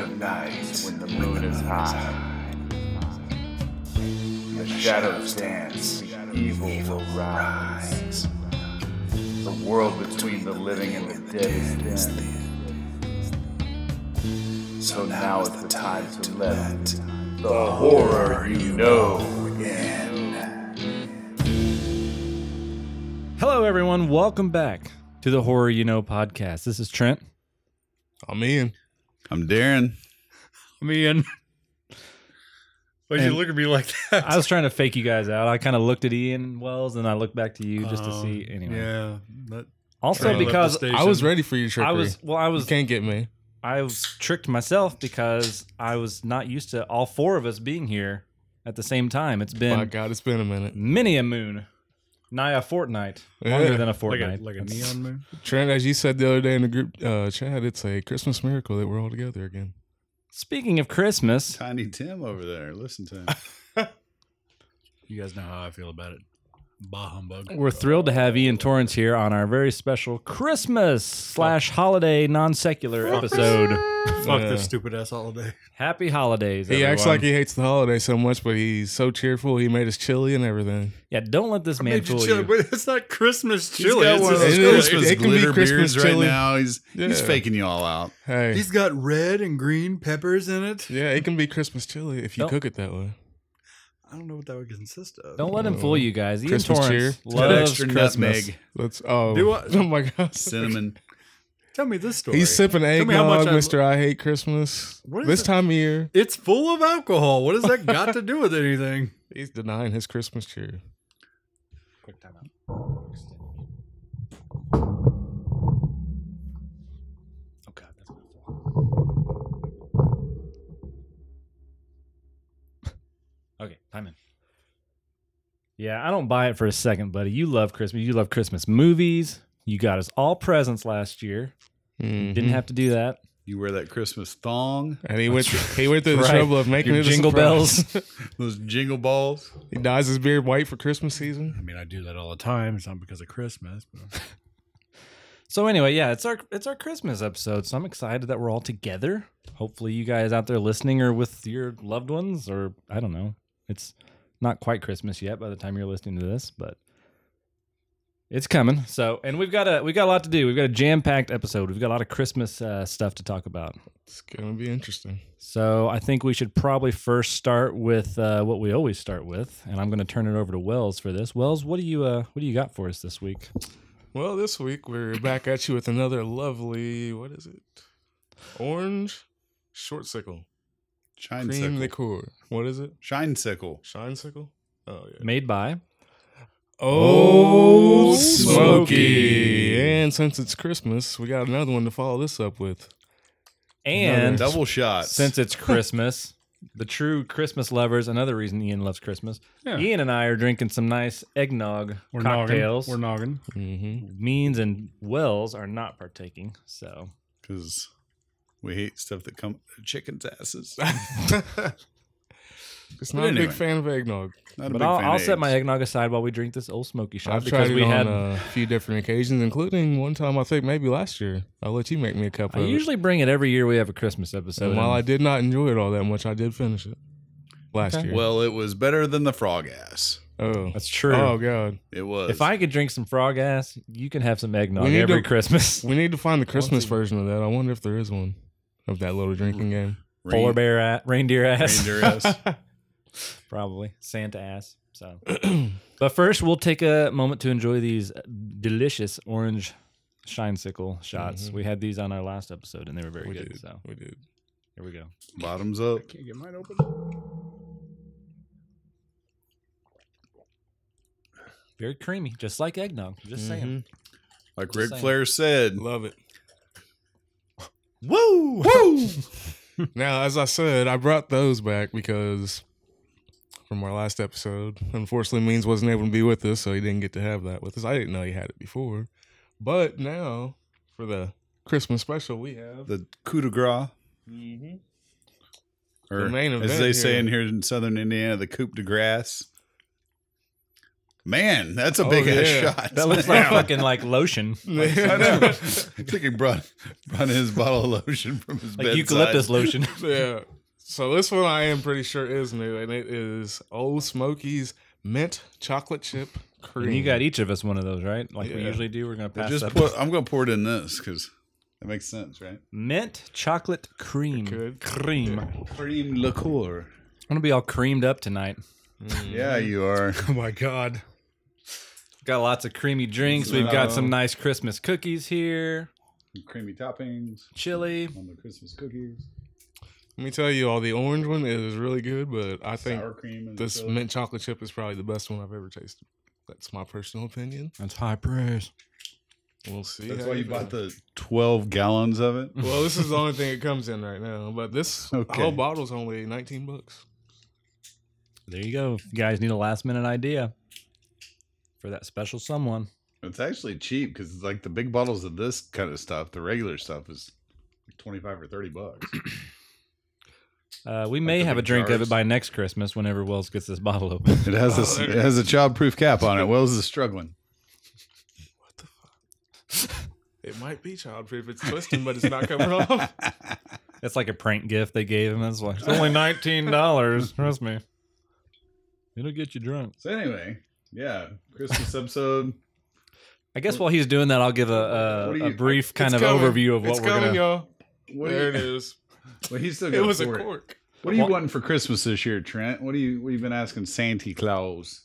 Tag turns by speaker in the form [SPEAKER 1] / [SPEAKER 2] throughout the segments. [SPEAKER 1] rides when the moon is high. The shadows dance, the evil will rise. The world between the living and the dead is thin. So now is the time to let the horror you know in.
[SPEAKER 2] Hello, everyone. Welcome back to the Horror You Know podcast. This is Trent.
[SPEAKER 3] I'm in.
[SPEAKER 4] I'm Darren.
[SPEAKER 2] Me and
[SPEAKER 3] Why'd
[SPEAKER 2] And-
[SPEAKER 3] you look at me like that?
[SPEAKER 2] I was trying to fake you guys out. I kind of looked at Ian Wells and I looked back to you just to
[SPEAKER 3] Um,
[SPEAKER 2] see. Anyway,
[SPEAKER 3] Yeah. that-
[SPEAKER 2] also
[SPEAKER 3] Trent left
[SPEAKER 2] because
[SPEAKER 3] the
[SPEAKER 2] I
[SPEAKER 3] station.
[SPEAKER 2] was,
[SPEAKER 3] ready for your
[SPEAKER 2] I was, well, I was,
[SPEAKER 3] can't get me.
[SPEAKER 2] I was tricked myself because I was not used to all four of us being here at the same time. It's
[SPEAKER 3] My
[SPEAKER 2] been
[SPEAKER 3] God, it's been a minute.
[SPEAKER 2] many a moon, nigh a fortnight,
[SPEAKER 3] Yeah.
[SPEAKER 2] longer than a fortnight, That's-
[SPEAKER 5] moon.
[SPEAKER 3] Trent, as you said the other day in the group uh, chat, it's a Christmas miracle that we're all together again.
[SPEAKER 2] Speaking of Christmas,
[SPEAKER 4] Tiny Tim over there. Listen to him.
[SPEAKER 5] You guys know how I feel about it. Bah humbug.
[SPEAKER 2] We're thrilled to have Ian Torrance here on our very special Christmas slash holiday non secular episode.
[SPEAKER 5] Fuck
[SPEAKER 3] Yeah.
[SPEAKER 5] this stupid ass holiday.
[SPEAKER 2] Happy holidays!
[SPEAKER 3] He acts
[SPEAKER 2] everyone.
[SPEAKER 3] like he hates the holiday so much, but he's so cheerful. He made us chili and everything.
[SPEAKER 2] yeah. Don't let this man
[SPEAKER 5] Made you
[SPEAKER 2] fool
[SPEAKER 5] chili,
[SPEAKER 2] you.
[SPEAKER 5] but it's not Christmas
[SPEAKER 4] He's
[SPEAKER 5] chili.
[SPEAKER 4] got
[SPEAKER 5] It's
[SPEAKER 4] one of those
[SPEAKER 5] just
[SPEAKER 3] It is.
[SPEAKER 5] chili.
[SPEAKER 4] Christmas
[SPEAKER 3] It can be
[SPEAKER 4] glitter
[SPEAKER 3] Christmas
[SPEAKER 4] beards right
[SPEAKER 3] chili.
[SPEAKER 4] now. He's he's
[SPEAKER 3] Yeah.
[SPEAKER 4] faking you all out.
[SPEAKER 3] Hey.
[SPEAKER 5] He's got red and green peppers in it.
[SPEAKER 3] yeah, it can be Christmas chili if you
[SPEAKER 2] Don't-
[SPEAKER 3] cook it that way.
[SPEAKER 5] I don't know what that would consist of.
[SPEAKER 2] Don't let him fool you guys. Ian
[SPEAKER 3] Christmas
[SPEAKER 2] Torrance
[SPEAKER 3] cheer.
[SPEAKER 4] That
[SPEAKER 2] loves
[SPEAKER 4] extra
[SPEAKER 2] Christmas.
[SPEAKER 4] nutmeg,
[SPEAKER 3] Let's oh,
[SPEAKER 5] Do I-
[SPEAKER 3] oh my gosh.
[SPEAKER 4] cinnamon.
[SPEAKER 5] Tell me this story.
[SPEAKER 3] He's sipping
[SPEAKER 5] me how
[SPEAKER 3] eggnog,
[SPEAKER 5] much I-
[SPEAKER 3] Mister. I hate Christmas.
[SPEAKER 5] What is
[SPEAKER 3] this
[SPEAKER 5] it?
[SPEAKER 3] time of year,
[SPEAKER 5] It's full of alcohol. What has that got to do with anything?
[SPEAKER 3] he's denying his Christmas cheer.
[SPEAKER 2] Quick timeout. Oh God, that's my fault. Okay, time in. Yeah, I don't buy it for a second, buddy. You love Christmas. You love Christmas movies. You got us all presents last year. Didn't
[SPEAKER 3] Mhm.
[SPEAKER 2] have to do that.
[SPEAKER 4] You wear that Christmas thong,
[SPEAKER 3] And he went. He went through the
[SPEAKER 2] right.
[SPEAKER 3] trouble of making
[SPEAKER 2] Your
[SPEAKER 3] it a
[SPEAKER 2] jingle
[SPEAKER 3] surprise.
[SPEAKER 2] bells.
[SPEAKER 4] those jingle balls.
[SPEAKER 3] he dyes his beard white for Christmas
[SPEAKER 5] I
[SPEAKER 3] season.
[SPEAKER 5] mean, I do that all the time. It's not because of Christmas. But
[SPEAKER 2] So anyway, yeah, it's our it's our Christmas episode. So I'm excited that we're all together. Hopefully, you guys out there listening are with your loved ones, or I don't know. It's not quite Christmas yet by the time you're listening to this, but it's coming. So, and we've got a we've got a lot to do. We've got a jam packed episode. We've got a lot of Christmas uh, stuff to talk about.
[SPEAKER 3] It's gonna be interesting.
[SPEAKER 2] So I think we should probably first start with uh, what we always start with, and I'm going to turn it over to Wells for this. Wells, what do you uh, what do you got for us this week?
[SPEAKER 3] Well, this week we're back at you with another lovely. What is it? Orange, short sickle,
[SPEAKER 4] Shine
[SPEAKER 3] cream
[SPEAKER 4] sickle.
[SPEAKER 3] liqueur. What is it?
[SPEAKER 4] Shine sickle.
[SPEAKER 3] Shine sickle. Oh yeah.
[SPEAKER 2] Made by
[SPEAKER 3] Oh,
[SPEAKER 2] Old
[SPEAKER 3] Smoky.
[SPEAKER 4] Smoky.
[SPEAKER 3] And since it's Christmas, we got another one to follow this up with.
[SPEAKER 2] and
[SPEAKER 4] Double shots.
[SPEAKER 2] since it's Christmas, the true Christmas lovers, another reason Ian loves Christmas.
[SPEAKER 5] Yeah.
[SPEAKER 2] Ian and I are drinking some nice eggnog cocktails.
[SPEAKER 5] We're noggin.
[SPEAKER 3] Mm-hmm.
[SPEAKER 2] Means and Wells are not partaking. So
[SPEAKER 4] because we hate stuff that come chickens' asses.
[SPEAKER 3] It's
[SPEAKER 4] But
[SPEAKER 3] not a
[SPEAKER 4] anyway.
[SPEAKER 3] big fan of eggnog.
[SPEAKER 4] Not a
[SPEAKER 2] but
[SPEAKER 4] big
[SPEAKER 2] I'll,
[SPEAKER 4] fan
[SPEAKER 2] I'll
[SPEAKER 4] of
[SPEAKER 2] set my
[SPEAKER 4] eggs.
[SPEAKER 2] eggnog aside while we drink this old smoky shot
[SPEAKER 3] I've
[SPEAKER 2] because
[SPEAKER 3] tried it
[SPEAKER 2] we had
[SPEAKER 3] on uh, a few different occasions, including one time I think maybe last year. I'll let you make me a cup
[SPEAKER 2] I
[SPEAKER 3] of
[SPEAKER 2] usually bring it every year we have a Christmas
[SPEAKER 3] it.
[SPEAKER 2] episode.
[SPEAKER 3] And
[SPEAKER 2] and
[SPEAKER 3] while I did not enjoy it all that much, I did finish it last
[SPEAKER 2] Okay.
[SPEAKER 3] year.
[SPEAKER 4] Well, it was better than the frog ass.
[SPEAKER 3] oh,
[SPEAKER 2] that's true.
[SPEAKER 3] oh god,
[SPEAKER 4] It was.
[SPEAKER 2] if I could drink some frog ass, you can have some eggnog
[SPEAKER 3] We need
[SPEAKER 2] every
[SPEAKER 3] to-
[SPEAKER 2] Christmas.
[SPEAKER 3] we need to find the Christmas
[SPEAKER 2] see.
[SPEAKER 3] version of that. I wonder if there is one of that little drinking game.
[SPEAKER 4] Rain-
[SPEAKER 2] Polar bear ass, reindeer ass.
[SPEAKER 4] reindeer ass.
[SPEAKER 2] probably Santa ass. So, but first we'll take a moment to enjoy these delicious orange shine sickle shots.
[SPEAKER 3] Mhm.
[SPEAKER 2] We had these on our last episode, and they were very
[SPEAKER 3] we
[SPEAKER 2] good.
[SPEAKER 3] did.
[SPEAKER 2] So
[SPEAKER 3] We did.
[SPEAKER 2] here we go.
[SPEAKER 4] Bottoms up.
[SPEAKER 5] Can't get mine open.
[SPEAKER 2] Very creamy, just like eggnog. Just saying.
[SPEAKER 3] Mhm.
[SPEAKER 4] Like
[SPEAKER 2] Just
[SPEAKER 4] Ric
[SPEAKER 2] saying.
[SPEAKER 4] Flair said,
[SPEAKER 3] Mm-hmm. Love it.
[SPEAKER 5] Woo!
[SPEAKER 3] Woo! now, as I said, I brought those back because from our last episode, unfortunately, Means wasn't able to be with us, so he didn't get to have that with us. I didn't know he had it before, but now for the Christmas special, we have
[SPEAKER 4] the coup de grace. Or
[SPEAKER 3] The main
[SPEAKER 4] as
[SPEAKER 3] event
[SPEAKER 4] they
[SPEAKER 3] here.
[SPEAKER 4] say in here in southern Indiana, the coup de grace. Man, that's a
[SPEAKER 3] Oh,
[SPEAKER 4] big ass
[SPEAKER 3] yeah.
[SPEAKER 4] shot.
[SPEAKER 2] That looks like fucking like lotion,
[SPEAKER 4] I know. I think he brought, brought his bottle of lotion from his
[SPEAKER 2] like
[SPEAKER 4] bedside.
[SPEAKER 2] eucalyptus lotion.
[SPEAKER 3] yeah. So this one I am pretty sure is new, and it is Old Smoky's mint chocolate chip cream.
[SPEAKER 2] And you got each of us one of those, right? Like we
[SPEAKER 3] Yeah.
[SPEAKER 2] usually do. We're gonna
[SPEAKER 4] But
[SPEAKER 2] pass
[SPEAKER 4] just
[SPEAKER 2] that.
[SPEAKER 4] put, I'm going to pour it in this because that makes sense, right?
[SPEAKER 2] mint chocolate cream.
[SPEAKER 3] Good.
[SPEAKER 2] Cream.
[SPEAKER 4] Cream liqueur.
[SPEAKER 2] I'm gonna be all creamed up tonight.
[SPEAKER 4] Yeah, you are.
[SPEAKER 5] Oh my god.
[SPEAKER 2] Got lots of creamy drinks. We've got some nice Christmas cookies here.
[SPEAKER 4] Creamy toppings
[SPEAKER 2] Chili.
[SPEAKER 4] on the Christmas cookies.
[SPEAKER 3] Let me tell you all, the orange one is really good, but I think
[SPEAKER 4] sour cream. And
[SPEAKER 3] this
[SPEAKER 4] filling.
[SPEAKER 3] mint chocolate chip is probably the best one I've ever tasted. That's my personal opinion.
[SPEAKER 2] That's high praise.
[SPEAKER 3] We'll see.
[SPEAKER 4] That's
[SPEAKER 3] how
[SPEAKER 4] why
[SPEAKER 3] it
[SPEAKER 4] you Mm-hmm. bought
[SPEAKER 3] goes.
[SPEAKER 4] the 12 gallons of it.
[SPEAKER 3] Well, this is the only thing it comes in right now, but this
[SPEAKER 4] Okay.
[SPEAKER 3] whole bottle's only 19 bucks.
[SPEAKER 2] There you go. If you guys need a last minute idea for that special someone.
[SPEAKER 4] It's actually cheap because it's like the big bottles of this kind of stuff, the regular stuff is 25 or 30 bucks.
[SPEAKER 2] Uh, we may
[SPEAKER 4] the
[SPEAKER 2] have a
[SPEAKER 4] big
[SPEAKER 2] drink of
[SPEAKER 4] jars.
[SPEAKER 2] it by next Christmas whenever Wells gets this bottle open.
[SPEAKER 4] It has this.
[SPEAKER 3] there
[SPEAKER 4] it
[SPEAKER 3] it
[SPEAKER 4] has a childproof cap on it. Wells is struggling.
[SPEAKER 3] It might be childproof. It's twisting, but it's not coming off.
[SPEAKER 2] That's like a prank gift they gave him. That's why it's only nineteen dollars. Trust me, it'll get you drunk.
[SPEAKER 4] So anyway, yeah, Christmas episode.
[SPEAKER 2] I guess while he's doing that, I'll give a
[SPEAKER 4] What
[SPEAKER 2] a,
[SPEAKER 4] do
[SPEAKER 2] a
[SPEAKER 4] you-
[SPEAKER 2] brief kind
[SPEAKER 3] It's
[SPEAKER 2] of
[SPEAKER 3] coming.
[SPEAKER 2] overview of what
[SPEAKER 3] it's
[SPEAKER 2] we're
[SPEAKER 3] coming,
[SPEAKER 2] gonna.
[SPEAKER 3] y'all.
[SPEAKER 4] What
[SPEAKER 3] there
[SPEAKER 4] are
[SPEAKER 3] it
[SPEAKER 4] you,
[SPEAKER 3] is.
[SPEAKER 4] well, he's still
[SPEAKER 3] It
[SPEAKER 4] got
[SPEAKER 3] was a
[SPEAKER 4] pour it.
[SPEAKER 3] cork.
[SPEAKER 4] What are you
[SPEAKER 2] Well-
[SPEAKER 4] wanting for Christmas this year, Trent? What do you What have you been asking Santa Claus?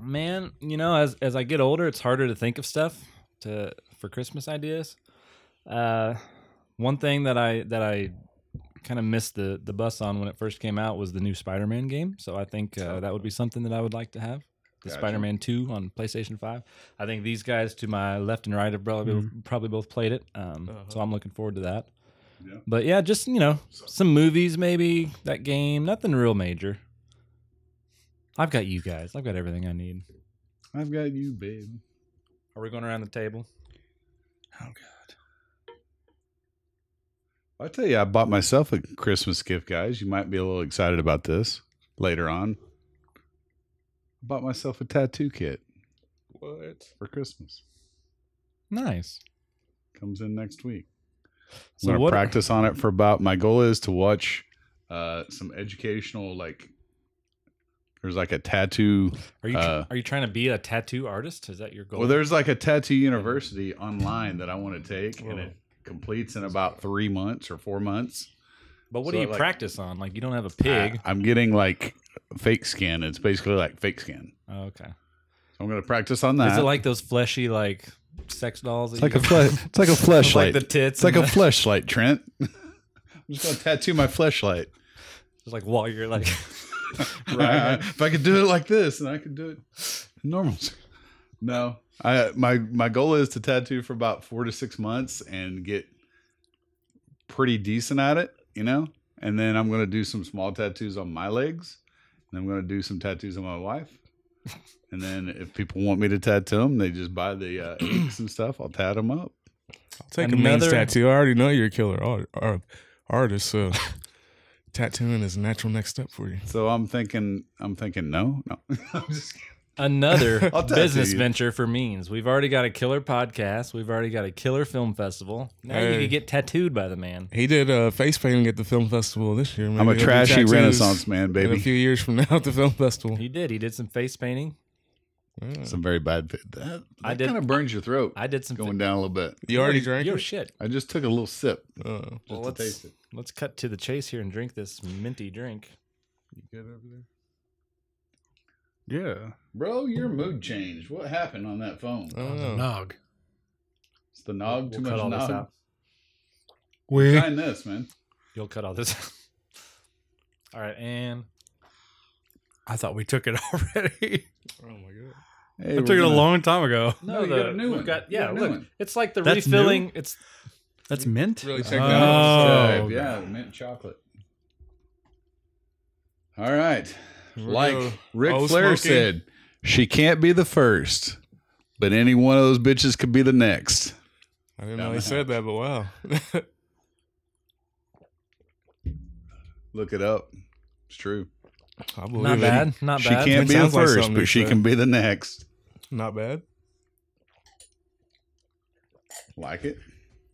[SPEAKER 2] Man, you know, as as I get older, it's harder to think of stuff to for Christmas ideas. Uh, one thing that I that I kind of missed the the bus on when it first came out was the new Spider-Man game. So I think uh, that would be something that I would like to have. The
[SPEAKER 4] Gotcha.
[SPEAKER 2] Spider-Man Two on PlayStation Five. I think these guys to my left and right have probably probably both played it. Um, So I'm looking forward to that.
[SPEAKER 4] Yeah.
[SPEAKER 2] But yeah, just you know, some movies maybe that game. Nothing real major. I've got you guys. I've got everything I need.
[SPEAKER 4] I've got you, babe.
[SPEAKER 2] Are we going around the table?
[SPEAKER 4] Oh God! I tell you, I bought myself a Christmas gift, guys. You might be a little excited about this later on. I bought myself a tattoo kit
[SPEAKER 3] What?
[SPEAKER 4] for Christmas.
[SPEAKER 2] Nice.
[SPEAKER 4] Comes in next week. I'm
[SPEAKER 2] So
[SPEAKER 4] gonna
[SPEAKER 2] what?
[SPEAKER 4] practice on it for about. My goal is to watch uh, some educational, like there's like a tattoo.
[SPEAKER 2] Are you tr-
[SPEAKER 4] uh,
[SPEAKER 2] are you trying to be a tattoo artist? Is that your goal?
[SPEAKER 4] Well, there's like a tattoo university online that I want to take, and
[SPEAKER 2] Whoa.
[SPEAKER 4] it completes in about three months or four months.
[SPEAKER 2] but what
[SPEAKER 4] so,
[SPEAKER 2] do you
[SPEAKER 4] like-
[SPEAKER 2] practice on? Like you don't have a pig.
[SPEAKER 4] I, am getting like fake skin. It's basically like fake skin.
[SPEAKER 2] oh, okay.
[SPEAKER 4] So I'm gonna practice on that.
[SPEAKER 2] Is it like those fleshy like sex dolls?
[SPEAKER 4] it's
[SPEAKER 2] that
[SPEAKER 4] like
[SPEAKER 2] you
[SPEAKER 4] a fle- it's like a
[SPEAKER 2] It's
[SPEAKER 4] fleshlight.
[SPEAKER 2] like the tits.
[SPEAKER 4] it's like a
[SPEAKER 2] and the-
[SPEAKER 4] fleshlight, Trent. I'm just gonna tattoo my fleshlight.
[SPEAKER 2] just like while you're like
[SPEAKER 4] right? if I could do it like this, and I could do it normal. No, I my my goal is to tattoo for about four to six months and get pretty decent at it, you know. And then I'm gonna do some small tattoos on my legs, and I'm gonna do some tattoos on my wife. And then if people want me to tattoo them, they just buy the uh, inks and stuff. I'll tat them up.
[SPEAKER 3] I'll take a man's
[SPEAKER 2] Another-
[SPEAKER 3] tattoo. I already know you're a killer art, art, artist, so tattooing is a natural next step for you.
[SPEAKER 4] So I'm thinking, I'm thinking, no, no. I'm just kidding.
[SPEAKER 2] another
[SPEAKER 4] I'll tattoo
[SPEAKER 2] business
[SPEAKER 4] you.
[SPEAKER 2] venture for means. We've already got a killer podcast. We've already got a killer film festival. Now you
[SPEAKER 3] Hey.
[SPEAKER 2] could get tattooed by the man.
[SPEAKER 3] He did uh, face painting at the film festival this year. Maybe
[SPEAKER 4] I'm
[SPEAKER 3] he'll
[SPEAKER 4] a
[SPEAKER 3] do
[SPEAKER 4] trashy
[SPEAKER 3] tattoos
[SPEAKER 4] Renaissance man,
[SPEAKER 3] in A
[SPEAKER 4] baby.
[SPEAKER 3] few years from now at the film festival.
[SPEAKER 2] He did. He did some face painting.
[SPEAKER 3] Yeah.
[SPEAKER 4] Some very bad. That, that
[SPEAKER 2] I did-
[SPEAKER 4] kind of burns your throat.
[SPEAKER 2] I did some.
[SPEAKER 4] going down a little bit.
[SPEAKER 3] You already drank
[SPEAKER 2] Yo,
[SPEAKER 3] it?
[SPEAKER 2] shit.
[SPEAKER 4] I just took a little sip.
[SPEAKER 3] Uh,
[SPEAKER 2] Well,
[SPEAKER 4] Just to
[SPEAKER 2] let's
[SPEAKER 4] taste it.
[SPEAKER 2] let's cut to the chase here and drink this minty drink.
[SPEAKER 4] Yeah. Bro, your mood changed. What happened on that phone?
[SPEAKER 2] Oh,
[SPEAKER 3] I don't
[SPEAKER 5] The
[SPEAKER 3] know.
[SPEAKER 5] nog.
[SPEAKER 4] It's the nog, too much nog.
[SPEAKER 5] We
[SPEAKER 4] Behind this, man.
[SPEAKER 2] You'll cut all this. out. all right, and
[SPEAKER 5] I thought we took it already.
[SPEAKER 3] Oh my god!
[SPEAKER 4] Hey,
[SPEAKER 5] I took it a long time ago.
[SPEAKER 4] No, you got a new
[SPEAKER 2] we've
[SPEAKER 4] one.
[SPEAKER 2] Got,
[SPEAKER 4] You
[SPEAKER 2] yeah,
[SPEAKER 4] got a new
[SPEAKER 2] look,
[SPEAKER 4] one.
[SPEAKER 2] it's like the
[SPEAKER 5] That's
[SPEAKER 2] refilling. It's
[SPEAKER 5] That's mint.
[SPEAKER 3] Really check that
[SPEAKER 5] Oh,
[SPEAKER 3] out.
[SPEAKER 4] yeah, mint chocolate. All right.
[SPEAKER 3] We're
[SPEAKER 4] Like
[SPEAKER 3] gonna-
[SPEAKER 4] Rick
[SPEAKER 3] Oh,
[SPEAKER 4] Flair
[SPEAKER 3] Smokey.
[SPEAKER 4] said, she can't be the first, but any one of those bitches could be the next.
[SPEAKER 3] I didn't
[SPEAKER 4] Down
[SPEAKER 3] know
[SPEAKER 4] the
[SPEAKER 3] he said that, but wow.
[SPEAKER 4] Look it up. It's true.
[SPEAKER 3] I believe
[SPEAKER 2] Not
[SPEAKER 3] it.
[SPEAKER 2] bad. Not
[SPEAKER 4] she
[SPEAKER 2] bad.
[SPEAKER 4] can't be the
[SPEAKER 3] Sounds like
[SPEAKER 4] first,
[SPEAKER 3] something
[SPEAKER 4] but
[SPEAKER 3] he
[SPEAKER 4] she
[SPEAKER 3] said.
[SPEAKER 4] can be the next.
[SPEAKER 3] Not bad.
[SPEAKER 4] Like it.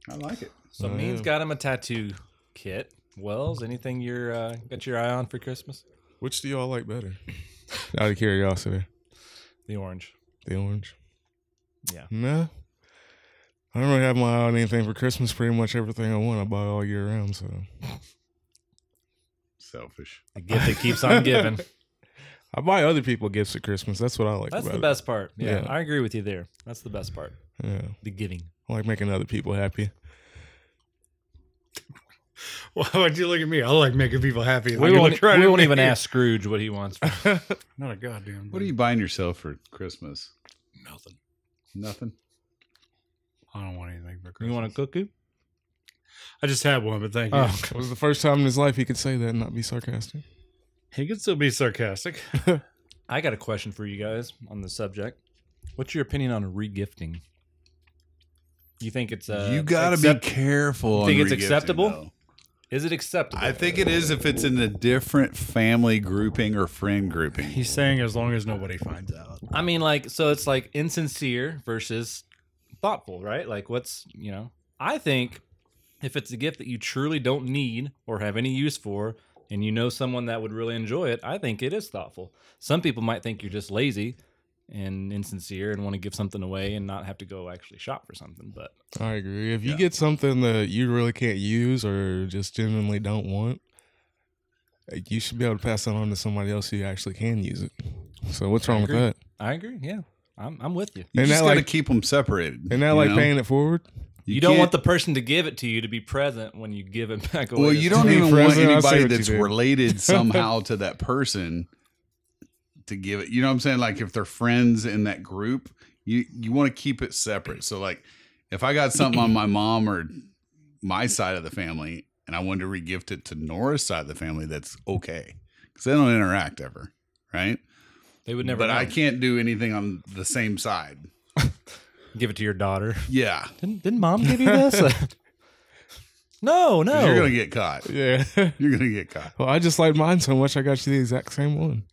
[SPEAKER 4] I like it.
[SPEAKER 2] So
[SPEAKER 3] Oh,
[SPEAKER 2] Mean's
[SPEAKER 3] yeah.
[SPEAKER 2] got him a tattoo kit. Wells, anything you're uh, got your eye on for Christmas?
[SPEAKER 3] Which do y'all like better? Out of curiosity,
[SPEAKER 2] The orange.
[SPEAKER 3] the orange.
[SPEAKER 2] Yeah.
[SPEAKER 3] No, I don't really have my eye on anything for Christmas. Pretty much everything I want, I buy all year round. So
[SPEAKER 4] Selfish.
[SPEAKER 2] The gift that keeps on giving.
[SPEAKER 3] I buy other people gifts at Christmas. That's what I like.
[SPEAKER 2] That's
[SPEAKER 3] about
[SPEAKER 2] the
[SPEAKER 3] it.
[SPEAKER 2] best part. Yeah,
[SPEAKER 3] Yeah.
[SPEAKER 2] I agree with you there. That's the best part.
[SPEAKER 3] Yeah,
[SPEAKER 2] The giving.
[SPEAKER 3] I like making other people happy.
[SPEAKER 5] Why would you look at me? I like making people happy.
[SPEAKER 2] We
[SPEAKER 5] Look at
[SPEAKER 2] won't,
[SPEAKER 5] the try
[SPEAKER 2] we
[SPEAKER 5] to
[SPEAKER 2] won't
[SPEAKER 5] make
[SPEAKER 2] even
[SPEAKER 5] you-
[SPEAKER 2] ask Scrooge what he wants.
[SPEAKER 5] Not a goddamn.
[SPEAKER 4] What are you buying yourself for Christmas?
[SPEAKER 5] Nothing.
[SPEAKER 4] Nothing.
[SPEAKER 5] I don't want anything for Christmas.
[SPEAKER 2] You want a cookie?
[SPEAKER 5] I just had one, but thank you.
[SPEAKER 2] Oh,
[SPEAKER 3] It was the first time in his life he could say that and not be sarcastic.
[SPEAKER 5] He could still be sarcastic.
[SPEAKER 2] I got a question for you guys on the subject. What's your opinion on regifting? You think it's uh,
[SPEAKER 4] you gotta
[SPEAKER 2] accept-
[SPEAKER 4] be careful. on
[SPEAKER 2] Think it's
[SPEAKER 4] regifting,
[SPEAKER 2] acceptable?
[SPEAKER 4] though.
[SPEAKER 2] Is it acceptable?
[SPEAKER 4] I think it is if it's in a different family grouping or friend grouping.
[SPEAKER 5] He's saying as long as nobody finds out.
[SPEAKER 2] I mean, like, so it's like insincere versus thoughtful, right? Like, what's, you know, I think if it's a gift that you truly don't need or have any use for, and you know someone that would really enjoy it, I think it is thoughtful. Some people might think you're just lazy and insincere and want to give something away and not have to go actually shop for something. But
[SPEAKER 3] I agree. If you get something that you really can't use or just genuinely don't want, uh, you should be able to pass that on to somebody else who actually can use it. So what's wrong with
[SPEAKER 2] agree.
[SPEAKER 3] that?
[SPEAKER 2] I agree. Yeah. I'm, I'm with you.
[SPEAKER 4] You
[SPEAKER 3] And
[SPEAKER 4] just
[SPEAKER 3] that,
[SPEAKER 4] gotta
[SPEAKER 3] like-
[SPEAKER 4] keep them separated.
[SPEAKER 3] Isn't that
[SPEAKER 4] you
[SPEAKER 3] like
[SPEAKER 4] know?
[SPEAKER 3] paying it forward?
[SPEAKER 2] You, don't
[SPEAKER 4] can't-
[SPEAKER 2] want the person to give it to you to be present when you give it back away.
[SPEAKER 4] Well,
[SPEAKER 2] to
[SPEAKER 4] you don't
[SPEAKER 3] be
[SPEAKER 2] someone.
[SPEAKER 4] even want
[SPEAKER 3] present. I see
[SPEAKER 4] anybody
[SPEAKER 3] what you
[SPEAKER 4] that's
[SPEAKER 3] did.
[SPEAKER 4] related somehow to that person to give it. You know what I'm saying? Like if they're friends in that group, you you want to keep it separate. So like if I got something on my mom or my side of the family and I wanted to regift it to Nora's side of the family, that's okay because they don't interact ever, right?
[SPEAKER 2] They would never
[SPEAKER 4] but I
[SPEAKER 2] know.
[SPEAKER 4] can't do anything on the same side.
[SPEAKER 2] give it to your daughter.
[SPEAKER 4] Yeah,
[SPEAKER 2] Didn't, didn't mom give you this? no,
[SPEAKER 4] 'Cause
[SPEAKER 2] no.
[SPEAKER 4] you're gonna get caught.
[SPEAKER 3] Yeah.
[SPEAKER 4] You're gonna get caught.
[SPEAKER 3] well, I just like mine so much I got you the exact same one.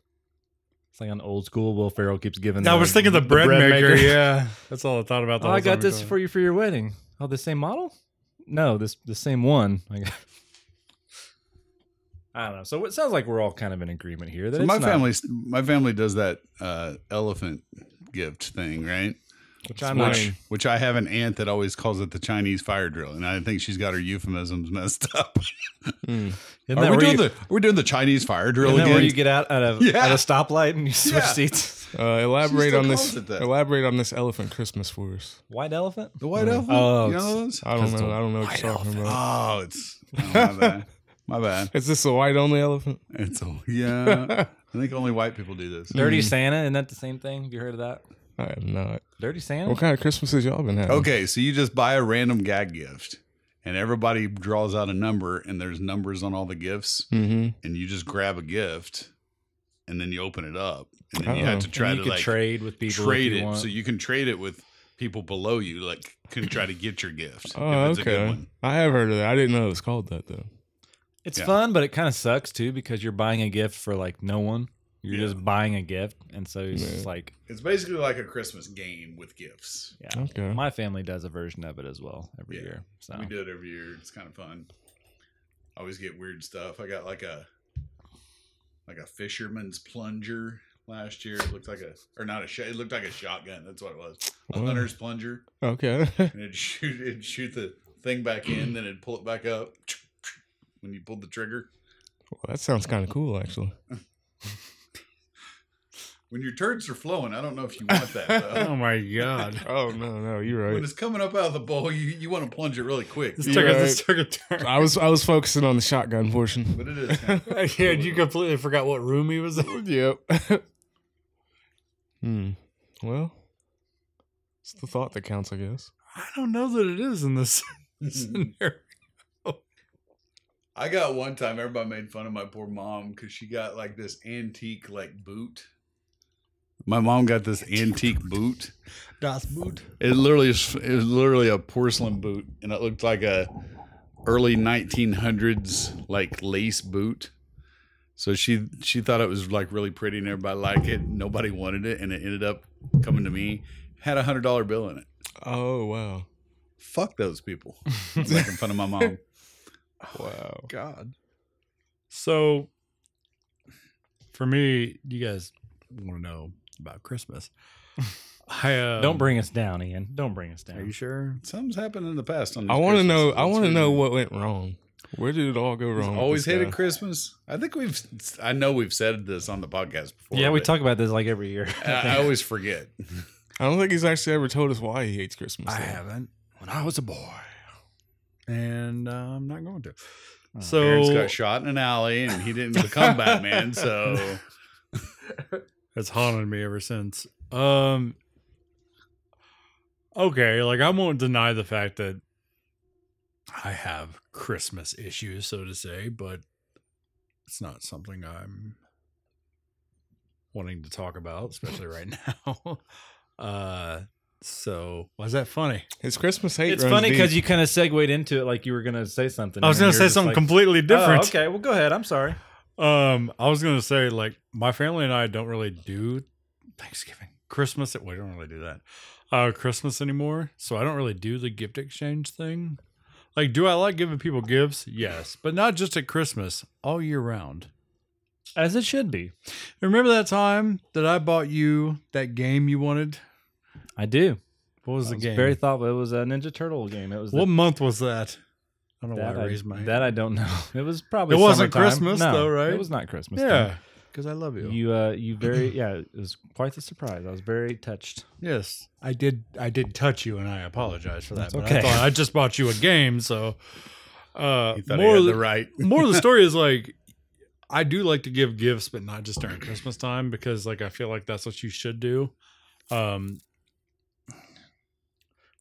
[SPEAKER 2] it's like an old school Will Ferrell keeps giving.
[SPEAKER 5] I was thinking the bread, maker. Yeah, that's all I thought about. The
[SPEAKER 2] Oh,
[SPEAKER 5] whole
[SPEAKER 2] I got
[SPEAKER 5] time
[SPEAKER 2] this
[SPEAKER 5] ago.
[SPEAKER 2] for you for your wedding. Oh, the same model? No, this the same one. I, got- I don't know. So it sounds like we're all kind of in agreement here. That
[SPEAKER 4] So
[SPEAKER 2] it's
[SPEAKER 4] my
[SPEAKER 2] not-
[SPEAKER 4] family, my family does that uh, elephant gift thing, right?
[SPEAKER 2] which I'm not.
[SPEAKER 3] Uh,
[SPEAKER 4] Which, which I have an aunt that always calls it the Chinese fire drill, and I think she's got her euphemisms messed up.
[SPEAKER 2] Isn't
[SPEAKER 4] Are
[SPEAKER 2] that
[SPEAKER 4] we
[SPEAKER 2] where
[SPEAKER 4] doing
[SPEAKER 2] you,
[SPEAKER 4] the Are we doing the Chinese fire drill
[SPEAKER 2] isn't that where
[SPEAKER 4] again?
[SPEAKER 2] you get out at a
[SPEAKER 4] Yeah.
[SPEAKER 2] at a stoplight and you switch
[SPEAKER 4] Yeah.
[SPEAKER 2] seats?
[SPEAKER 3] Uh, elaborate
[SPEAKER 4] still
[SPEAKER 3] on
[SPEAKER 4] calls
[SPEAKER 3] this.
[SPEAKER 4] it that.
[SPEAKER 3] Elaborate on this elephant Christmas for us.
[SPEAKER 2] White elephant.
[SPEAKER 4] the white elephant.
[SPEAKER 2] Oh,
[SPEAKER 4] you know those?
[SPEAKER 3] I don't know. I don't know what you're talking about.
[SPEAKER 4] Oh, it's oh, my bad. My bad.
[SPEAKER 3] Is this a white only elephant?
[SPEAKER 4] It's a, yeah. I think only white people do this.
[SPEAKER 2] Dirty Santa. Isn't that the same thing? Have you heard of that?
[SPEAKER 3] I have not.
[SPEAKER 2] Dirty Santa.
[SPEAKER 3] What kind of Christmases y'all been having?
[SPEAKER 4] Okay, so you just buy a random gag gift, and everybody draws out a number, and there's numbers on all the gifts.
[SPEAKER 3] Mm-hmm.
[SPEAKER 4] and you just grab a gift and then you open it up and then you have
[SPEAKER 3] Oh.
[SPEAKER 4] to
[SPEAKER 2] And
[SPEAKER 4] try
[SPEAKER 2] you
[SPEAKER 4] to
[SPEAKER 2] could
[SPEAKER 4] like trade,
[SPEAKER 2] trade with people. if you
[SPEAKER 4] it
[SPEAKER 2] want.
[SPEAKER 4] so you can trade it with people below you like can try to get your gift
[SPEAKER 3] Oh, okay. I have heard of that. I didn't know it was called that though.
[SPEAKER 2] It's
[SPEAKER 4] Yeah.
[SPEAKER 2] fun, but it kind of sucks too because you're buying a gift for like no one. You're
[SPEAKER 4] Yeah.
[SPEAKER 2] just buying a gift, and so it's just
[SPEAKER 3] Yeah.
[SPEAKER 2] like
[SPEAKER 4] it's basically like a christmas game with gifts
[SPEAKER 2] yeah.
[SPEAKER 3] Okay.
[SPEAKER 2] My family does a version of it as well every
[SPEAKER 4] Yeah.
[SPEAKER 2] year. So
[SPEAKER 4] we do it every year it's kind of fun i always get weird stuff i got like a like a fisherman's plunger last year it looked like a or not a sh- it looked like a shotgun that's what it was a
[SPEAKER 3] Wow.
[SPEAKER 4] hunter's plunger
[SPEAKER 3] Okay.
[SPEAKER 4] and it'd shoot it'd shoot the thing back in, then it'd pull it back up when you pulled the trigger.
[SPEAKER 3] Well, that sounds kind of cool, actually.
[SPEAKER 4] When your turds are flowing, I don't know if you want that though.
[SPEAKER 5] Oh my god!
[SPEAKER 3] Oh no, no, you're
[SPEAKER 4] when
[SPEAKER 3] right.
[SPEAKER 4] it's coming up out of the bowl, you, you want to plunge it really quick.
[SPEAKER 5] This
[SPEAKER 3] You're
[SPEAKER 5] took, a,
[SPEAKER 3] right.
[SPEAKER 5] this took a turn.
[SPEAKER 3] I was I was focusing on the shotgun portion.
[SPEAKER 4] But it is kind of-
[SPEAKER 5] yeah, and you completely forgot what room he was in.
[SPEAKER 3] yep. hmm. Well, it's the thought that counts, I guess.
[SPEAKER 5] I don't know that it is in this scenario.
[SPEAKER 4] Mm-hmm. I got one time everybody made fun of my poor mom because she got like this antique like boot. My mom got this antique boot.
[SPEAKER 5] Das Boot.
[SPEAKER 4] It literally is it was literally a porcelain boot, and it looked like a early 1900s like lace boot. So she she thought it was like really pretty and everybody liked it. Nobody wanted it, and it ended up coming to me. Had a hundred dollar bill in it.
[SPEAKER 3] Oh wow,
[SPEAKER 4] Fuck those people making fun of my mom.
[SPEAKER 3] wow.
[SPEAKER 4] God,
[SPEAKER 5] So, for me, you guys want to know about Christmas. I, um,
[SPEAKER 2] Don't bring us down, Ian. Don't bring us down.
[SPEAKER 5] Are you sure?
[SPEAKER 4] something's happened in the past. On
[SPEAKER 3] I
[SPEAKER 4] these
[SPEAKER 3] want to
[SPEAKER 4] Christmases.
[SPEAKER 3] know. I want
[SPEAKER 4] It's
[SPEAKER 3] to
[SPEAKER 4] really-
[SPEAKER 3] know what went wrong. Where did it all go
[SPEAKER 4] He's
[SPEAKER 3] wrong? with
[SPEAKER 4] Always
[SPEAKER 3] this
[SPEAKER 4] hated
[SPEAKER 3] guy?
[SPEAKER 4] Christmas. I think we've. I know we've said this on the podcast before.
[SPEAKER 2] Yeah, we
[SPEAKER 4] but
[SPEAKER 2] talk about this like every year.
[SPEAKER 4] I, I always forget.
[SPEAKER 3] I don't think he's actually ever told us why he hates Christmas.
[SPEAKER 5] I
[SPEAKER 3] though.
[SPEAKER 5] haven't. When I was a boy, and uh, I'm not going to.
[SPEAKER 4] Parents
[SPEAKER 5] so
[SPEAKER 4] got shot in an alley, and he didn't become Batman. So
[SPEAKER 5] it's haunted me ever since. Um. Okay, like I won't deny the fact that I have Christmas issues, so to say, but it's not something I'm wanting to talk about, especially right now. Uh, so why is that funny?
[SPEAKER 3] His Christmas hate.
[SPEAKER 2] it's
[SPEAKER 3] runs
[SPEAKER 2] funny because
[SPEAKER 3] deep.
[SPEAKER 2] you kind of segued into it like you were gonna say something.
[SPEAKER 5] I was
[SPEAKER 2] and
[SPEAKER 5] gonna
[SPEAKER 2] you're
[SPEAKER 5] say
[SPEAKER 2] just
[SPEAKER 5] something
[SPEAKER 2] like,
[SPEAKER 5] completely different.
[SPEAKER 2] "Oh, okay, well, go ahead. I'm sorry.
[SPEAKER 5] Um, I was gonna say like my family and I don't really do Thanksgiving, Christmas. We don't really do that. Uh, Christmas anymore, so I don't really do the gift exchange thing. Like, do I like giving people gifts? Yes, but not just at Christmas, all year round.
[SPEAKER 2] As it should be.
[SPEAKER 5] Remember that time that I bought you that game you wanted?
[SPEAKER 2] I do.
[SPEAKER 5] What was
[SPEAKER 2] I
[SPEAKER 5] the
[SPEAKER 2] was
[SPEAKER 5] game?
[SPEAKER 2] Very thoughtful. It was a Ninja Turtle game. It was the-
[SPEAKER 5] what month was that? I don't know
[SPEAKER 2] that
[SPEAKER 5] why I
[SPEAKER 2] I,
[SPEAKER 5] raised my hand.
[SPEAKER 2] that I don't know. It was probably
[SPEAKER 5] It wasn't
[SPEAKER 2] summertime.
[SPEAKER 5] Christmas,
[SPEAKER 2] No,
[SPEAKER 5] though, right?
[SPEAKER 2] It was not Christmas.
[SPEAKER 5] yeah, because I love
[SPEAKER 2] though.
[SPEAKER 5] you.
[SPEAKER 2] You uh you very yeah, it was quite the surprise. I was very touched.
[SPEAKER 5] Yes, I did. I did touch you, and I apologize for that.
[SPEAKER 2] That's
[SPEAKER 5] but I
[SPEAKER 2] okay.
[SPEAKER 5] thought I just bought you a game, so uh,
[SPEAKER 4] he thought
[SPEAKER 5] more.
[SPEAKER 4] he had
[SPEAKER 5] of
[SPEAKER 4] the
[SPEAKER 5] the,
[SPEAKER 4] right.
[SPEAKER 5] more of the story is like, I do like to give gifts, but not just during Christmas time because, like, I feel like that's what you should do. Um,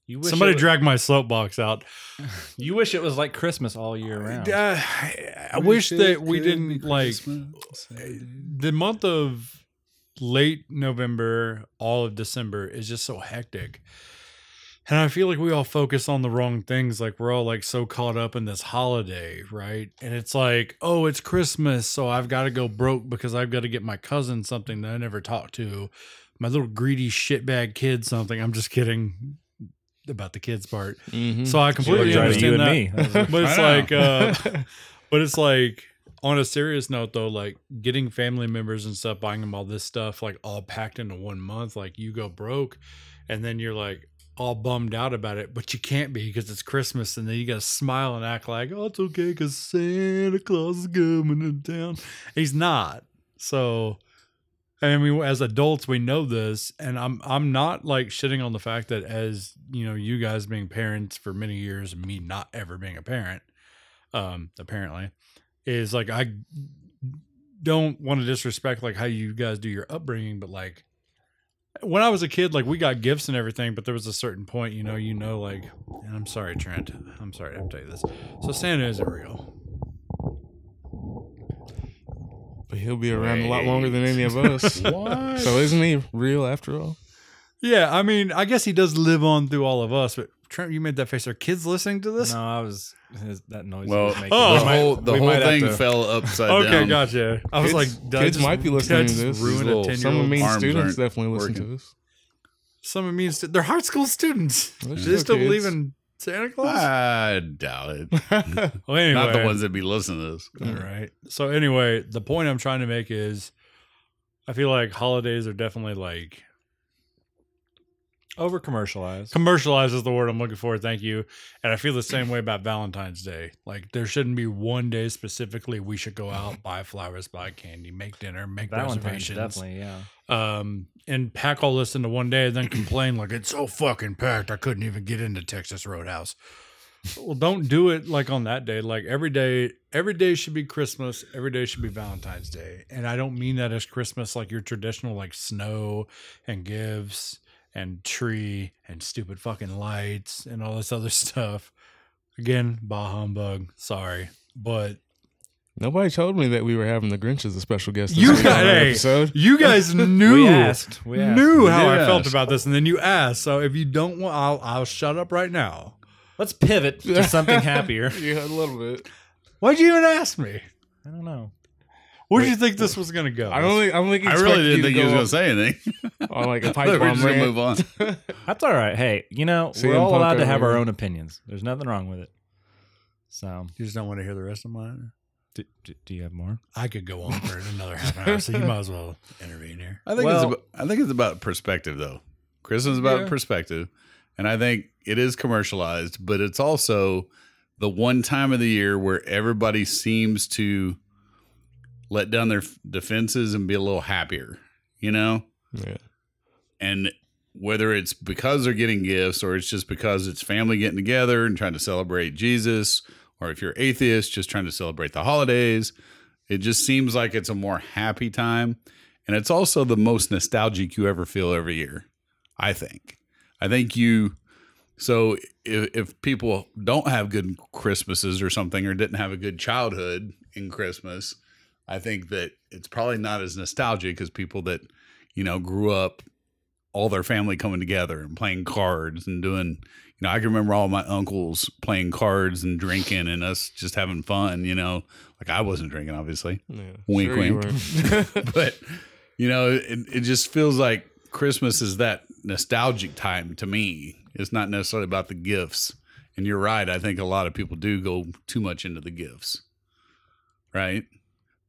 [SPEAKER 2] You wish
[SPEAKER 5] somebody
[SPEAKER 2] it was,
[SPEAKER 5] dragged my soap box out.
[SPEAKER 2] You wish it was like Christmas all year round.
[SPEAKER 5] Uh, I, I wish that we didn't like the month of late November, all of December is just so hectic. And I feel like we all focus on the wrong things. Like we're all like so caught up in this holiday, right? And it's like, oh, it's Christmas, so I've got to go broke because I've got to get my cousin something that I never talked to, my little greedy shitbag kid something. I'm just kidding about the kids part.
[SPEAKER 2] Hmm.
[SPEAKER 3] Mhm.
[SPEAKER 5] So I
[SPEAKER 2] It
[SPEAKER 5] completely
[SPEAKER 2] was
[SPEAKER 5] understand
[SPEAKER 2] you and
[SPEAKER 5] that
[SPEAKER 2] me. That was-
[SPEAKER 5] but it's
[SPEAKER 4] I
[SPEAKER 5] like uh but it's like on a serious note though like getting family members and stuff buying them all this stuff like all packed into one month like you go broke and then you're like all bummed out about it but you can't be because it's christmas and then you gotta smile and act like oh it's okay because santa claus is coming to town he's not so I mean, as adults, we know this, and I'm I'm not like shitting on the fact that as you know, you guys being parents for many years, and me not ever being a parent, um, apparently, is like I don't want to disrespect like how you guys do your upbringing, but like when I was a kid, like we got gifts and everything, but there was a certain point, you know, you know, like, and I'm sorry, Trent, I'm sorry to have to tell you this. So Santa isn't real.
[SPEAKER 3] but he'll be around a lot longer than any of us. So isn't he real after all?
[SPEAKER 5] Yeah, I mean, I guess he does live on through all of us, but Trent, you made that face. Are kids listening to this?
[SPEAKER 2] no, I was his, that noise. he
[SPEAKER 4] Well,
[SPEAKER 2] was making.
[SPEAKER 5] Oh,
[SPEAKER 2] We
[SPEAKER 4] the
[SPEAKER 2] might-
[SPEAKER 4] whole the
[SPEAKER 2] we
[SPEAKER 4] whole
[SPEAKER 2] might have
[SPEAKER 4] thing
[SPEAKER 2] to-
[SPEAKER 4] fell upside
[SPEAKER 5] Okay,
[SPEAKER 4] down.
[SPEAKER 5] gotcha. I was
[SPEAKER 3] Kids-
[SPEAKER 5] like, did I
[SPEAKER 3] kids
[SPEAKER 5] just-
[SPEAKER 3] might be
[SPEAKER 5] did I
[SPEAKER 3] listening to
[SPEAKER 5] just
[SPEAKER 3] this.
[SPEAKER 5] Ruin
[SPEAKER 4] These
[SPEAKER 5] a
[SPEAKER 4] little-
[SPEAKER 5] ten
[SPEAKER 3] Some
[SPEAKER 5] year
[SPEAKER 3] of
[SPEAKER 5] old.
[SPEAKER 3] mean
[SPEAKER 4] arms
[SPEAKER 3] students
[SPEAKER 4] aren't
[SPEAKER 3] definitely listen
[SPEAKER 4] working.
[SPEAKER 3] to us.
[SPEAKER 5] Some of means they're high school students.
[SPEAKER 3] They're
[SPEAKER 5] Do
[SPEAKER 3] still
[SPEAKER 5] they still believe
[SPEAKER 3] kids.
[SPEAKER 5] in Santa Claus?
[SPEAKER 4] I doubt it.
[SPEAKER 5] well, anyway,
[SPEAKER 4] Ah, Not the ones Mm. that be listening to this.
[SPEAKER 5] All right. So anyway, the point I'm trying to make is, I feel like holidays are definitely like
[SPEAKER 2] over commercialized.
[SPEAKER 5] commercialized is the word I'm looking for. Thank you. And I feel the same way about Valentine's Day. Like there shouldn't be one day specifically we should go out, buy flowers, buy candy, make dinner, make
[SPEAKER 2] Valentine's
[SPEAKER 5] reservations.
[SPEAKER 2] definitely, yeah.
[SPEAKER 5] um, and pack all this into one day and then complain like it's so fucking packed I couldn't even get into Texas Roadhouse. Well, don't do it like on that day. Like every day, every day should be Christmas. Every day should be Valentine's Day. And I don't mean that as Christmas like your traditional like snow and gifts and tree and stupid fucking lights and all this other stuff. Again, bah humbug. Sorry, but
[SPEAKER 3] Nobody told me that we were having the Grinch as a special guest.
[SPEAKER 5] You
[SPEAKER 3] this
[SPEAKER 5] got- hey.
[SPEAKER 3] episode.
[SPEAKER 5] you guys knew
[SPEAKER 2] We asked. We asked.
[SPEAKER 5] knew how
[SPEAKER 4] did
[SPEAKER 5] I felt
[SPEAKER 4] ask.
[SPEAKER 5] about this, and then you asked. So if you don't want, I'll, I'll shut up right now.
[SPEAKER 2] Let's pivot to something happier.
[SPEAKER 3] yeah, a little bit.
[SPEAKER 5] Why'd you even ask me?
[SPEAKER 2] I don't know.
[SPEAKER 5] Where did you think this was gonna go?
[SPEAKER 3] I don't think I don't think. he
[SPEAKER 4] I really
[SPEAKER 3] expected you
[SPEAKER 4] didn't
[SPEAKER 3] to
[SPEAKER 4] think he was
[SPEAKER 3] go
[SPEAKER 4] going to say anything.
[SPEAKER 3] up on like a
[SPEAKER 4] I thought
[SPEAKER 3] pipe
[SPEAKER 4] we were
[SPEAKER 3] bomb
[SPEAKER 4] just going to
[SPEAKER 3] rant.
[SPEAKER 4] move on.
[SPEAKER 2] That's all right. Hey, you know,
[SPEAKER 3] CM
[SPEAKER 2] we're all
[SPEAKER 3] Punk
[SPEAKER 2] allowed to
[SPEAKER 3] over
[SPEAKER 2] have our
[SPEAKER 3] here.
[SPEAKER 2] own opinions. There's nothing wrong with it. So,
[SPEAKER 5] you just don't want to hear the rest of mine.
[SPEAKER 2] do, do, do you have more?
[SPEAKER 5] I could go on for another half an hour, so you might as well intervene here.
[SPEAKER 4] I think
[SPEAKER 2] Well-
[SPEAKER 4] it's about, I think it's about perspective though. Christmas is about
[SPEAKER 5] Yeah.
[SPEAKER 4] perspective, and I think it is commercialized, but it's also the one time of the year where everybody seems to let down their f- defenses and be a little happier, you know.
[SPEAKER 3] Yeah.
[SPEAKER 4] And whether it's because they're getting gifts or it's just because it's family getting together and trying to celebrate Jesus, or if you're atheist, just trying to celebrate the holidays, it just seems like it's a more happy time. And it's also the most nostalgic you ever feel every year, I think. I think you, so if, if people don't have good Christmases or something or didn't have a good childhood in Christmas, I think that it's probably not as nostalgic as people that, you know, grew up all their family coming together and playing cards and doing you know i can remember all my uncles playing cards and drinking and us just having fun you know like i wasn't drinking obviously
[SPEAKER 3] yeah.
[SPEAKER 4] Wink,
[SPEAKER 3] Sure you
[SPEAKER 4] wink.
[SPEAKER 3] were.
[SPEAKER 4] but you know it, it just feels like christmas is that nostalgic time to me it's not necessarily about the gifts and you're right i think a lot of people do go too much into the gifts right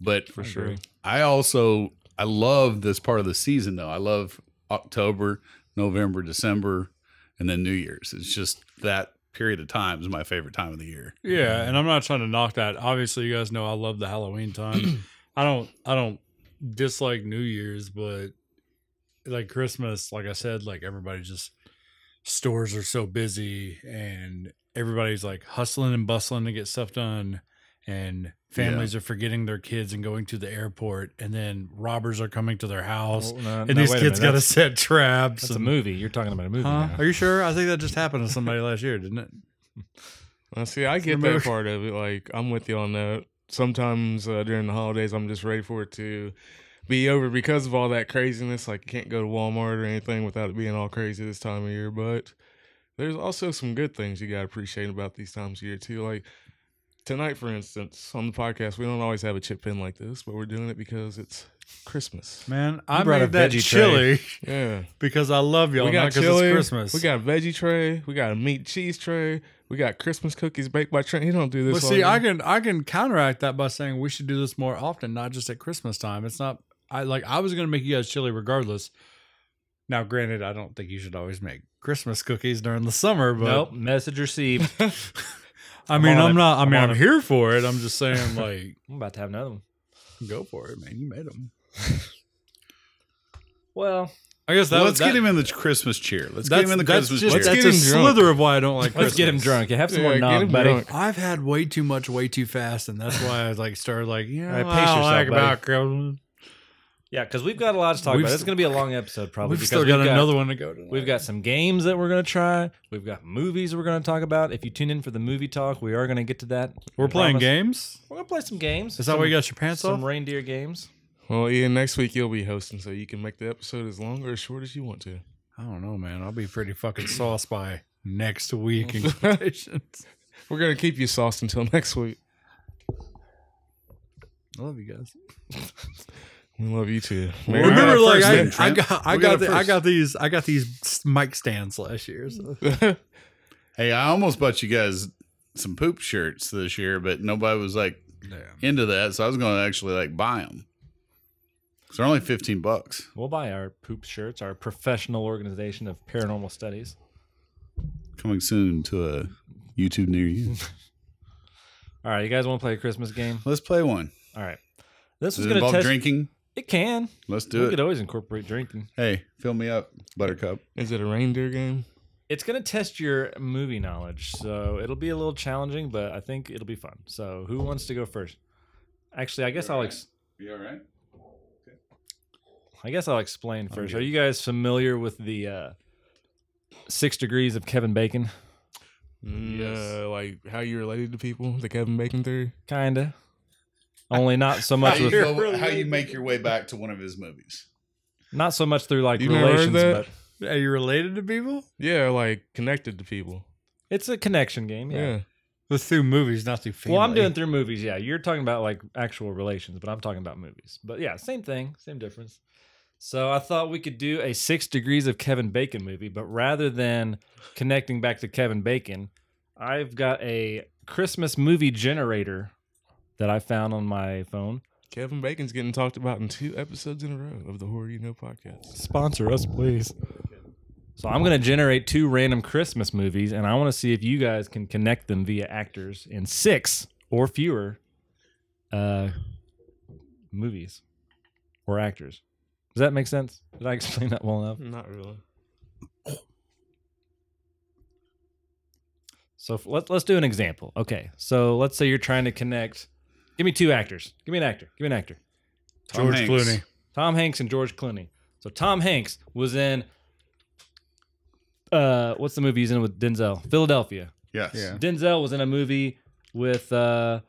[SPEAKER 4] but
[SPEAKER 3] for sure.
[SPEAKER 4] I also I love this part of the season though. I love October, November, December, and then New Year's. It's just that period of time is my favorite time of the year.
[SPEAKER 5] Yeah, and I'm not trying to knock that. Obviously, you guys know I love the Halloween time. I don't I don't dislike New Year's, but like Christmas, like I said, like everybody just stores are so busy and everybody's like hustling and bustling to get stuff done and families are forgetting their kids and going to the airport and then robbers are coming to their
[SPEAKER 2] Oh,
[SPEAKER 5] house and these kids got to
[SPEAKER 2] that's,
[SPEAKER 5] set traps.
[SPEAKER 2] that's a
[SPEAKER 5] and-
[SPEAKER 2] movie. You're talking about a movie.
[SPEAKER 5] Huh?
[SPEAKER 2] now.
[SPEAKER 5] Are you sure? I think that just happened to somebody last year, didn't it?
[SPEAKER 3] Now, see, I get
[SPEAKER 5] Remember-
[SPEAKER 3] that part of it. Like, I'm with you on that. Sometimes uh, during the holidays, I'm just ready for it to be over because of all that craziness. Like, you can't go to Walmart or anything without it being all crazy this time of year. But there's also some good things you got to appreciate about these times of year, too. Like, tonight, for instance, on the podcast, we don't always have a chip in like this, but we're doing it because it's Christmas.
[SPEAKER 5] Man, I
[SPEAKER 2] brought a
[SPEAKER 5] made that
[SPEAKER 2] veggie tray.
[SPEAKER 5] chili.
[SPEAKER 3] Yeah.
[SPEAKER 5] Because I love y'all,
[SPEAKER 3] we
[SPEAKER 5] not
[SPEAKER 3] got
[SPEAKER 5] because
[SPEAKER 3] chili.
[SPEAKER 5] it's Christmas.
[SPEAKER 3] We got a veggie tray. We got a meat cheese tray. We got Christmas cookies baked by Trent. He don't do this.
[SPEAKER 5] Well,
[SPEAKER 3] all
[SPEAKER 5] see,
[SPEAKER 3] year.
[SPEAKER 5] I can I can counteract that by saying we should do this more often, not just at Christmas time. It's not I like I was gonna make you guys chili regardless. Now, granted, I don't think you should always make Christmas cookies during the summer, but
[SPEAKER 2] nope. Message received.
[SPEAKER 5] I mean,
[SPEAKER 2] on
[SPEAKER 5] I'm
[SPEAKER 2] it.
[SPEAKER 5] not. I
[SPEAKER 2] I'm
[SPEAKER 5] mean,
[SPEAKER 2] on
[SPEAKER 5] I'm,
[SPEAKER 2] it.
[SPEAKER 5] here for it. I'm just saying, like,
[SPEAKER 2] I'm about to have another one.
[SPEAKER 5] go for it, man. You made them.
[SPEAKER 2] Well,
[SPEAKER 5] I guess that
[SPEAKER 4] Let's
[SPEAKER 5] was that,
[SPEAKER 4] get him in the Christmas cheer. Let's get
[SPEAKER 5] that's-
[SPEAKER 4] him in the
[SPEAKER 5] that's
[SPEAKER 4] Christmas
[SPEAKER 5] just,
[SPEAKER 4] cheer.
[SPEAKER 3] Let's
[SPEAKER 5] That's
[SPEAKER 3] get
[SPEAKER 5] a
[SPEAKER 3] him drunk.
[SPEAKER 5] slither of why I don't like.
[SPEAKER 2] let's get him
[SPEAKER 5] Christmas.
[SPEAKER 2] drunk. You have some more
[SPEAKER 3] Yeah, get
[SPEAKER 2] nog,
[SPEAKER 3] him
[SPEAKER 2] buddy.
[SPEAKER 3] drunk.
[SPEAKER 5] I've had way too much, way too fast, and that's why I was like started like, you know,
[SPEAKER 2] right, pace
[SPEAKER 5] I don't
[SPEAKER 2] yourself,
[SPEAKER 5] like
[SPEAKER 2] buddy.
[SPEAKER 5] about Christmas.
[SPEAKER 2] Yeah, because we've got a lot to talk
[SPEAKER 5] We've
[SPEAKER 2] about. It's
[SPEAKER 5] st-
[SPEAKER 2] going to be a long episode, probably.
[SPEAKER 5] We've
[SPEAKER 2] because
[SPEAKER 5] still got, another one to go. Tonight.
[SPEAKER 2] We've got some games that we're going to try. We've got movies we're going to talk about. If you tune in for the movie talk, we are going to get to that.
[SPEAKER 5] We're
[SPEAKER 2] I
[SPEAKER 5] playing
[SPEAKER 2] promise.
[SPEAKER 5] games.
[SPEAKER 2] We're going to play some games.
[SPEAKER 5] Is that why you got your pants
[SPEAKER 2] some
[SPEAKER 5] off?
[SPEAKER 2] reindeer games?
[SPEAKER 3] Well, Ian, next week you'll be hosting, so you can make the episode as long or as short as you want to.
[SPEAKER 5] I don't know, man. I'll be pretty fucking sauce by next week. In quotations.
[SPEAKER 3] We're gonna keep you sauced until next week.
[SPEAKER 5] I love you guys.
[SPEAKER 3] We love you too. Merry-
[SPEAKER 5] Remember,
[SPEAKER 4] All right,
[SPEAKER 5] like
[SPEAKER 4] first
[SPEAKER 5] I,
[SPEAKER 4] then,
[SPEAKER 5] I
[SPEAKER 4] Trent.
[SPEAKER 5] got, I
[SPEAKER 4] We got
[SPEAKER 5] got,
[SPEAKER 4] it
[SPEAKER 5] the, I
[SPEAKER 4] first.
[SPEAKER 5] got these, I got these mic stands last year. So.
[SPEAKER 4] Hey, I almost bought you guys some poop shirts this year, but nobody was like into that, so I was going to actually like buy them. Cause they're only fifteen bucks.
[SPEAKER 2] We'll buy our poop shirts, our professional organization of paranormal studies.
[SPEAKER 4] Coming soon to a YouTube near you.
[SPEAKER 2] All right, you guys want to play a Christmas game?
[SPEAKER 4] Let's play one.
[SPEAKER 2] All right. This
[SPEAKER 4] Does
[SPEAKER 2] was going
[SPEAKER 4] it
[SPEAKER 2] to
[SPEAKER 4] involve
[SPEAKER 2] test.
[SPEAKER 4] drinking?
[SPEAKER 2] It can.
[SPEAKER 4] Let's
[SPEAKER 2] we
[SPEAKER 4] do it.
[SPEAKER 2] could always incorporate drinking.
[SPEAKER 4] Hey, fill me up, Buttercup.
[SPEAKER 3] Is it a reindeer game?
[SPEAKER 2] It's going to test your movie knowledge, so it'll be a little challenging, but I think it'll be fun. So, who wants to go first? Actually, I guess I'll ex-
[SPEAKER 4] You all right?
[SPEAKER 2] I guess I'll explain first.
[SPEAKER 4] good.
[SPEAKER 2] Are you guys familiar with the uh, six degrees of Kevin Bacon?
[SPEAKER 3] No, like how you related to people, the Kevin Bacon theory.
[SPEAKER 2] Kinda. Only not so
[SPEAKER 4] How
[SPEAKER 2] much
[SPEAKER 4] you,
[SPEAKER 2] with
[SPEAKER 4] go, how you make your way back to one of his movies?
[SPEAKER 2] not so much through like
[SPEAKER 3] You never heard
[SPEAKER 2] relations,
[SPEAKER 3] that?
[SPEAKER 2] but
[SPEAKER 5] Are you related to people?
[SPEAKER 3] Yeah, like connected to people.
[SPEAKER 2] it's a connection game.
[SPEAKER 3] Yeah.
[SPEAKER 2] Yeah.
[SPEAKER 5] Let's do movies, not through family.
[SPEAKER 2] Well, I'm doing through movies. Yeah, you're talking about like actual relations, but I'm talking about movies. But yeah, same thing, same difference. So I thought we could do a Six Degrees of Kevin Bacon movie, but rather than connecting back to Kevin Bacon, I've got a Christmas movie generator that I found on my phone.
[SPEAKER 3] Kevin Bacon's getting talked about in two episodes in a row of the Horror You Know podcast.
[SPEAKER 2] Sponsor us, please. So I'm going to generate two random Christmas movies, and I want to see if you guys can connect them via actors in six or fewer uh, movies or actors. Does that make sense? Did I explain that well enough?
[SPEAKER 3] Not really.
[SPEAKER 2] So if, let, let's do an example. Okay, so let's say you're trying to connect. Give me two actors. Give me an actor. Give me an actor.
[SPEAKER 4] Tom
[SPEAKER 5] George
[SPEAKER 4] Hanks.
[SPEAKER 5] Clooney.
[SPEAKER 2] Tom Hanks and George Clooney. So Tom Hanks was in uh what's the movie he's in with Denzel? Philadelphia.
[SPEAKER 4] Yes.
[SPEAKER 5] Yeah.
[SPEAKER 2] Denzel was in a movie with uh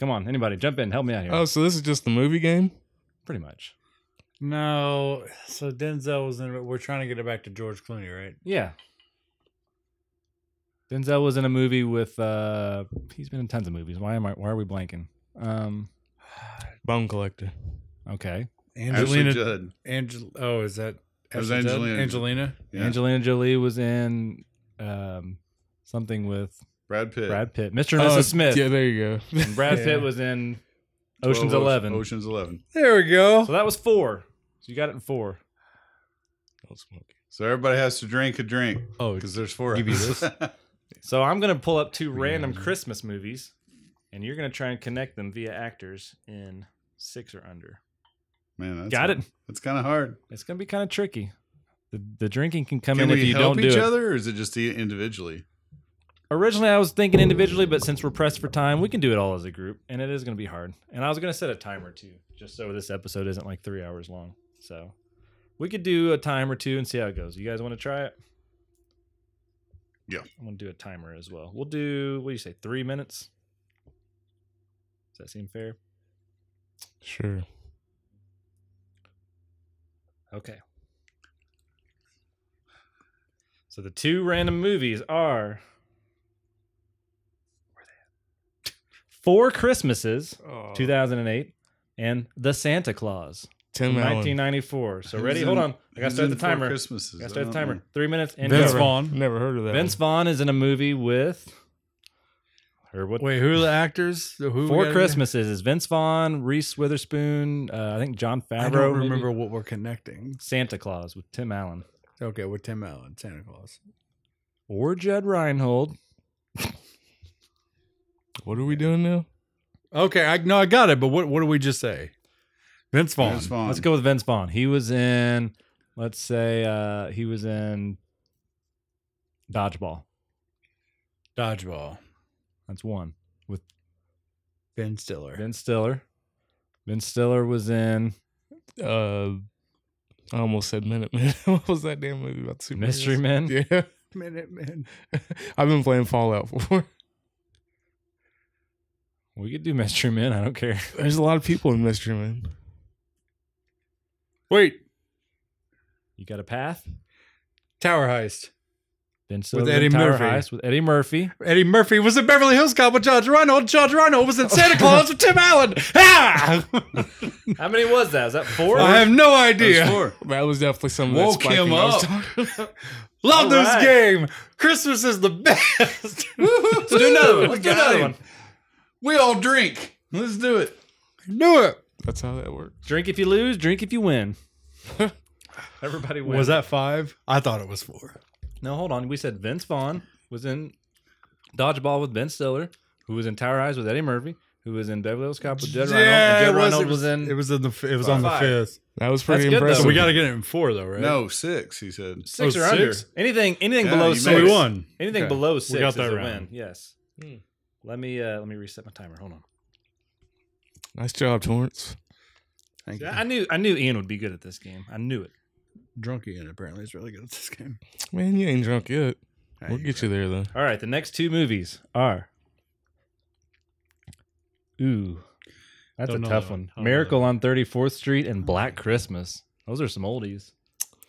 [SPEAKER 2] come on, anybody, jump in, help me out here.
[SPEAKER 3] Oh, so this is just the movie game?
[SPEAKER 2] Pretty much.
[SPEAKER 5] No, so Denzel was in. We're trying to get it back to George Clooney, right?
[SPEAKER 2] Yeah. Denzel was in a movie with uh he's been in tons of movies. Why am I why are we blanking? Um
[SPEAKER 3] Bone Collector.
[SPEAKER 2] okay.
[SPEAKER 4] Angelina
[SPEAKER 5] Angelina.
[SPEAKER 4] Judd.
[SPEAKER 5] Angel. Oh, is that?
[SPEAKER 4] That was
[SPEAKER 5] Ashley Judd?
[SPEAKER 4] Angelina.
[SPEAKER 5] Angelina.
[SPEAKER 4] Yeah.
[SPEAKER 2] Angelina Jolie was in um something with
[SPEAKER 4] Brad Pitt.
[SPEAKER 2] Brad Pitt. Mr. and Mrs. Smith.
[SPEAKER 3] Oh, Yeah, there you go.
[SPEAKER 2] And Brad Pitt
[SPEAKER 5] Yeah.
[SPEAKER 2] was in Ocean's
[SPEAKER 4] 12
[SPEAKER 2] Eleven.
[SPEAKER 4] Ocean's Eleven.
[SPEAKER 5] There we go.
[SPEAKER 2] So that was four. So you got it in four.
[SPEAKER 3] Don't smoke.
[SPEAKER 4] So everybody has to drink a drink
[SPEAKER 5] oh,
[SPEAKER 4] because there's four.
[SPEAKER 5] Give
[SPEAKER 4] of
[SPEAKER 5] you
[SPEAKER 4] us.
[SPEAKER 2] So I'm gonna pull up two random Christmas movies, and you're gonna try and connect them via actors in six or under.
[SPEAKER 4] Man, that's
[SPEAKER 2] got it.
[SPEAKER 4] That's kind of hard.
[SPEAKER 2] It's gonna be kind of tricky. The, the drinking can come
[SPEAKER 4] Can
[SPEAKER 2] in
[SPEAKER 4] we
[SPEAKER 2] if you
[SPEAKER 4] help
[SPEAKER 2] don't
[SPEAKER 4] each
[SPEAKER 2] do it.
[SPEAKER 4] other, or is it just e- individually?
[SPEAKER 2] Originally, I was thinking individually, but since we're pressed for time, we can do it all as a group, and it is gonna be hard. And I was gonna set a timer too, just so this episode isn't like three hours long. So we could do a time or two and see how it goes. You guys want to try it?
[SPEAKER 4] Yeah.
[SPEAKER 2] I'm gonna do a timer as well. We'll do what do you say? Three minutes. Does that seem fair?
[SPEAKER 3] Sure.
[SPEAKER 2] Okay. So the two random movies are Four Christmases,
[SPEAKER 3] Oh.
[SPEAKER 2] 2008, and The Santa Claus,
[SPEAKER 3] Tim Allen.
[SPEAKER 2] 1994. So
[SPEAKER 4] Who's
[SPEAKER 2] ready? Hold
[SPEAKER 4] in-
[SPEAKER 2] on. I gotta
[SPEAKER 4] who's
[SPEAKER 2] start
[SPEAKER 4] in
[SPEAKER 2] the
[SPEAKER 4] Four
[SPEAKER 2] timer.
[SPEAKER 4] Christmases.
[SPEAKER 2] I gotta
[SPEAKER 4] I
[SPEAKER 2] start the
[SPEAKER 4] don't
[SPEAKER 2] timer.
[SPEAKER 4] know.
[SPEAKER 2] Three minutes and
[SPEAKER 5] Vince
[SPEAKER 2] go.
[SPEAKER 5] Vaughn.
[SPEAKER 3] Never heard of that.
[SPEAKER 2] Vince Vaughn is in a movie with. Or what?
[SPEAKER 5] Wait, who are the actors? Who we
[SPEAKER 2] Four
[SPEAKER 5] got in there?
[SPEAKER 2] Christmases is Vince Vaughn, Reese Witherspoon, uh, I think John Favreau.
[SPEAKER 5] I don't
[SPEAKER 2] maybe?
[SPEAKER 5] remember what we're connecting.
[SPEAKER 2] Santa Claus with Tim Allen
[SPEAKER 5] Okay, with Tim Allen, Santa Claus.
[SPEAKER 2] or Judd Reinhold.
[SPEAKER 3] One. What are we doing now?
[SPEAKER 5] Okay, I no, I got it. But what what do we just say? Vince Vaughn.
[SPEAKER 4] Vince Vaughn.
[SPEAKER 2] Let's go with Vince Vaughn. He was in, let's say, uh, he was in Dodgeball.
[SPEAKER 5] Dodgeball.
[SPEAKER 2] That's one with
[SPEAKER 5] Ben Stiller.
[SPEAKER 2] Ben Stiller. Ben Stiller was in
[SPEAKER 3] Uh, I almost said Minute Man. what was that damn movie about? Super
[SPEAKER 2] Mystery Men.
[SPEAKER 3] Yeah.
[SPEAKER 5] Minute Man.
[SPEAKER 3] I've been playing Fallout 4.
[SPEAKER 2] We could do Mystery Men. I don't care.
[SPEAKER 3] There's a lot of people in Mystery Man.
[SPEAKER 5] Wait,
[SPEAKER 2] You got a path.
[SPEAKER 5] Tower Heist.
[SPEAKER 2] Ben Stiller
[SPEAKER 5] With
[SPEAKER 2] was in
[SPEAKER 5] Eddie
[SPEAKER 2] Tower
[SPEAKER 5] Murphy.
[SPEAKER 2] Heist with Eddie Murphy.
[SPEAKER 5] Eddie Murphy was in Beverly Hills Cop with George Reinhold. George Reinhold was in Santa Claus with Tim Allen. Ah!
[SPEAKER 2] How many was that? Is that four?
[SPEAKER 5] I have no
[SPEAKER 4] There's
[SPEAKER 5] idea.
[SPEAKER 4] four.
[SPEAKER 3] That was definitely some of that
[SPEAKER 4] Woke
[SPEAKER 3] spiking
[SPEAKER 4] him
[SPEAKER 3] I was
[SPEAKER 4] up.
[SPEAKER 3] talking-
[SPEAKER 5] Love
[SPEAKER 2] All
[SPEAKER 5] this
[SPEAKER 2] right.
[SPEAKER 5] game. Christmas is the best.
[SPEAKER 2] Let's do another one. Let's do
[SPEAKER 4] Got
[SPEAKER 2] another
[SPEAKER 4] him.
[SPEAKER 2] one.
[SPEAKER 4] We all drink. Let's do it.
[SPEAKER 5] Knew it.
[SPEAKER 3] That's how that works.
[SPEAKER 2] Drink if you lose. Drink if you win. Everybody wins.
[SPEAKER 5] Was that five? I thought it was four.
[SPEAKER 2] No, hold on. We said Vince Vaughn was in Dodgeball with Ben Stiller, who was in Tower Eyes with Eddie Murphy, who was in Beverly Hills Cop with Judd Reinhold. and Judd Reinhold was,
[SPEAKER 5] It
[SPEAKER 2] in
[SPEAKER 5] was in the. f- It was on the
[SPEAKER 2] Five.
[SPEAKER 5] fifth.
[SPEAKER 3] That was pretty
[SPEAKER 2] good, though.
[SPEAKER 3] impressive.
[SPEAKER 5] So we got to get it in four though, right?
[SPEAKER 4] No, six. He said.
[SPEAKER 2] six
[SPEAKER 5] oh,
[SPEAKER 2] or under.
[SPEAKER 5] six?
[SPEAKER 2] Anything, anything
[SPEAKER 4] Yeah,
[SPEAKER 2] below
[SPEAKER 4] you
[SPEAKER 2] six.
[SPEAKER 5] So we won.
[SPEAKER 2] Anything
[SPEAKER 5] Okay.
[SPEAKER 2] below six
[SPEAKER 5] got
[SPEAKER 2] is
[SPEAKER 5] that
[SPEAKER 2] a
[SPEAKER 5] round.
[SPEAKER 2] win. Yes.
[SPEAKER 5] Hmm.
[SPEAKER 2] Let me uh, let me reset my timer. Hold on.
[SPEAKER 3] nice job, Torrance.
[SPEAKER 5] Thank
[SPEAKER 2] I knew I knew Ian would be good at this game. I knew it.
[SPEAKER 5] Drunk Ian apparently is really good at this game.
[SPEAKER 3] Man, you ain't drunk yet.
[SPEAKER 5] I
[SPEAKER 3] We'll
[SPEAKER 5] ain't
[SPEAKER 3] get you there, though.
[SPEAKER 2] All right. The next two movies are. Ooh, that's
[SPEAKER 5] Don't
[SPEAKER 2] a
[SPEAKER 5] know
[SPEAKER 2] tough
[SPEAKER 5] that Mm. one.
[SPEAKER 2] one.
[SPEAKER 5] Don't know
[SPEAKER 2] Miracle on Thirty Fourth Street and Black Christmas. Those are some oldies.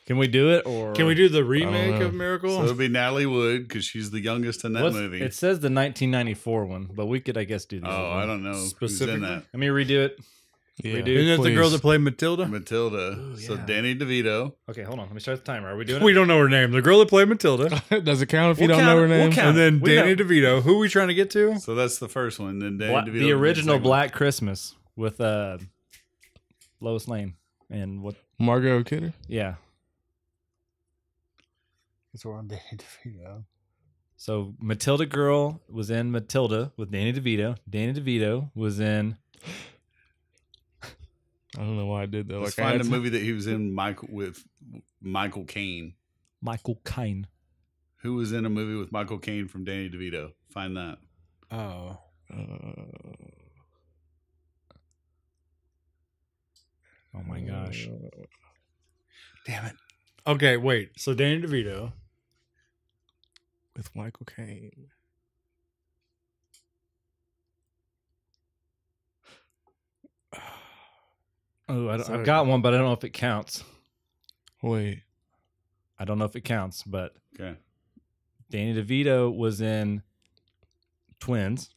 [SPEAKER 2] Can we do it or
[SPEAKER 5] Can we do the remake
[SPEAKER 2] Uh,
[SPEAKER 3] know.
[SPEAKER 5] of Miracle?
[SPEAKER 4] So it'll be Natalie Wood because she's the youngest in that
[SPEAKER 2] What's-
[SPEAKER 4] movie.
[SPEAKER 2] It says the 1994 one, but we could, I guess, do the. other
[SPEAKER 4] oh,
[SPEAKER 2] one.
[SPEAKER 4] I don't know who's in
[SPEAKER 5] Specifically?
[SPEAKER 4] that.
[SPEAKER 2] Let me redo it.
[SPEAKER 3] Yeah.
[SPEAKER 2] do.
[SPEAKER 5] Isn't that the girl
[SPEAKER 3] please.
[SPEAKER 5] that played Matilda?
[SPEAKER 4] Matilda.
[SPEAKER 2] Ooh,
[SPEAKER 4] So
[SPEAKER 2] yeah.
[SPEAKER 4] Danny DeVito.
[SPEAKER 2] Okay, hold on. Let me start the timer. Are we doing it?
[SPEAKER 5] We don't know her name. The girl that played Matilda.
[SPEAKER 3] Does it count if you
[SPEAKER 2] We'll
[SPEAKER 3] don't
[SPEAKER 2] count
[SPEAKER 3] know her
[SPEAKER 2] it. We'll
[SPEAKER 3] name?
[SPEAKER 2] count
[SPEAKER 5] And then
[SPEAKER 2] We
[SPEAKER 5] Danny DeVito. Who are we trying to get to?
[SPEAKER 4] So that's the first one. Then Danny
[SPEAKER 2] Bla-
[SPEAKER 4] DeVito.
[SPEAKER 2] the original
[SPEAKER 4] second one.
[SPEAKER 2] Black Christmas with uh, Lois Lane and what?
[SPEAKER 3] Margot Kidder.
[SPEAKER 2] Yeah.
[SPEAKER 3] It's around Danny DeVito.
[SPEAKER 2] So Matilda Girl was in Matilda with Danny DeVito. Danny DeVito was in.
[SPEAKER 3] I don't know why I did that.
[SPEAKER 4] Let's
[SPEAKER 3] Like, I
[SPEAKER 4] find
[SPEAKER 3] had
[SPEAKER 4] a
[SPEAKER 3] to-
[SPEAKER 4] movie that he was in Michael with Michael Caine.
[SPEAKER 2] Michael Caine.
[SPEAKER 4] Who was in a movie with Michael Caine from Danny DeVito? Find that.
[SPEAKER 5] Oh.
[SPEAKER 3] Uh,
[SPEAKER 2] Oh my gosh.
[SPEAKER 5] Damn it. Okay, wait. So Danny DeVito.
[SPEAKER 3] With Michael Caine.
[SPEAKER 2] Oh, I don't,
[SPEAKER 3] Sorry.
[SPEAKER 2] I've got one, but I don't know if it counts.
[SPEAKER 3] Wait.
[SPEAKER 2] I don't know if it counts, but
[SPEAKER 4] Okay.
[SPEAKER 2] Danny DeVito was in Twins.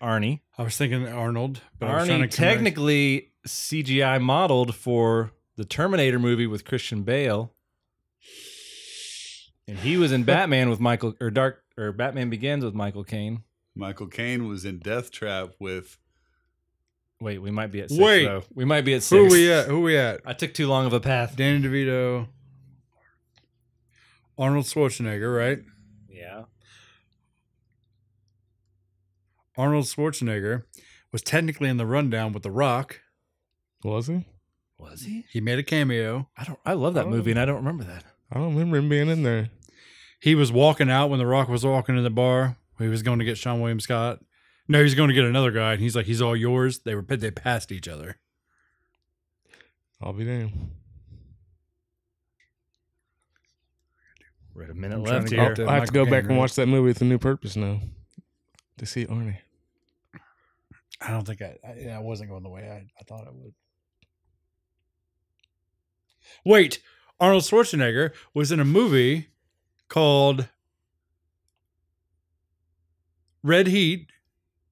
[SPEAKER 2] Arnie.
[SPEAKER 5] I was thinking Arnold, but I was trying to
[SPEAKER 2] Arnie technically CGI modeled for the Terminator movie with Christian Bale, and he was in Batman with Michael or Dark or Batman Begins with Michael Caine.
[SPEAKER 4] Michael Caine was in Death Trap with
[SPEAKER 2] Wait, we might be at six,
[SPEAKER 5] Wait.
[SPEAKER 2] though. We might be at
[SPEAKER 5] Who
[SPEAKER 2] six.
[SPEAKER 5] we at? Who we at?
[SPEAKER 2] I took too long of a path.
[SPEAKER 5] Danny DeVito. Arnold Schwarzenegger, right?
[SPEAKER 2] Yeah.
[SPEAKER 5] Arnold Schwarzenegger was technically in the rundown with The Rock.
[SPEAKER 3] Was he?
[SPEAKER 2] Was he?
[SPEAKER 5] He made a cameo.
[SPEAKER 2] I don't. I love that
[SPEAKER 3] Oh.
[SPEAKER 2] movie, and I don't remember that.
[SPEAKER 3] I don't remember him being in there.
[SPEAKER 5] He was walking out when The Rock was walking in the bar. He was going to get Sean William Scott. No, he's going to get another guy, and he's like, "He's all yours." They were they passed each other.
[SPEAKER 3] I'll be damned.
[SPEAKER 2] We're at a minute
[SPEAKER 5] I'm trying
[SPEAKER 2] left
[SPEAKER 5] to
[SPEAKER 2] here.
[SPEAKER 5] get-
[SPEAKER 3] I have to go
[SPEAKER 5] Michael
[SPEAKER 3] back
[SPEAKER 5] Caine,
[SPEAKER 3] and
[SPEAKER 5] right?
[SPEAKER 3] watch that movie with a new purpose now to see Arnie.
[SPEAKER 5] I don't think I. I, yeah, I wasn't going the way I, I thought it would. Wait, Arnold Schwarzenegger was in a movie called Red Heat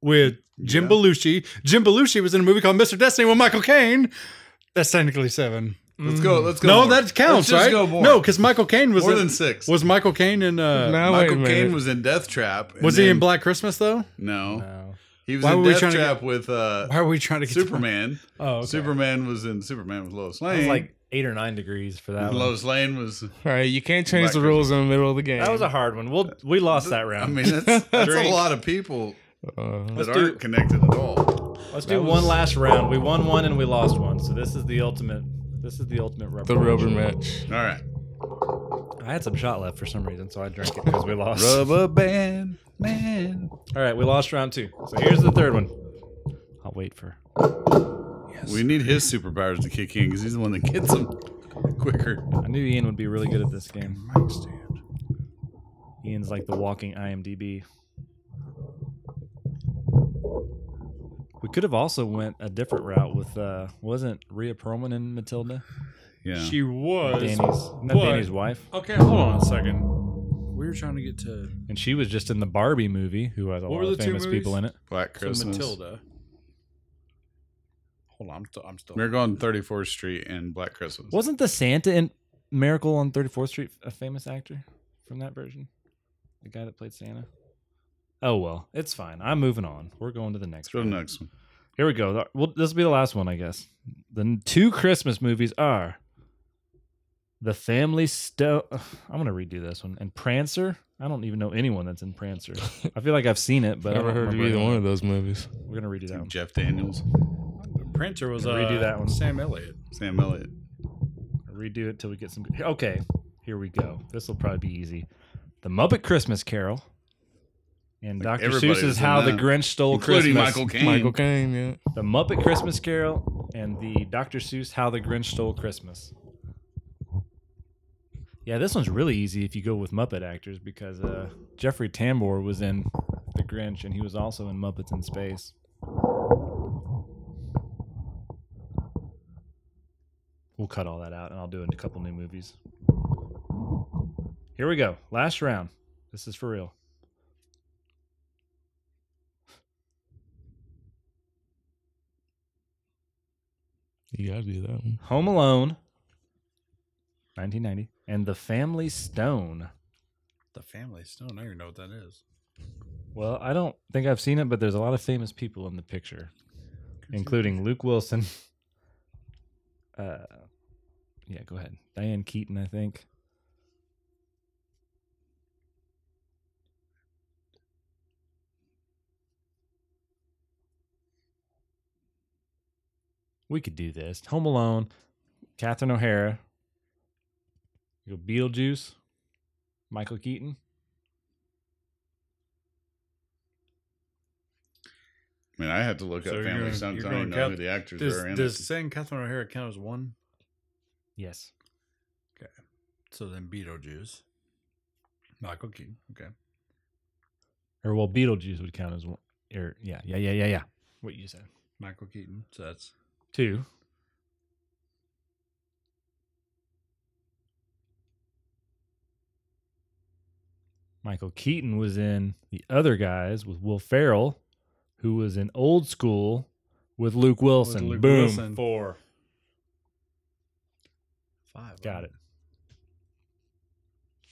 [SPEAKER 5] with Jim
[SPEAKER 4] Yeah.
[SPEAKER 5] Belushi. Jim Belushi was in a movie called Mr. Destiny with Michael Caine. That's technically seven.
[SPEAKER 4] Let's go.
[SPEAKER 2] Mm.
[SPEAKER 4] Let's go.
[SPEAKER 5] no,
[SPEAKER 4] more.
[SPEAKER 5] that
[SPEAKER 4] Let's
[SPEAKER 5] counts,
[SPEAKER 4] just
[SPEAKER 5] right?
[SPEAKER 4] Go more.
[SPEAKER 5] No, because Michael Caine was
[SPEAKER 4] more
[SPEAKER 5] in,
[SPEAKER 4] than six.
[SPEAKER 5] was Michael Caine in uh,
[SPEAKER 3] No, wait a
[SPEAKER 4] Michael Caine
[SPEAKER 3] minute.
[SPEAKER 4] was in Death Trap. and
[SPEAKER 5] was he in
[SPEAKER 4] then-
[SPEAKER 5] Black Christmas though?
[SPEAKER 4] No,
[SPEAKER 2] No.
[SPEAKER 4] he was
[SPEAKER 5] Why
[SPEAKER 4] in
[SPEAKER 5] were we
[SPEAKER 4] Death
[SPEAKER 5] trying to
[SPEAKER 4] Trap with uh,
[SPEAKER 5] Why are we trying to get to-
[SPEAKER 4] Superman.
[SPEAKER 5] oh, okay.
[SPEAKER 4] Superman was in Superman with Lois
[SPEAKER 2] That was
[SPEAKER 4] Lane.
[SPEAKER 2] like eight or nine degrees for that.
[SPEAKER 4] And
[SPEAKER 2] One.
[SPEAKER 4] Lois Lane was.
[SPEAKER 3] All right, you can't change
[SPEAKER 4] Black
[SPEAKER 3] the rules in the middle of the game.
[SPEAKER 2] That was a hard one. We'll we lost that round.
[SPEAKER 4] I mean, that's, that's a
[SPEAKER 2] Drink.
[SPEAKER 4] lot of people
[SPEAKER 3] Uh,
[SPEAKER 4] that
[SPEAKER 2] do-
[SPEAKER 4] aren't connected at all.
[SPEAKER 2] Let's do one last round. We won one and we lost one, so this is the ultimate. This is the ultimate rubber.
[SPEAKER 3] the rubber match.
[SPEAKER 4] All right.
[SPEAKER 2] I had some shot left for some reason, so I drank it because we lost.
[SPEAKER 4] Rubber band man.
[SPEAKER 2] All right, we lost round two. So here's the third one. I'll wait for.
[SPEAKER 4] We need his superpowers to kick in because he's the one that gets them quicker.
[SPEAKER 2] I knew Ian would be really good at this game. Ian's like the walking IMDb. We could have also went a different route with uh wasn't Rhea Perlman in Matilda?
[SPEAKER 4] Yeah.
[SPEAKER 5] She was
[SPEAKER 2] Danny's not
[SPEAKER 5] what?
[SPEAKER 2] Danny's wife.
[SPEAKER 5] Okay, hold on a second. We were trying to get to
[SPEAKER 2] And she was just in the Barbie movie, who has a
[SPEAKER 5] What were
[SPEAKER 2] lot of
[SPEAKER 5] the two
[SPEAKER 2] famous people in
[SPEAKER 5] movies?
[SPEAKER 2] it.
[SPEAKER 4] Black
[SPEAKER 5] to
[SPEAKER 4] Christmas.
[SPEAKER 5] Matilda. Hold on, I'm, st- I'm still.
[SPEAKER 4] Miracle on 34th Street and Black Christmas.
[SPEAKER 2] Wasn't the Santa in Miracle on 34th Street a famous actor from that version? The guy that played Santa? Oh, well, it's fine. I'm moving on. We're going to the next
[SPEAKER 4] Let's go to
[SPEAKER 2] round.
[SPEAKER 4] the next one.
[SPEAKER 2] Here we go. The- Well, this will be the last one, I guess. The n- two Christmas movies are The Family Stone. I'm going to redo this one. And Prancer. I don't even know anyone that's in Prancer. I feel like I've seen it, but I
[SPEAKER 3] Never
[SPEAKER 2] don't
[SPEAKER 3] heard of
[SPEAKER 2] remember
[SPEAKER 3] either
[SPEAKER 2] it.
[SPEAKER 3] one of those movies.
[SPEAKER 2] We're going to redo that one.
[SPEAKER 4] Jeff Daniels,
[SPEAKER 5] Printer was uh,
[SPEAKER 2] Redo that one.
[SPEAKER 5] Sam Elliott.
[SPEAKER 4] Sam Elliott.
[SPEAKER 2] Redo it till we get some. Okay, here we go. This will probably be easy. The Muppet Christmas Carol and
[SPEAKER 4] Like,
[SPEAKER 2] Dr.
[SPEAKER 4] everybody was
[SPEAKER 2] Seuss's
[SPEAKER 4] in
[SPEAKER 2] How the
[SPEAKER 4] that.
[SPEAKER 2] Grinch Stole
[SPEAKER 4] Including
[SPEAKER 2] Christmas.
[SPEAKER 4] Michael Caine.
[SPEAKER 3] Michael Caine, yeah.
[SPEAKER 2] The Muppet Christmas Carol and the Dr. Seuss How the Grinch Stole Christmas. Yeah, this one's really easy if you go with Muppet actors because uh, Jeffrey Tambor was in The Grinch and he was also in Muppets in Space. We'll We'll cut all that out and I'll do it in a couple new movies. Here we go. Last round. This is for real.
[SPEAKER 3] You gotta do that one.
[SPEAKER 2] Home Alone, 1990, and The Family Stone.
[SPEAKER 5] The Family Stone. I don't even know what that is.
[SPEAKER 2] Well, I don't think I've seen it, but there's a lot of famous people in the picture, including Luke Wilson. Uh, yeah, go ahead. Diane Keaton, I think. We could do this. Home Alone, Catherine O'Hara, you go Beetlejuice, Michael Keaton.
[SPEAKER 4] I mean, I had to look
[SPEAKER 5] So
[SPEAKER 4] up
[SPEAKER 5] you're
[SPEAKER 4] Family
[SPEAKER 5] going-
[SPEAKER 4] Stone.
[SPEAKER 5] you're
[SPEAKER 4] 'cause I don't
[SPEAKER 5] going
[SPEAKER 4] know who
[SPEAKER 5] Cat-
[SPEAKER 4] the actors
[SPEAKER 5] Does,
[SPEAKER 4] are in
[SPEAKER 5] does
[SPEAKER 4] it.
[SPEAKER 5] saying Catherine O'Hara count as one?
[SPEAKER 2] Yes.
[SPEAKER 5] So then Beetlejuice. Michael Keaton. Okay.
[SPEAKER 2] Or well, Beetlejuice would count as one. Or yeah, yeah, yeah, yeah, yeah. What you said.
[SPEAKER 5] Michael Keaton. So that's
[SPEAKER 2] Two. Michael Keaton was in the other guys with Will Ferrell, who was in Old School with Luke Wilson.
[SPEAKER 5] Luke
[SPEAKER 2] Boom.
[SPEAKER 5] Wilson.
[SPEAKER 2] Four.
[SPEAKER 5] five.
[SPEAKER 2] Got it.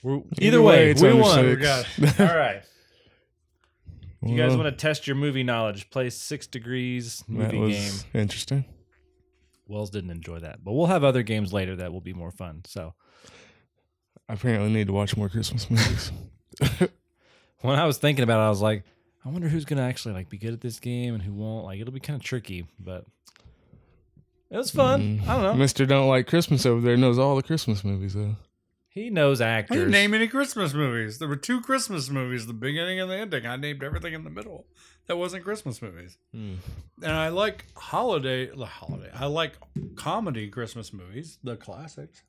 [SPEAKER 3] Either
[SPEAKER 2] either
[SPEAKER 3] way,
[SPEAKER 2] way,
[SPEAKER 3] it's
[SPEAKER 2] we
[SPEAKER 3] under
[SPEAKER 2] won.
[SPEAKER 3] six.
[SPEAKER 2] it. All right. If you guys want to test your movie knowledge, play Six Degrees
[SPEAKER 3] That
[SPEAKER 2] movie
[SPEAKER 3] was
[SPEAKER 2] game.
[SPEAKER 3] interesting.
[SPEAKER 2] Wells didn't enjoy that, but we'll have other games later that will be more fun. So
[SPEAKER 3] I apparently need to watch more Christmas movies.
[SPEAKER 2] when I was thinking about it, I was like, I wonder who's gonna actually like be good at this game and who won't. Like it'll be kind of tricky, but it was fun. Uh, I don't know.
[SPEAKER 3] Mm. Mister don't like Christmas over there knows all the Christmas movies though.
[SPEAKER 2] He knows
[SPEAKER 5] I didn't
[SPEAKER 2] actors.
[SPEAKER 5] name any Christmas movies. There were two Christmas movies, the beginning and the ending. I named everything in the middle that wasn't Christmas movies.
[SPEAKER 2] Hmm.
[SPEAKER 5] And I like holiday, the holiday. I like comedy Christmas movies, the classics.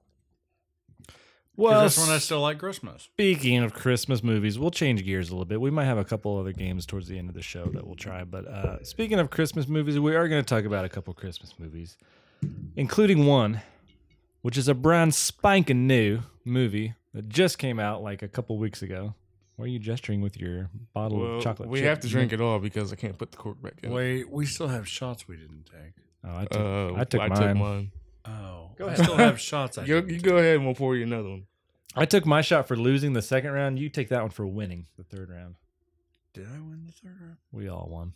[SPEAKER 5] 'cause
[SPEAKER 2] well,
[SPEAKER 5] that's when I still like Christmas.
[SPEAKER 2] speaking of Christmas movies, we'll change gears a little bit. We might have a couple other games towards the end of the show that we'll try. But uh, speaking of Christmas movies, we are going to talk about a couple Christmas movies, including one, which is a brand spanking new movie that just came out like a couple weeks ago. Why are you gesturing with your bottle
[SPEAKER 3] Well,
[SPEAKER 2] of chocolate?
[SPEAKER 3] we
[SPEAKER 2] chip?
[SPEAKER 3] have to drink it all because I can't put the cork back in.
[SPEAKER 5] Wait, we still have shots we didn't take.
[SPEAKER 2] Oh, I took,
[SPEAKER 3] Uh,
[SPEAKER 2] I took mine.
[SPEAKER 5] Oh,
[SPEAKER 2] Go
[SPEAKER 5] I
[SPEAKER 2] ahead.
[SPEAKER 5] still have shots. I
[SPEAKER 3] You,
[SPEAKER 5] didn't
[SPEAKER 3] you
[SPEAKER 5] take.
[SPEAKER 3] go ahead and we'll pour you another one.
[SPEAKER 2] I took my shot for losing the second round. You take that one for winning the third round.
[SPEAKER 5] Did I win the third round?
[SPEAKER 2] We all won.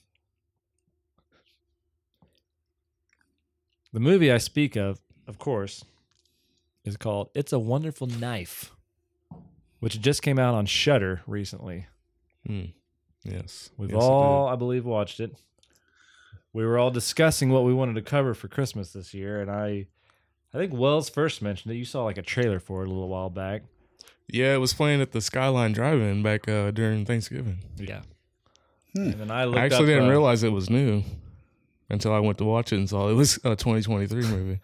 [SPEAKER 2] The movie I speak of, of course, is called It's a Wonderful Knife, which just came out on Shudder recently.
[SPEAKER 3] Hmm. Yes,
[SPEAKER 2] We've
[SPEAKER 3] Yes, I did.
[SPEAKER 2] all, I believe, watched it. We were all discussing what we wanted to cover for Christmas this year, and I I think Wells first mentioned it. You saw like a trailer for it a little while back.
[SPEAKER 3] Yeah, it was playing at the Skyline Drive-In back uh, during Thanksgiving.
[SPEAKER 2] Yeah.
[SPEAKER 4] Hmm.
[SPEAKER 2] And then I looked
[SPEAKER 3] I actually
[SPEAKER 2] up,
[SPEAKER 3] didn't
[SPEAKER 2] uh,
[SPEAKER 3] realize it was new until I went to watch it and saw it was a 2023 movie.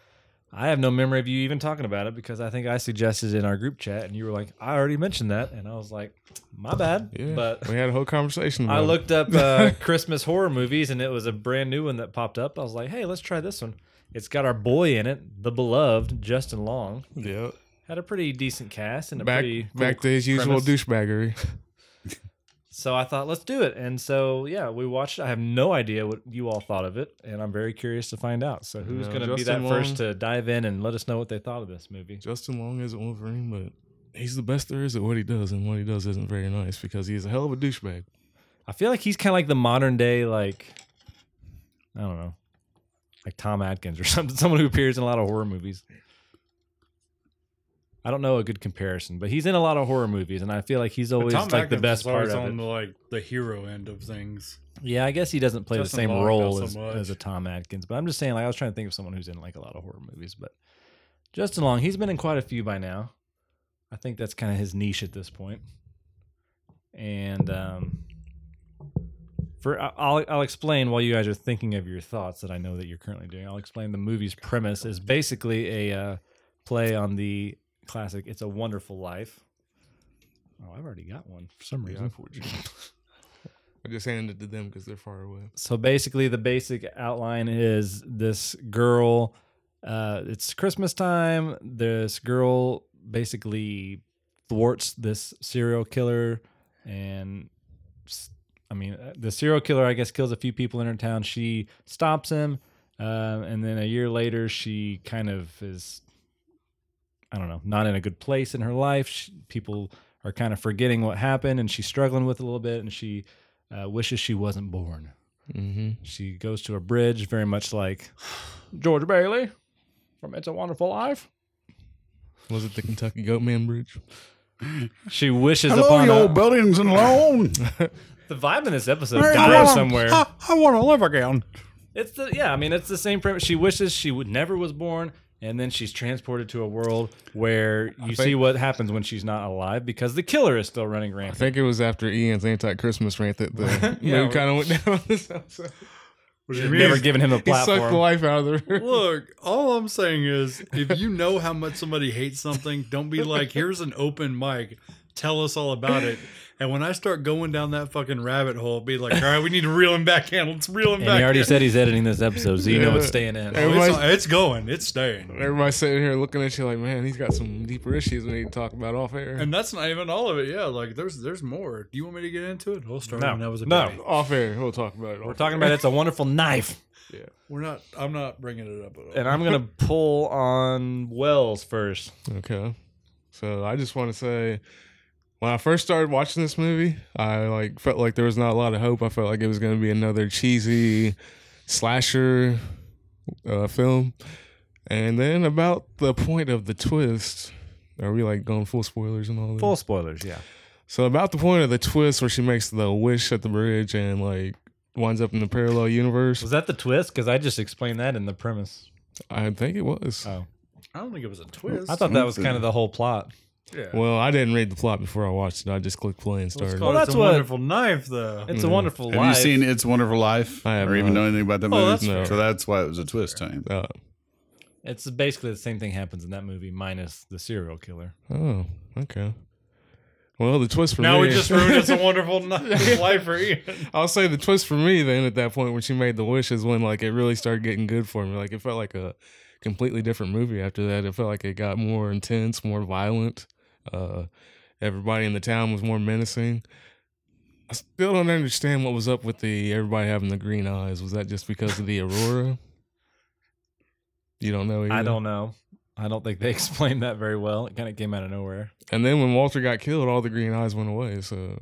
[SPEAKER 2] I have no memory of you even talking about it because I think I suggested it in our group chat and you were like, I already mentioned that. And I was like, my bad.
[SPEAKER 3] Yeah,
[SPEAKER 2] But
[SPEAKER 3] we had a whole conversation. About
[SPEAKER 2] I
[SPEAKER 3] it.
[SPEAKER 2] looked up uh, Christmas horror movies and it was a brand new one that popped up. I was like, hey, let's try this one. It's got our boy in it, the beloved Justin Long.
[SPEAKER 3] Yeah,
[SPEAKER 2] Had a pretty decent cast and a
[SPEAKER 3] back
[SPEAKER 2] pretty cool
[SPEAKER 3] back to his usual
[SPEAKER 2] premise.
[SPEAKER 3] douchebaggery.
[SPEAKER 2] So I thought, let's do it. And so, yeah, we watched. it. I have no idea what you all thought of it, and I'm very curious to find out. So, who's
[SPEAKER 3] Yeah,
[SPEAKER 2] going to be that
[SPEAKER 3] Justin
[SPEAKER 2] first
[SPEAKER 3] Long.
[SPEAKER 2] to dive in and let us know what they thought of this movie?
[SPEAKER 3] Justin Long isn't Wolverine, but he's the best there is at what he does, and what he does isn't very nice because he's a hell of a douchebag.
[SPEAKER 2] I feel like he's kind of like the modern day, like I don't know, like Tom Atkins or something, someone who appears in a lot of horror movies. I don't know a good comparison, but he's in a lot of horror movies, and I feel like he's
[SPEAKER 5] But
[SPEAKER 2] always
[SPEAKER 5] Tom
[SPEAKER 2] like the
[SPEAKER 5] Atkins
[SPEAKER 2] best
[SPEAKER 5] is always
[SPEAKER 2] part of
[SPEAKER 5] on
[SPEAKER 2] it.
[SPEAKER 5] the like the hero end of things.
[SPEAKER 2] yeah, I guess he doesn't play
[SPEAKER 5] Justin
[SPEAKER 2] the same
[SPEAKER 5] Long,
[SPEAKER 2] role
[SPEAKER 5] not
[SPEAKER 2] as,
[SPEAKER 5] so much.
[SPEAKER 2] as a Tom Atkins, but I'm just saying, like I was trying to think of someone who's in like a lot of horror movies, but Justin Long, he's been in quite a few by now. I think that's kind of his niche at this point. And um, for I- I'll I'll explain while you guys are thinking of your thoughts that I know that you're currently doing. I'll explain the movie's premise is basically a uh, play on the classic "It's a Wonderful Life." Oh, I've already got one for some reason.
[SPEAKER 3] I just handed it to them because they're far away.
[SPEAKER 2] so basically the basic outline is this girl Uh, it's Christmas time. This girl basically thwarts this serial killer, and s- I mean, uh, the serial killer, I guess, kills a few people in her town. She stops him, um, and then a year later, she kind of is, I don't know, not in a good place in her life. She, people are kind of forgetting what happened, and she's struggling with it a little bit, and she uh, wishes she wasn't born.
[SPEAKER 3] Mm-hmm.
[SPEAKER 2] She goes to a bridge, very much like George Bailey from It's a Wonderful Life.
[SPEAKER 3] Was it the Kentucky Goatman Bridge?
[SPEAKER 2] She wishes
[SPEAKER 4] Hello,
[SPEAKER 2] upon
[SPEAKER 4] you
[SPEAKER 2] a,
[SPEAKER 4] old buildings and lawn.
[SPEAKER 2] the vibe in this episode dies somewhere.
[SPEAKER 5] I want to live again.
[SPEAKER 2] It's the yeah, I mean it's the same premise. She wishes she would never was born, and then she's transported to a world where you see what happens when she's not alive because the killer is still running
[SPEAKER 3] I
[SPEAKER 2] rampant.
[SPEAKER 3] think it was after Ian's anti-Christmas rant that the
[SPEAKER 2] Yeah,
[SPEAKER 3] mood kind of went down on this episode.
[SPEAKER 2] She's never given him a
[SPEAKER 3] He sucked the
[SPEAKER 2] platform.
[SPEAKER 3] life out of her.
[SPEAKER 5] Look, all I'm saying is if you know how much somebody hates something, don't be like, here's an open mic. Tell us all about it. And when I start going down that fucking rabbit hole, be like, all right, we need to reel him back in. Let's reel him
[SPEAKER 2] And
[SPEAKER 5] back
[SPEAKER 2] he already
[SPEAKER 5] in.
[SPEAKER 2] said he's editing this episode, so you know it's staying in.
[SPEAKER 5] Oh, it's,
[SPEAKER 3] Everybody's,
[SPEAKER 5] it's going. It's staying.
[SPEAKER 3] everybody's sitting here looking at you like, man, he's got some deeper issues we need to talk about off air.
[SPEAKER 5] And that's not even all of it. Yeah, like there's there's more. Do you want me to get into it? We'll start
[SPEAKER 2] No.
[SPEAKER 5] when I was a
[SPEAKER 2] No.
[SPEAKER 5] baby.
[SPEAKER 3] off air, we'll talk about it.
[SPEAKER 2] We're talking about it's a wonderful knife.
[SPEAKER 5] We're not. I'm not bringing it up at all.
[SPEAKER 2] And I'm gonna pull on Wells first.
[SPEAKER 3] Okay. So I just want to say, when I first started watching this movie, I like felt like there was not a lot of hope. I felt like it was going to be another cheesy slasher uh, film. And then about the point of the twist, are we like going full spoilers and all that?
[SPEAKER 2] Full spoilers, yeah.
[SPEAKER 3] So about the point of the twist where she makes the wish at the bridge and like winds up in the parallel universe.
[SPEAKER 2] Was that the twist? Because I just explained that in the premise.
[SPEAKER 3] I think it was.
[SPEAKER 2] Oh,
[SPEAKER 5] I don't think it was a twist.
[SPEAKER 2] I thought that was kind of the whole plot.
[SPEAKER 5] Yeah.
[SPEAKER 3] Well, I didn't read the plot before I watched it. I just clicked play and
[SPEAKER 5] Let's
[SPEAKER 3] started.
[SPEAKER 5] call
[SPEAKER 2] Well,
[SPEAKER 5] it
[SPEAKER 2] that's
[SPEAKER 5] a
[SPEAKER 2] what-
[SPEAKER 5] wonderful knife, though.
[SPEAKER 2] It's a wonderful
[SPEAKER 4] Hmm. Have
[SPEAKER 2] life.
[SPEAKER 4] you seen It's a Wonderful Life?
[SPEAKER 3] I have
[SPEAKER 4] or even
[SPEAKER 3] not.
[SPEAKER 4] know anything about that
[SPEAKER 5] Oh,
[SPEAKER 4] movie?
[SPEAKER 5] that's
[SPEAKER 3] fair.
[SPEAKER 4] So that's why it was a twist to him.
[SPEAKER 3] Uh,
[SPEAKER 2] It's basically the same thing happens in that movie, minus the serial killer.
[SPEAKER 3] Oh, okay. Well, the twist for
[SPEAKER 5] Now
[SPEAKER 3] me.
[SPEAKER 5] we just ruined it's a wonderful knife life for Ian.
[SPEAKER 3] I'll say the twist for me then at that point when she made the wish is when like it really started getting good for me. Like it felt like a completely different movie after that. It felt like it got more intense, more violent. Uh, everybody in the town was more menacing. I still don't understand what was up with the everybody having the green eyes. Was that just because of the aurora? You don't know. Either?
[SPEAKER 2] I don't know. I don't think they explained that very well. It kind of came out of nowhere.
[SPEAKER 3] And then when Walter got killed, all the green eyes went away. So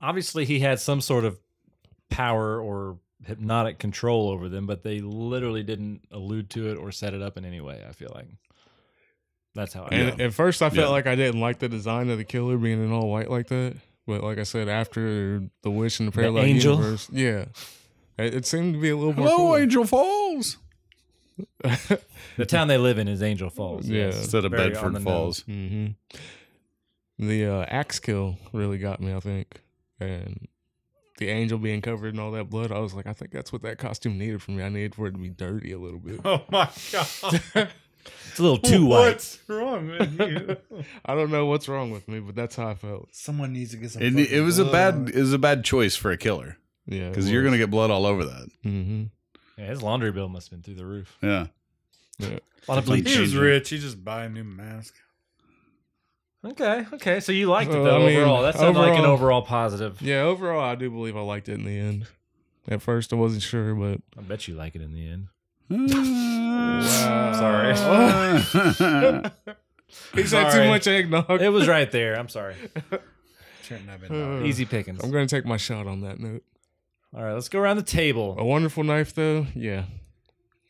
[SPEAKER 2] Obviously, he had some sort of power or hypnotic control over them, but they literally didn't allude to it or set it up in any way. I feel like that's how I know.
[SPEAKER 3] And at first, I felt
[SPEAKER 4] Yeah.
[SPEAKER 3] like I didn't like the design of the killer being in all white like that. But like I said, after the wish and the parallel
[SPEAKER 2] angel?
[SPEAKER 3] universe, yeah, it, it seemed to be a little more.
[SPEAKER 4] Hello,
[SPEAKER 3] cool.
[SPEAKER 4] Angel Falls.
[SPEAKER 2] the town they live in is Angel Falls.
[SPEAKER 3] Yeah.
[SPEAKER 4] Instead of
[SPEAKER 2] Very on the
[SPEAKER 4] Bedford Falls.
[SPEAKER 3] hmm The uh, axe kill really got me, I think, and the angel being covered in all that blood. I was like, I think that's what that costume needed for me. I needed for it to be dirty a little bit.
[SPEAKER 5] Oh my god!
[SPEAKER 2] It's a little too white.
[SPEAKER 5] What's wrong with you?
[SPEAKER 3] I don't know what's wrong with me, but that's how I felt.
[SPEAKER 5] Someone needs to get some.
[SPEAKER 4] It, it was a bad it was a bad choice for a killer
[SPEAKER 3] Yeah,
[SPEAKER 4] because you're gonna get blood all over that.
[SPEAKER 3] hmm
[SPEAKER 2] Yeah, his laundry bill must have been through the roof.
[SPEAKER 4] Yeah,
[SPEAKER 2] A lot of
[SPEAKER 4] Complete
[SPEAKER 2] bleach.
[SPEAKER 5] He was
[SPEAKER 4] Ginger.
[SPEAKER 5] rich. He just buy a new mask.
[SPEAKER 2] Okay, okay. So you liked it
[SPEAKER 3] Well,
[SPEAKER 2] though
[SPEAKER 3] I mean,
[SPEAKER 2] overall. That sounded like an
[SPEAKER 3] overall-
[SPEAKER 2] overall positive.
[SPEAKER 3] Yeah, overall, I do believe I liked it in the end. At first, I wasn't sure, but
[SPEAKER 2] I bet you like it in the end.
[SPEAKER 3] Sorry.
[SPEAKER 4] Sorry.
[SPEAKER 3] he's had too
[SPEAKER 2] Sorry.
[SPEAKER 3] much eggnog.
[SPEAKER 2] It was right there. I'm sorry.
[SPEAKER 5] Shouldn't have been
[SPEAKER 3] Uh,
[SPEAKER 5] done.
[SPEAKER 2] Easy pickings.
[SPEAKER 3] I'm gonna take my shot on that note.
[SPEAKER 2] All right, let's go around the
[SPEAKER 3] A
[SPEAKER 2] table.
[SPEAKER 3] wonderful knife, though. Yeah,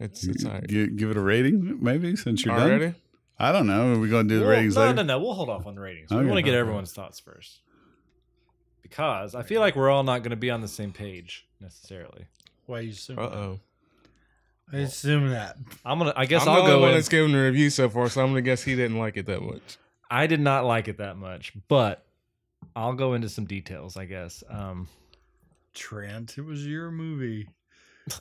[SPEAKER 3] it's it's all right.
[SPEAKER 4] Gi- give it a rating, maybe since you're done.
[SPEAKER 3] Already?
[SPEAKER 4] I don't know. Are we gonna do the
[SPEAKER 2] We'll-
[SPEAKER 4] ratings
[SPEAKER 2] no,
[SPEAKER 4] later?
[SPEAKER 2] no, no. We'll hold off on the ratings. we
[SPEAKER 4] Okay.
[SPEAKER 2] want to get everyone's thoughts first. Because I feel like we're all not going to be on the same page necessarily.
[SPEAKER 5] Why you assume?
[SPEAKER 3] Uh oh.
[SPEAKER 5] I assume that.
[SPEAKER 2] I'm gonna. I
[SPEAKER 3] I'm
[SPEAKER 2] guess
[SPEAKER 3] the
[SPEAKER 2] I'll
[SPEAKER 3] only
[SPEAKER 2] go.
[SPEAKER 3] one
[SPEAKER 2] In.
[SPEAKER 3] that's given a review so far, so I'm gonna guess he didn't like it that much.
[SPEAKER 2] I did not like it that much, but I'll go into some details. I guess. Um,
[SPEAKER 5] Trent, it was your movie.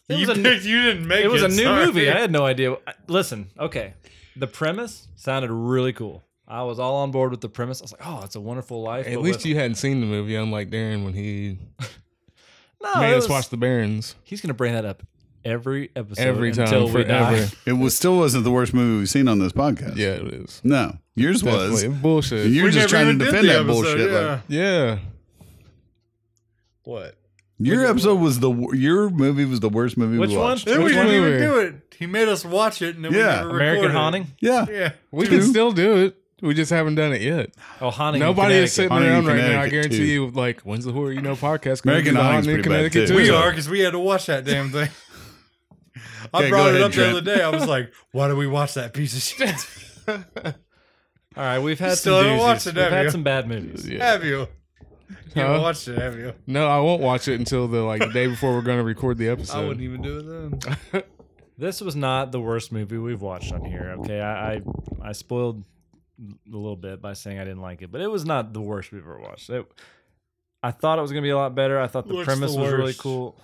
[SPEAKER 2] It
[SPEAKER 5] you,
[SPEAKER 2] was a new-
[SPEAKER 5] picked, you didn't make it.
[SPEAKER 2] it was a new
[SPEAKER 5] sorry.
[SPEAKER 2] movie. I had no idea. I- Listen, okay. The premise sounded really cool. I was all on board with the premise. I was like, "Oh, it's a wonderful life."
[SPEAKER 3] At
[SPEAKER 2] but
[SPEAKER 3] least
[SPEAKER 2] with-
[SPEAKER 3] you hadn't seen the movie, unlike Darren when he
[SPEAKER 2] no,
[SPEAKER 3] made
[SPEAKER 2] Oh, it
[SPEAKER 3] us
[SPEAKER 2] was-
[SPEAKER 3] watch The Barons.
[SPEAKER 2] He's gonna bring that up every episode.
[SPEAKER 3] Every time,
[SPEAKER 2] until we die.
[SPEAKER 3] forever.
[SPEAKER 4] It was still wasn't the worst movie we've seen on this podcast.
[SPEAKER 3] Yeah, it is.
[SPEAKER 4] No, yours was.
[SPEAKER 3] Definitely. bullshit.
[SPEAKER 4] And you're just trying to defend that bullshit. like,
[SPEAKER 3] yeah,
[SPEAKER 5] what?
[SPEAKER 4] your episode was the wor- your movie was the worst movie
[SPEAKER 2] Which
[SPEAKER 4] we
[SPEAKER 2] one?
[SPEAKER 4] watched.
[SPEAKER 5] Then we
[SPEAKER 2] Which
[SPEAKER 5] didn't
[SPEAKER 2] one?
[SPEAKER 5] even
[SPEAKER 3] we-
[SPEAKER 5] do it. He made us watch it, and then
[SPEAKER 4] Yeah.
[SPEAKER 5] we never
[SPEAKER 2] American
[SPEAKER 5] recorded it.
[SPEAKER 2] Haunting.
[SPEAKER 4] Yeah.
[SPEAKER 5] Yeah,
[SPEAKER 3] we
[SPEAKER 4] Two.
[SPEAKER 3] can still do it. We just haven't done it yet.
[SPEAKER 2] Oh, Haunting. in
[SPEAKER 3] Nobody
[SPEAKER 2] Connecticut.
[SPEAKER 3] is sitting
[SPEAKER 4] Haunting in
[SPEAKER 3] around right now. I
[SPEAKER 4] Connecticut,
[SPEAKER 3] guarantee
[SPEAKER 4] too.
[SPEAKER 3] you, like, when's the Horror You Know podcast? gonna
[SPEAKER 4] American
[SPEAKER 3] do the
[SPEAKER 4] Haunting's
[SPEAKER 3] Haunting in
[SPEAKER 4] pretty bad,
[SPEAKER 3] Connecticut
[SPEAKER 4] too.
[SPEAKER 3] too?
[SPEAKER 5] we
[SPEAKER 4] So-
[SPEAKER 5] are because we had to watch that damn thing. I
[SPEAKER 4] Okay, go
[SPEAKER 5] brought it
[SPEAKER 4] ahead,
[SPEAKER 5] up the
[SPEAKER 4] Trent.
[SPEAKER 5] other day. I was like, "Why do we watch that piece of shit?"
[SPEAKER 2] All right, we've had
[SPEAKER 5] Still
[SPEAKER 2] some
[SPEAKER 5] haven't
[SPEAKER 2] doozies.
[SPEAKER 5] watched it,
[SPEAKER 2] We've
[SPEAKER 5] have
[SPEAKER 2] had
[SPEAKER 5] you?
[SPEAKER 2] some bad movies.
[SPEAKER 3] Yeah.
[SPEAKER 5] Have you? You
[SPEAKER 3] Huh?
[SPEAKER 5] haven't watched it, have you?
[SPEAKER 3] No, I won't watch it until the like the day before we're gonna record the episode.
[SPEAKER 5] I wouldn't even do it then.
[SPEAKER 2] This was not the worst movie we've watched on here. Okay, I I, I spoiled a little bit by saying I didn't like it, but it was not the worst we've ever watched. It, I thought it was gonna be a lot better. I thought the
[SPEAKER 5] What's the
[SPEAKER 2] premise was really
[SPEAKER 5] worst?
[SPEAKER 2] cool.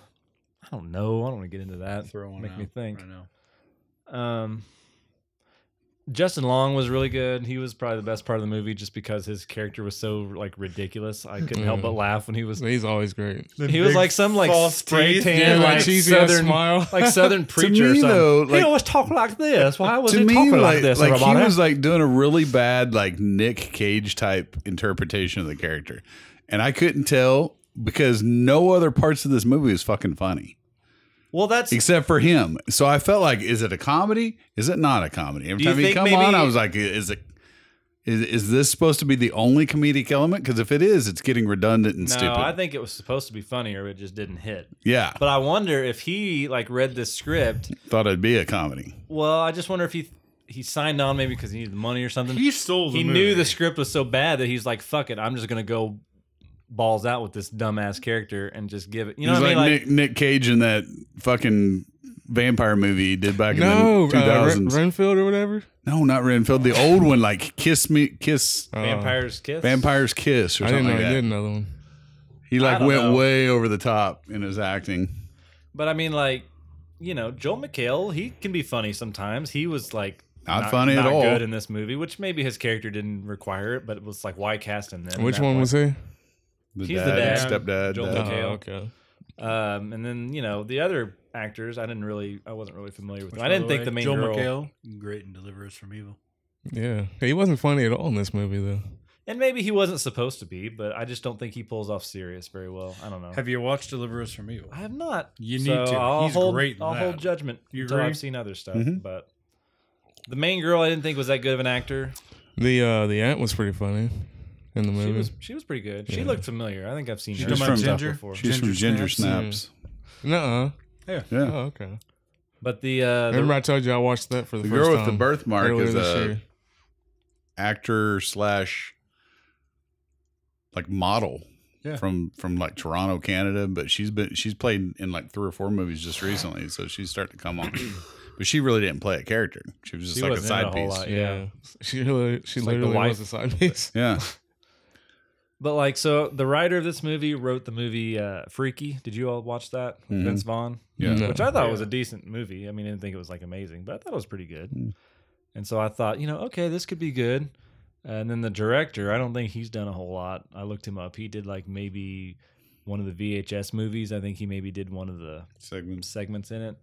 [SPEAKER 2] I don't know. I don't want to get into that.
[SPEAKER 5] Throw one
[SPEAKER 2] Make
[SPEAKER 5] out
[SPEAKER 2] me think.
[SPEAKER 5] right now.
[SPEAKER 2] Um, Justin Long was really good. He was probably the best part of the movie just because his character was so like ridiculous. I couldn't help but
[SPEAKER 3] Mm.
[SPEAKER 2] laugh when he was.
[SPEAKER 3] He's always great.
[SPEAKER 2] He was like some like
[SPEAKER 5] false
[SPEAKER 2] spray
[SPEAKER 5] teeth.
[SPEAKER 2] tan
[SPEAKER 3] Yeah, like
[SPEAKER 2] like
[SPEAKER 3] cheesy ass
[SPEAKER 2] southern
[SPEAKER 3] smile.
[SPEAKER 2] like southern preacher. or
[SPEAKER 4] me,
[SPEAKER 2] something.
[SPEAKER 4] though,
[SPEAKER 2] he
[SPEAKER 4] like-
[SPEAKER 2] always talk like this. Why was
[SPEAKER 4] to
[SPEAKER 2] he
[SPEAKER 4] me,
[SPEAKER 2] talking
[SPEAKER 4] like,
[SPEAKER 2] like, this?
[SPEAKER 4] like he
[SPEAKER 2] everybody?
[SPEAKER 4] was like doing a really bad like Nick Cage type interpretation of the character, and I couldn't tell because no other parts of this movie is fucking funny
[SPEAKER 2] well, that's
[SPEAKER 4] except for him. So I felt like, is it a comedy? Is it not a comedy?
[SPEAKER 2] Do
[SPEAKER 4] Every
[SPEAKER 2] you
[SPEAKER 4] time he
[SPEAKER 2] think
[SPEAKER 4] come
[SPEAKER 2] maybe-
[SPEAKER 4] on, I was like, is it? Is, is this supposed to be the only comedic element? Because if it is, it's getting redundant and
[SPEAKER 2] no.
[SPEAKER 4] stupid.
[SPEAKER 2] I think it was supposed to be funnier, but it just didn't hit.
[SPEAKER 4] yeah,
[SPEAKER 2] But I wonder if he like read this script.
[SPEAKER 4] thought it'd be a comedy.
[SPEAKER 2] Well, I just wonder if he he signed on maybe because he needed the money or something.
[SPEAKER 5] He stole the
[SPEAKER 2] he
[SPEAKER 5] movie.
[SPEAKER 2] knew the script was so bad that he's like, "Fuck it, I'm just gonna go balls out with this dumbass character and just give it." You know
[SPEAKER 4] He's
[SPEAKER 2] what I
[SPEAKER 4] like,
[SPEAKER 2] mean? Like,
[SPEAKER 4] Nick, Nick Cage in that fucking vampire movie he did back
[SPEAKER 3] No,
[SPEAKER 4] in the
[SPEAKER 3] uh,
[SPEAKER 4] 2000s.
[SPEAKER 3] Ren- Renfield or whatever.
[SPEAKER 4] No, not Renfield. The old one, like Kiss Me, Kiss,
[SPEAKER 3] Uh,
[SPEAKER 2] Vampire's Kiss.
[SPEAKER 4] Vampire's Kiss, or
[SPEAKER 3] I didn't
[SPEAKER 4] something
[SPEAKER 3] know
[SPEAKER 4] like
[SPEAKER 3] he
[SPEAKER 4] that.
[SPEAKER 3] did another one.
[SPEAKER 4] He
[SPEAKER 2] I
[SPEAKER 4] like
[SPEAKER 2] don't
[SPEAKER 4] went
[SPEAKER 2] know.
[SPEAKER 4] way over the top in his acting.
[SPEAKER 2] But I mean, like, you know, Joel McHale, he can be funny sometimes. He was like.
[SPEAKER 4] Not funny at all.
[SPEAKER 2] Good in this movie, which maybe his character didn't require it, but it was like why cast him then?
[SPEAKER 3] Which
[SPEAKER 2] That Uh,
[SPEAKER 3] one
[SPEAKER 2] way.
[SPEAKER 3] was he?
[SPEAKER 4] The
[SPEAKER 2] He's the
[SPEAKER 4] dad,
[SPEAKER 2] dad.
[SPEAKER 4] stepdad.
[SPEAKER 2] Joel
[SPEAKER 4] dad.
[SPEAKER 2] McHale. Okay,
[SPEAKER 3] Oh,
[SPEAKER 2] okay. Um, and then you know the other actors, I didn't really, I wasn't really familiar with.
[SPEAKER 5] Which,
[SPEAKER 2] Them. I
[SPEAKER 5] by
[SPEAKER 2] didn't think
[SPEAKER 5] way,
[SPEAKER 2] the main
[SPEAKER 5] Joel
[SPEAKER 2] girl.
[SPEAKER 5] McHale, great and deliver us from evil.
[SPEAKER 3] Yeah, he wasn't funny at all in this movie though.
[SPEAKER 2] And maybe he wasn't supposed to be, but I just don't think he pulls off serious very well. I don't know.
[SPEAKER 5] Have you watched Deliver Us from Evil?
[SPEAKER 2] I have not.
[SPEAKER 5] You
[SPEAKER 2] so
[SPEAKER 5] need to.
[SPEAKER 2] I'll
[SPEAKER 5] He's
[SPEAKER 2] hold,
[SPEAKER 5] great in
[SPEAKER 2] I'll hold
[SPEAKER 5] that.
[SPEAKER 2] judgment
[SPEAKER 5] You
[SPEAKER 2] until
[SPEAKER 5] agree? Mm-hmm.
[SPEAKER 2] I've seen other stuff.
[SPEAKER 4] Mhm.
[SPEAKER 2] But the main girl, I didn't think was that good of an actor.
[SPEAKER 3] The uh, the aunt was pretty funny in the movie.
[SPEAKER 2] She was she was pretty good. She
[SPEAKER 3] Yeah.
[SPEAKER 2] looked familiar. I think I've seen
[SPEAKER 5] She's
[SPEAKER 2] her
[SPEAKER 4] from-
[SPEAKER 2] stuff
[SPEAKER 5] Ginger?
[SPEAKER 2] before.
[SPEAKER 4] She's from Ginger
[SPEAKER 5] Ginger
[SPEAKER 4] Snaps.
[SPEAKER 3] Snaps. Nuh-uh.
[SPEAKER 4] Yeah.
[SPEAKER 3] Oh, okay.
[SPEAKER 2] But the uh, the-
[SPEAKER 3] Remember I told you I watched that for the,
[SPEAKER 4] The
[SPEAKER 3] first
[SPEAKER 4] girl with the
[SPEAKER 3] time
[SPEAKER 4] birthmark
[SPEAKER 3] earlier
[SPEAKER 4] is uh,
[SPEAKER 3] this
[SPEAKER 4] a
[SPEAKER 3] year.
[SPEAKER 4] actor slash like model
[SPEAKER 5] Yeah.
[SPEAKER 4] from from like Toronto, Canada. But she's been she's played in like three or four movies just recently, so she's starting to come on. but she really didn't play a character. She was just
[SPEAKER 2] She
[SPEAKER 4] like a
[SPEAKER 2] wasn't in it a
[SPEAKER 4] side
[SPEAKER 2] whole
[SPEAKER 4] piece.
[SPEAKER 2] lot.
[SPEAKER 3] Yeah.
[SPEAKER 2] Yeah.
[SPEAKER 3] She really, she
[SPEAKER 2] It's like the
[SPEAKER 3] literally
[SPEAKER 2] wife.
[SPEAKER 3] was a side piece.
[SPEAKER 4] Yeah.
[SPEAKER 2] but like so the writer of this movie wrote the movie uh, Freaky. Did you all watch that? with
[SPEAKER 4] Mhm.
[SPEAKER 2] Vince Vaughn.
[SPEAKER 4] Yeah.
[SPEAKER 3] No.
[SPEAKER 2] which I thought was
[SPEAKER 5] Yeah.
[SPEAKER 2] a decent movie. I mean, I didn't think it was like amazing, but I thought it was pretty good.
[SPEAKER 4] Mm.
[SPEAKER 2] And so I thought, you know, okay, this could be good. And then the director, I don't think he's done a whole lot. I looked him up. He did like maybe one of the VHS movies. I think he maybe did one of the
[SPEAKER 4] Segments.
[SPEAKER 2] segments in it.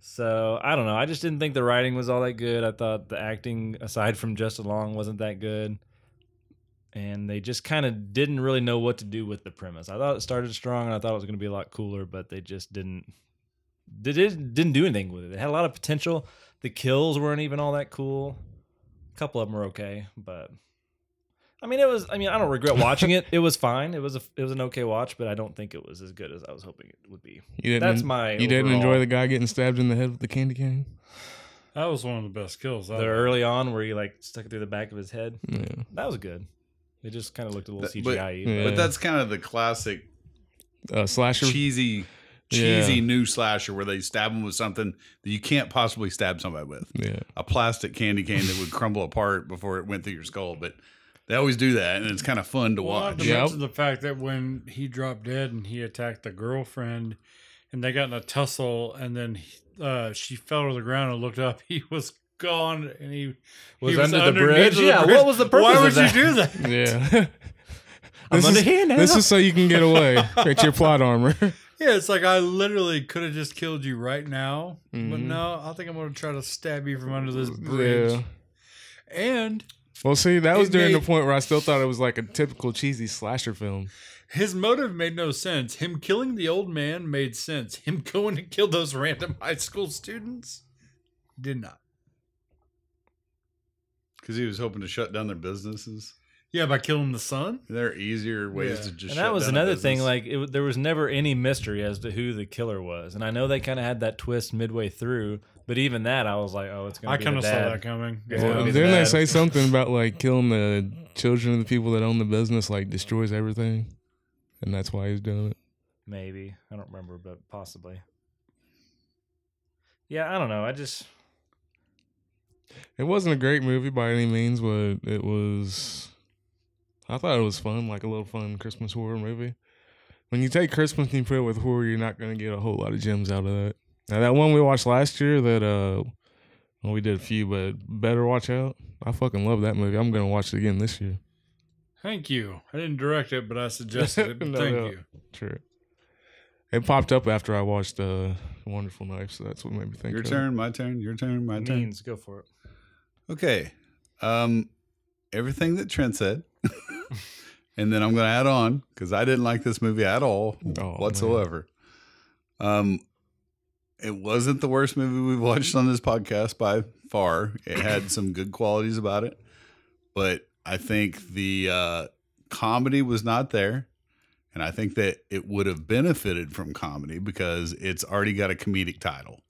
[SPEAKER 2] So I don't know. I just didn't think the writing was all that good. I thought the acting, aside from Justin Long, wasn't that good. And they just kind of didn't really know what to do with the premise. I thought it started strong, and I thought it was going to be a lot cooler, but they just didn't. They didn't didn't do anything with it. It had a lot of potential. The kills weren't even all that cool. A couple of them were okay, but I mean, it was. I mean, I don't regret watching it. It was fine. It was a, it was an okay watch, but I don't think it was as good as I was hoping it would be.
[SPEAKER 3] You didn't,
[SPEAKER 2] That's my.
[SPEAKER 3] You didn't enjoy
[SPEAKER 2] overall-
[SPEAKER 3] the guy getting stabbed in the head with the candy cane?
[SPEAKER 5] That was one of the best kills. I
[SPEAKER 2] the
[SPEAKER 5] liked.
[SPEAKER 2] early on where he like stuck it through the back of his head.
[SPEAKER 3] Yeah.
[SPEAKER 2] That was good. It just kind of looked a little
[SPEAKER 4] That-
[SPEAKER 2] CGI.
[SPEAKER 4] but-
[SPEAKER 2] -y,
[SPEAKER 3] Yeah.
[SPEAKER 4] But that's kind of the classic
[SPEAKER 3] Uh, slasher.
[SPEAKER 4] cheesy,
[SPEAKER 3] Yeah.
[SPEAKER 4] cheesy new slasher where they stab them with something that you can't possibly stab somebody with
[SPEAKER 3] Yeah.
[SPEAKER 4] a plastic candy cane that would crumble apart before it went through your skull. But they always do that, and it's kind of fun to
[SPEAKER 5] Well, not
[SPEAKER 4] watch.
[SPEAKER 5] to
[SPEAKER 3] Yep.
[SPEAKER 5] mention the fact that when he dropped dead and he attacked the girlfriend, and they got in a tussle, and then he- uh, she fell to the ground and looked up, he was gone, and he
[SPEAKER 2] Was
[SPEAKER 5] he
[SPEAKER 2] under the
[SPEAKER 5] underneath
[SPEAKER 2] bridge? Yeah, what was the purpose
[SPEAKER 5] Why
[SPEAKER 2] of
[SPEAKER 5] would
[SPEAKER 2] that?
[SPEAKER 5] you do that?
[SPEAKER 3] Yeah.
[SPEAKER 2] I'm
[SPEAKER 3] This
[SPEAKER 2] under
[SPEAKER 3] is,
[SPEAKER 2] here now.
[SPEAKER 3] this is so you can get away at your plot armor.
[SPEAKER 5] Yeah, it's like I literally could have just killed you right now, but
[SPEAKER 2] Mm-hmm.
[SPEAKER 3] Mhm.
[SPEAKER 5] no, I think I'm gonna try to stab you from under this bridge.
[SPEAKER 3] Yeah.
[SPEAKER 5] And
[SPEAKER 3] Well, see, that was
[SPEAKER 5] It
[SPEAKER 3] during the
[SPEAKER 5] made-
[SPEAKER 3] point where I still thought it was like a typical cheesy slasher film.
[SPEAKER 5] his motive made no sense. Him killing the old man made sense. Him going to kill those random high school students did not.
[SPEAKER 4] because he was hoping to shut down their businesses.
[SPEAKER 5] Yeah, by killing the son.
[SPEAKER 4] There are easier ways
[SPEAKER 5] Yeah.
[SPEAKER 4] to just.
[SPEAKER 2] and that
[SPEAKER 4] shut
[SPEAKER 2] was
[SPEAKER 4] down a
[SPEAKER 2] another thing.
[SPEAKER 4] business.
[SPEAKER 2] Like it, w- there was never any mystery as to who the killer was, and I know they kind of had that twist midway through. But even that, I was like, oh, it's gonna.
[SPEAKER 5] I
[SPEAKER 2] be the
[SPEAKER 5] kind of saw
[SPEAKER 2] dad.
[SPEAKER 5] that coming.
[SPEAKER 2] It's
[SPEAKER 5] Yeah.
[SPEAKER 2] gonna be
[SPEAKER 3] Then
[SPEAKER 2] the
[SPEAKER 3] they
[SPEAKER 2] dad.
[SPEAKER 3] say something about like killing the children of the people that own the business, like destroys everything, and that's why he's doing it.
[SPEAKER 2] Maybe I don't remember, but possibly. Yeah, I don't know. I just
[SPEAKER 3] It wasn't a great movie by any means, but it was. I thought it was fun, like a little fun Christmas horror movie. When you take Christmas and you put it with horror, you're not going to get a whole lot of gems out of that. Now that one we watched last year, that uh, well, we did a few, but better watch out. I fucking love that movie. I'm going to watch it again this year.
[SPEAKER 5] Thank you. I didn't direct it, but I suggested it. But
[SPEAKER 3] No,
[SPEAKER 5] thank
[SPEAKER 3] no.
[SPEAKER 5] you.
[SPEAKER 3] True. It popped up after I watched uh, Wonderful Knife, so that's what made me think.
[SPEAKER 4] your
[SPEAKER 3] of it.
[SPEAKER 4] turn, my turn, your turn, my turn.
[SPEAKER 2] means go for it.
[SPEAKER 4] Okay. Um, everything that Trent said, and then I'm going to add on because I didn't like this movie at all
[SPEAKER 3] Oh,
[SPEAKER 4] whatsoever. Um, it wasn't the worst movie we've watched on this podcast by far. It had some good qualities about it, but I think the uh, comedy was not there. And I think that it would have benefited from comedy because it's already got a comedic title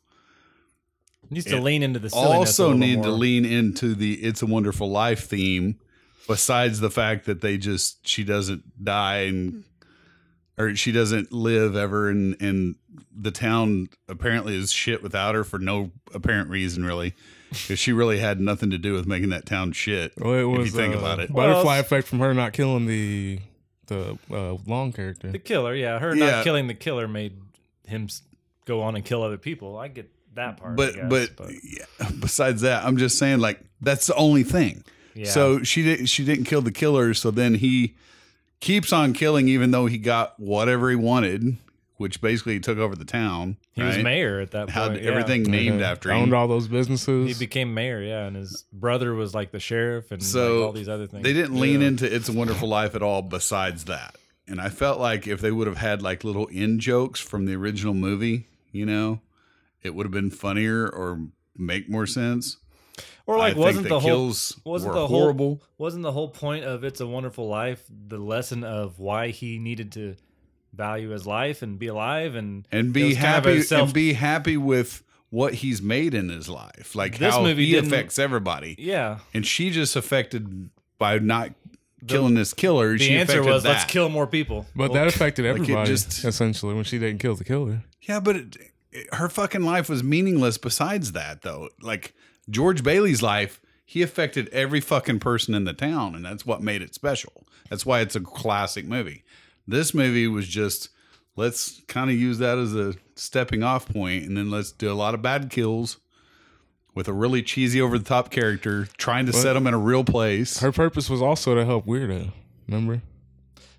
[SPEAKER 2] Needs to
[SPEAKER 4] It
[SPEAKER 2] lean into the silliness. a
[SPEAKER 4] also
[SPEAKER 2] little
[SPEAKER 4] need to
[SPEAKER 2] more.
[SPEAKER 4] lean into the "It's a Wonderful Life" theme, besides the fact that they just she doesn't die and or she doesn't live ever, and and the town apparently is shit without her for no apparent reason, really, because she really had nothing to do with making that town shit.
[SPEAKER 3] Well, it
[SPEAKER 4] you
[SPEAKER 3] was
[SPEAKER 4] think
[SPEAKER 3] uh,
[SPEAKER 4] about it.
[SPEAKER 3] butterfly
[SPEAKER 2] Well,
[SPEAKER 3] effect from her not killing the the uh, long character.
[SPEAKER 2] The killer, yeah. Her
[SPEAKER 4] Yeah.
[SPEAKER 2] not killing the killer made him s- go on and kill other people. I get that part. I
[SPEAKER 4] But
[SPEAKER 2] guess,
[SPEAKER 4] but, yeah, besides that, I'm just saying like that's the only thing.
[SPEAKER 2] yeah.
[SPEAKER 4] So she didn't she didn't kill the killer, so then he keeps on killing even though he got whatever he wanted, which basically took over the town.
[SPEAKER 2] he was
[SPEAKER 4] right?
[SPEAKER 2] mayor at that point.
[SPEAKER 4] Had
[SPEAKER 2] yeah. Mm-hmm.
[SPEAKER 4] everything named
[SPEAKER 3] Uh,
[SPEAKER 4] after
[SPEAKER 3] owned
[SPEAKER 4] him.
[SPEAKER 3] all those businesses.
[SPEAKER 2] He became mayor, yeah, and his brother was like the sheriff and
[SPEAKER 4] So,
[SPEAKER 2] like, all these other things.
[SPEAKER 4] They didn't lean
[SPEAKER 3] Yeah.
[SPEAKER 4] into It's a Wonderful Life at all besides that. And I felt like if they would have had like little in jokes from the original movie, you know, it would have been funnier or make more sense.
[SPEAKER 2] or like
[SPEAKER 4] I think
[SPEAKER 2] wasn't the whole
[SPEAKER 4] kills
[SPEAKER 2] wasn't
[SPEAKER 4] were
[SPEAKER 2] the whole-
[SPEAKER 4] horrible.
[SPEAKER 2] wasn't the whole point of It's a Wonderful Life the lesson of why he needed to value his life and be alive and
[SPEAKER 4] and
[SPEAKER 2] it
[SPEAKER 4] be
[SPEAKER 2] was kind of
[SPEAKER 4] happy
[SPEAKER 2] a self-
[SPEAKER 4] and be happy with what he's made in his life like
[SPEAKER 2] This
[SPEAKER 4] how
[SPEAKER 2] movie
[SPEAKER 4] he
[SPEAKER 2] didn't-
[SPEAKER 4] affects everybody
[SPEAKER 2] yeah.
[SPEAKER 4] and she just affected by not killing this killer
[SPEAKER 2] The
[SPEAKER 4] she
[SPEAKER 2] answer
[SPEAKER 4] affected
[SPEAKER 2] was
[SPEAKER 4] that.
[SPEAKER 2] let's kill more people.
[SPEAKER 3] but
[SPEAKER 2] Well,
[SPEAKER 3] that affected
[SPEAKER 4] it
[SPEAKER 3] everybody
[SPEAKER 4] just-
[SPEAKER 3] essentially when she didn't kill the killer.
[SPEAKER 4] yeah but it, it- her fucking life was meaningless besides that though like george bailey's life he affected every fucking person in the town and that's what made it special that's why it's a classic movie this movie was just let's kind of use that as a stepping off point and then let's do a lot of bad kills with a really cheesy over the top character trying to set him in a real place.
[SPEAKER 3] Her purpose was also to help weirdo. Remember?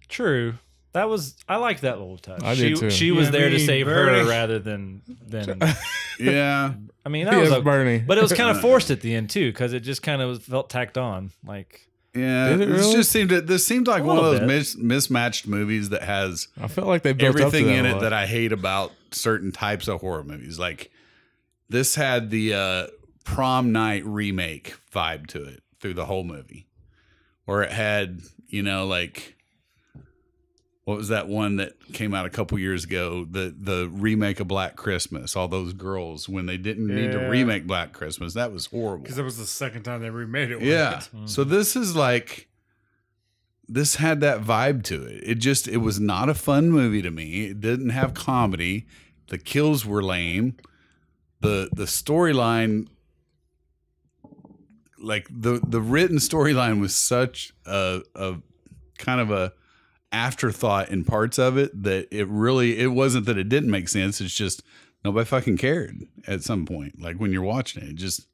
[SPEAKER 2] True. That was I liked that little touch.
[SPEAKER 3] I
[SPEAKER 2] she
[SPEAKER 3] did too.
[SPEAKER 2] she was
[SPEAKER 5] Yeah,
[SPEAKER 2] there to
[SPEAKER 5] me,
[SPEAKER 2] save her
[SPEAKER 5] Bernie.
[SPEAKER 2] rather than than
[SPEAKER 4] yeah.
[SPEAKER 2] I mean that
[SPEAKER 3] Yes,
[SPEAKER 2] was a,
[SPEAKER 3] Bernie.
[SPEAKER 2] but it was kind of forced at the end too because it just kind of felt tacked on. Like
[SPEAKER 4] Yeah.
[SPEAKER 3] Did it
[SPEAKER 4] This
[SPEAKER 3] really?
[SPEAKER 4] just seemed to, this seemed like
[SPEAKER 2] A
[SPEAKER 4] one of
[SPEAKER 2] little
[SPEAKER 4] those mis- mismatched movies that has
[SPEAKER 3] I felt like they built
[SPEAKER 4] everything in it that
[SPEAKER 3] I
[SPEAKER 4] I hate about certain types of horror movies. Like this had the uh, prom night remake vibe to it through the whole movie, or it had you know like what was that one that came out a couple years ago the the remake of Black Christmas? All those girls when they didn't need to
[SPEAKER 5] Yeah.
[SPEAKER 4] remake Black Christmas, that was horrible.
[SPEAKER 5] Because it was the second time they remade it. wasn't
[SPEAKER 4] Yeah.
[SPEAKER 5] it?
[SPEAKER 4] So this is like this had that vibe to it. It just it was not a fun movie to me. It didn't have comedy. The kills were lame. The the storyline like the the written storyline was such a a kind of a afterthought in parts of it that it really it wasn't that it didn't make sense. It's just nobody fucking cared at some point. Like when you're watching it, it just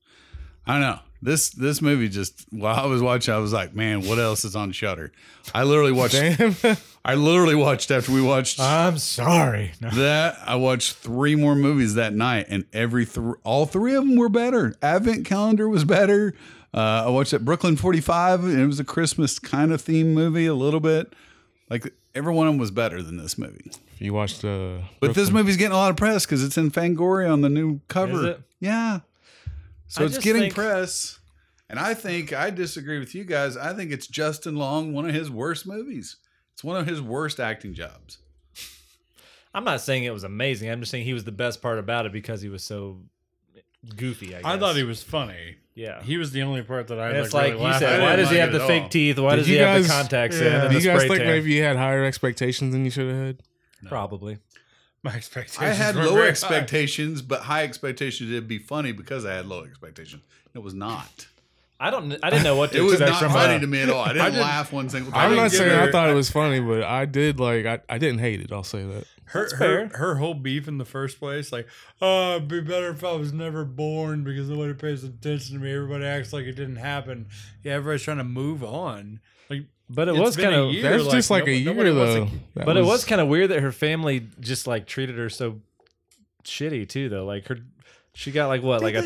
[SPEAKER 4] I don't know. This this movie just while I was watching, I was like, man, what else is on Shutter? I literally watched
[SPEAKER 3] Damn.
[SPEAKER 4] I I literally watched after we watched
[SPEAKER 6] I'm sorry. No.
[SPEAKER 4] that. I watched three more movies that night, and every thr all three of them were better. Advent Calendar was better. Uh, I watched that Brooklyn Forty Five, and it was a Christmas kind of theme movie a little bit. Like every one of them was better than this movie.
[SPEAKER 3] You watched uh
[SPEAKER 4] But this movie's getting a lot of press because it's in Fangoria on the new cover.
[SPEAKER 2] Is it?
[SPEAKER 4] Yeah. So
[SPEAKER 2] I
[SPEAKER 4] it's
[SPEAKER 2] just
[SPEAKER 4] getting
[SPEAKER 2] think-
[SPEAKER 4] press. And I think I disagree with you guys. I think it's Justin Long, one of his worst movies. It's one of his worst acting jobs.
[SPEAKER 2] I'm not saying it was amazing. I'm just saying he was the best part about it because he was so goofy. I, guess.
[SPEAKER 5] I thought he was funny.
[SPEAKER 2] Yeah.
[SPEAKER 5] He was the only part that I
[SPEAKER 2] And it's like,
[SPEAKER 5] like, really
[SPEAKER 2] you
[SPEAKER 5] laughed
[SPEAKER 2] said,
[SPEAKER 5] at.
[SPEAKER 2] why
[SPEAKER 5] I
[SPEAKER 2] does
[SPEAKER 5] didn't
[SPEAKER 2] he
[SPEAKER 5] like
[SPEAKER 2] have
[SPEAKER 5] it
[SPEAKER 2] the
[SPEAKER 5] at
[SPEAKER 2] fake
[SPEAKER 5] all.
[SPEAKER 2] teeth? Why
[SPEAKER 3] Did
[SPEAKER 2] does
[SPEAKER 3] you
[SPEAKER 2] he have the
[SPEAKER 3] guys-
[SPEAKER 2] contacts in? And
[SPEAKER 5] Yeah.
[SPEAKER 3] Do
[SPEAKER 2] the
[SPEAKER 3] you guys
[SPEAKER 2] spray
[SPEAKER 3] think
[SPEAKER 2] tan?
[SPEAKER 3] maybe you had higher expectations than you should have had?
[SPEAKER 2] Probably.
[SPEAKER 5] My expectations.
[SPEAKER 4] I had
[SPEAKER 5] were
[SPEAKER 4] low
[SPEAKER 5] very high.
[SPEAKER 4] expectations, but high expectations it'd be funny because I had low expectations. It was not.
[SPEAKER 2] I don't. kn- I didn't know what to
[SPEAKER 4] It was
[SPEAKER 2] expect
[SPEAKER 4] not
[SPEAKER 2] from
[SPEAKER 4] funny
[SPEAKER 2] a-
[SPEAKER 4] to me at all. I didn't,
[SPEAKER 5] didn't-
[SPEAKER 4] laugh one single
[SPEAKER 5] I
[SPEAKER 4] time.
[SPEAKER 3] I'm
[SPEAKER 5] didn't
[SPEAKER 3] not
[SPEAKER 5] give
[SPEAKER 3] saying
[SPEAKER 5] her-
[SPEAKER 3] I thought it was funny, but I did like I, I didn't hate it. I'll say that.
[SPEAKER 5] Her,
[SPEAKER 2] That's
[SPEAKER 5] her,
[SPEAKER 2] fair.
[SPEAKER 5] her whole beef in the first place, like, oh, it'd be better if I was never born because nobody pays attention to me. Everybody acts like it didn't happen. Yeah, everybody's trying to move on. Like,
[SPEAKER 2] But it
[SPEAKER 5] It's
[SPEAKER 2] was
[SPEAKER 5] been
[SPEAKER 2] kind
[SPEAKER 5] a year.
[SPEAKER 2] of.
[SPEAKER 3] That's
[SPEAKER 5] like,
[SPEAKER 3] just like
[SPEAKER 5] no-
[SPEAKER 3] a
[SPEAKER 5] nobody
[SPEAKER 3] year
[SPEAKER 5] wants to-
[SPEAKER 3] though. That
[SPEAKER 2] But it was kind of weird that her family just like treated her so shitty too, though. Like her, she got like what, like a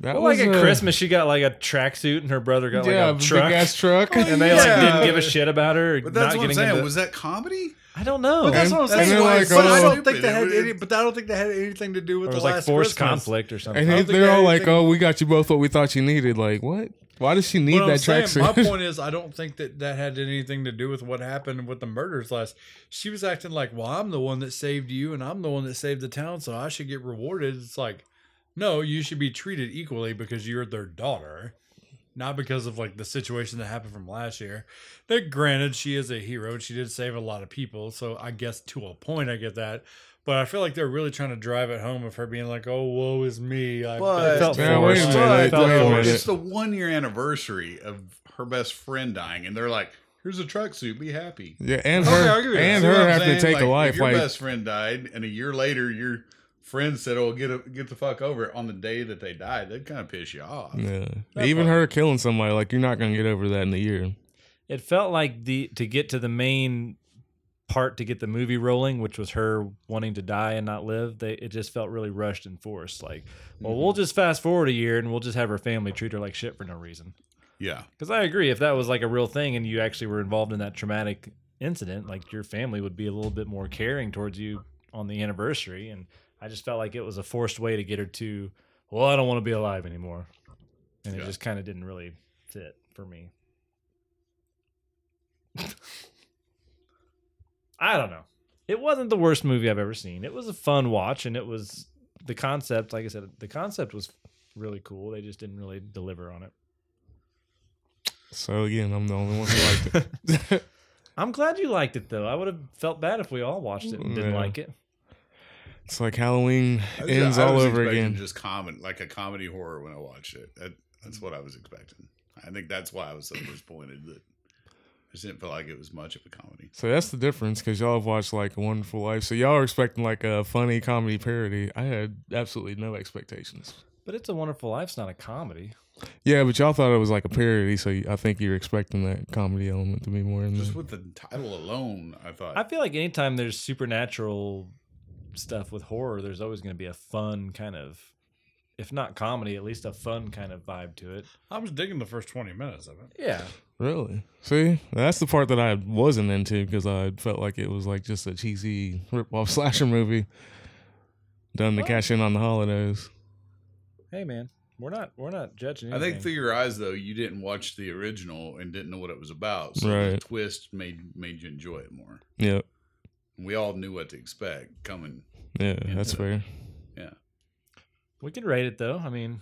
[SPEAKER 3] that
[SPEAKER 2] well, like
[SPEAKER 3] was,
[SPEAKER 2] at
[SPEAKER 3] uh,
[SPEAKER 2] Christmas, she got like a tracksuit, and her brother got
[SPEAKER 3] yeah,
[SPEAKER 2] like a truck, Oh,
[SPEAKER 3] big ass truck.
[SPEAKER 2] and they like
[SPEAKER 4] Yeah.
[SPEAKER 2] didn't give a shit about her.
[SPEAKER 4] But
[SPEAKER 2] not
[SPEAKER 4] that's what I'm
[SPEAKER 2] getting
[SPEAKER 4] saying.
[SPEAKER 2] into-
[SPEAKER 4] Was that comedy?
[SPEAKER 2] I don't know.
[SPEAKER 5] But that's
[SPEAKER 3] And-
[SPEAKER 5] what I'm
[SPEAKER 3] and
[SPEAKER 5] saying.
[SPEAKER 3] they're
[SPEAKER 5] like,
[SPEAKER 3] like,
[SPEAKER 5] but I
[SPEAKER 3] oh-
[SPEAKER 5] don't think that had
[SPEAKER 4] Stupid.
[SPEAKER 5] any, but I don't think that had anything to do with
[SPEAKER 2] Or it
[SPEAKER 5] the
[SPEAKER 2] was
[SPEAKER 5] last
[SPEAKER 2] like forced
[SPEAKER 5] Christmas.
[SPEAKER 2] conflict or something.
[SPEAKER 3] and
[SPEAKER 5] don't
[SPEAKER 3] they,
[SPEAKER 5] think
[SPEAKER 3] they're
[SPEAKER 5] they
[SPEAKER 3] all
[SPEAKER 5] had
[SPEAKER 3] like,
[SPEAKER 5] anything-
[SPEAKER 3] "Oh, we got you both what we thought you needed." Like, what? Why does she need
[SPEAKER 5] But I'm
[SPEAKER 3] that
[SPEAKER 5] saying, my
[SPEAKER 3] tracksuit?
[SPEAKER 5] point is, I don't think that that had anything to do with what happened with the murders last. She was acting like, "Well, I'm the one that saved you, and I'm the one that saved the town, so I should get rewarded." It's like, no, you should be treated equally because you're their daughter, not because of like the situation that happened from last year. That granted, she is a hero and she did save a lot of people, so I guess to a point, I get that. But I feel like they're really trying to drive it home of her being like, "Oh, woe is me." I
[SPEAKER 4] But-
[SPEAKER 2] felt
[SPEAKER 3] Yeah, wait a
[SPEAKER 2] forced.
[SPEAKER 3] minute,
[SPEAKER 2] It felt
[SPEAKER 3] wait a
[SPEAKER 2] forced.
[SPEAKER 3] minute.
[SPEAKER 4] It's the one year anniversary of her best friend dying, and they're like, "Here's a tracksuit. Be happy."
[SPEAKER 3] Yeah, and
[SPEAKER 4] Okay, I'll
[SPEAKER 3] her
[SPEAKER 4] give you that.
[SPEAKER 3] and
[SPEAKER 4] See what
[SPEAKER 3] her
[SPEAKER 4] I'm
[SPEAKER 3] having to take
[SPEAKER 4] saying? Like,
[SPEAKER 3] a
[SPEAKER 4] if
[SPEAKER 3] life.
[SPEAKER 4] Your
[SPEAKER 3] Like,
[SPEAKER 4] best friend died, and a year later, your friend said, "Oh, get a, get the fuck over it." On the day that they died, that kind of piss you off.
[SPEAKER 3] yeah. even her killing somebody, like you're not gonna get over that in a year.
[SPEAKER 2] It felt like the to get to the main part to get the movie rolling, which was her wanting to die and not live. They it just felt really rushed and forced. Like, well, we'll just fast forward a year and we'll just have her family treat her like shit for no reason.
[SPEAKER 4] Yeah,
[SPEAKER 2] Because I agree, if that was like a real thing and you actually were involved in that traumatic incident, like your family would be a little bit more caring towards you on the anniversary. And I just felt like it was a forced way to get her to, well, I don't want to be alive anymore. And
[SPEAKER 4] Yeah.
[SPEAKER 2] it just kind of didn't really fit for me. I don't know. It wasn't the worst movie I've ever seen. It was a fun watch, and it was the concept. Like I said, the concept was really cool. They just didn't really deliver on it.
[SPEAKER 3] So again, I'm the only one who liked it.
[SPEAKER 2] I'm glad you liked it though. I would have felt bad if we all watched it and didn't
[SPEAKER 3] Yeah.
[SPEAKER 2] like it.
[SPEAKER 3] it's like Halloween
[SPEAKER 4] I was-
[SPEAKER 3] ends
[SPEAKER 4] I
[SPEAKER 3] all
[SPEAKER 4] was
[SPEAKER 3] over
[SPEAKER 4] expecting
[SPEAKER 3] again.
[SPEAKER 4] Just common, like a comedy horror when I watched it. That, that's what I was expecting. I think that's why I was so disappointed that I just didn't feel like it was much of a comedy.
[SPEAKER 3] So that's the difference because y'all have watched like A Wonderful Life. So y'all are expecting like a funny comedy parody. I had absolutely no expectations.
[SPEAKER 2] But it's a Wonderful Life's not a comedy.
[SPEAKER 3] Yeah, but y'all thought it was like a parody, so I think you're expecting that comedy element to be more in there.
[SPEAKER 4] Just with the title alone, I thought.
[SPEAKER 2] I feel like anytime there's supernatural stuff with horror, there's always going to be a fun kind of, if not comedy, at least a fun kind of vibe to it.
[SPEAKER 5] I was digging the first twenty minutes of it.
[SPEAKER 2] Yeah.
[SPEAKER 3] Really? See, that's the part that I wasn't into because I felt like it was like just a cheesy rip-off slasher movie done to cash in on the holidays.
[SPEAKER 2] Hey man, we're not we're not judging.
[SPEAKER 4] I think
[SPEAKER 2] anything.
[SPEAKER 4] through your eyes though, you didn't watch the original and didn't know what it was about. So the
[SPEAKER 3] Right.
[SPEAKER 4] twist made made you enjoy it more.
[SPEAKER 3] Yep.
[SPEAKER 4] We all knew what to expect coming.
[SPEAKER 3] Yeah,
[SPEAKER 4] Yeah.
[SPEAKER 3] that's fair.
[SPEAKER 2] we can rate it though. I mean,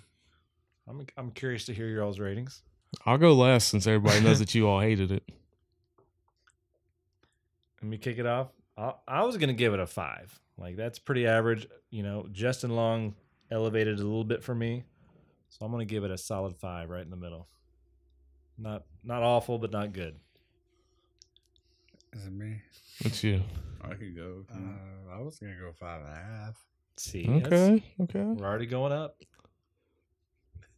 [SPEAKER 2] I'm I'm curious to hear your all's ratings.
[SPEAKER 3] I'll go last since everybody knows that you all hated it.
[SPEAKER 2] Let me kick it off. I, I was gonna give it a five. Like that's pretty average. You know, Justin Long elevated a little bit for me, so I'm gonna give it a solid five, right in the middle. Not not awful, but not good.
[SPEAKER 5] Is it me?
[SPEAKER 3] It's you.
[SPEAKER 4] I could go. if you want.
[SPEAKER 5] Uh, I was gonna go five and a half.
[SPEAKER 2] See, that's-
[SPEAKER 3] Okay. Okay.
[SPEAKER 2] we're already going up.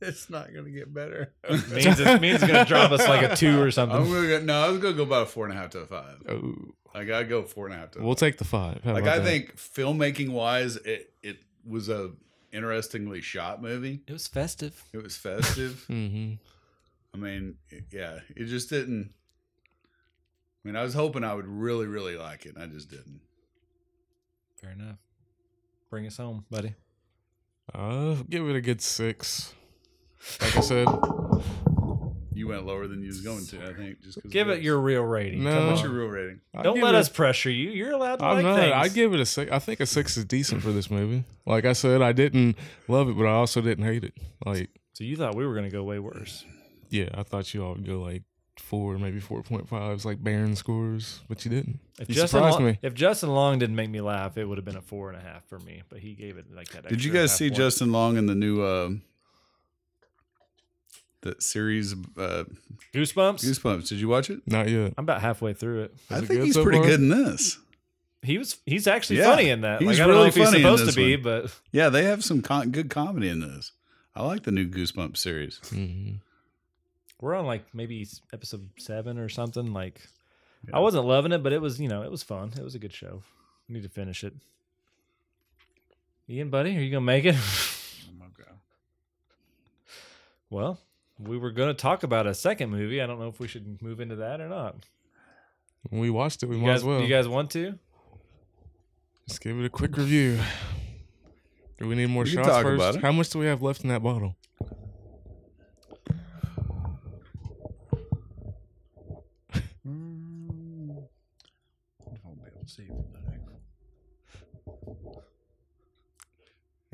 [SPEAKER 5] It's not gonna get better.
[SPEAKER 2] means it's, means it's gonna drop us like a two or something.
[SPEAKER 4] I'm gonna go, no, I was gonna go about a four and a half to a five.
[SPEAKER 3] Oh.
[SPEAKER 4] Like I go four and a half to
[SPEAKER 3] We'll take the five. How
[SPEAKER 4] like
[SPEAKER 3] about
[SPEAKER 4] I
[SPEAKER 3] that?
[SPEAKER 4] think filmmaking wise, it it was a interestingly shot movie.
[SPEAKER 2] It was festive.
[SPEAKER 4] It was festive.
[SPEAKER 3] Mhm.
[SPEAKER 4] I mean, it- yeah, it just didn't. I mean, I was hoping I would really, really like it, and I just didn't.
[SPEAKER 2] Fair enough. Bring us home, buddy.
[SPEAKER 3] Uh, give it a good six. Like I said,
[SPEAKER 4] You went lower than you was going to, I think. Just 'cause of
[SPEAKER 2] Give it
[SPEAKER 4] this.
[SPEAKER 2] your real rating.
[SPEAKER 3] No.
[SPEAKER 2] Come on.
[SPEAKER 4] what's your real rating?
[SPEAKER 3] I'd
[SPEAKER 2] Don't
[SPEAKER 3] give
[SPEAKER 2] let
[SPEAKER 3] it a-
[SPEAKER 2] us pressure you. You're allowed to
[SPEAKER 3] I'm
[SPEAKER 2] like
[SPEAKER 3] not.
[SPEAKER 2] things.
[SPEAKER 3] I give it a six. I think a six is decent for this movie. Like I said, I didn't love it, but I also didn't hate it. Like,
[SPEAKER 2] so you thought we were gonna go way worse.
[SPEAKER 3] yeah, I thought you all would go like four, maybe four point fives, like Baron scores, but you didn't.
[SPEAKER 2] If
[SPEAKER 3] you
[SPEAKER 2] Justin
[SPEAKER 3] surprised
[SPEAKER 2] Long,
[SPEAKER 3] me.
[SPEAKER 2] if Justin Long didn't make me laugh, it would have been a four and a half for me. But he gave it like that.
[SPEAKER 4] Did
[SPEAKER 2] extra
[SPEAKER 4] you guys
[SPEAKER 2] half
[SPEAKER 4] see
[SPEAKER 2] point.
[SPEAKER 4] Justin Long in the new uh, that series uh,
[SPEAKER 2] Goosebumps?
[SPEAKER 4] Goosebumps? Did you watch it?
[SPEAKER 3] Not yet.
[SPEAKER 2] I'm about halfway through it.
[SPEAKER 4] I
[SPEAKER 3] it
[SPEAKER 4] think
[SPEAKER 3] good
[SPEAKER 4] he's
[SPEAKER 3] so
[SPEAKER 4] pretty
[SPEAKER 3] far?
[SPEAKER 4] good in this.
[SPEAKER 2] He was he's actually
[SPEAKER 4] Yeah,
[SPEAKER 2] funny in that.
[SPEAKER 4] he's
[SPEAKER 2] like I don't know
[SPEAKER 4] really
[SPEAKER 2] if he's
[SPEAKER 4] funny in
[SPEAKER 2] supposed
[SPEAKER 4] this
[SPEAKER 2] to be,
[SPEAKER 4] one.
[SPEAKER 2] but
[SPEAKER 4] Yeah, they have some con- good comedy in this. I like the new Goosebumps series.
[SPEAKER 3] Mhm.
[SPEAKER 2] we're on like maybe s- episode seven or something. Like I wasn't loving it, but it was you know it was fun. It was a good show. I need to finish it. Ian, buddy, are you gonna make it?
[SPEAKER 4] Oh my god!
[SPEAKER 2] well, we were gonna talk about a second movie. I don't know if we should move into that or not.
[SPEAKER 3] When we watched it, we
[SPEAKER 2] You
[SPEAKER 3] might
[SPEAKER 2] guys,
[SPEAKER 3] as well.
[SPEAKER 2] you guys want to?
[SPEAKER 3] Let's give it a quick review. Do we need more
[SPEAKER 4] We can
[SPEAKER 3] shots
[SPEAKER 4] talk
[SPEAKER 3] first?
[SPEAKER 4] about it.
[SPEAKER 3] How much do we have left in that bottle?
[SPEAKER 4] Mm.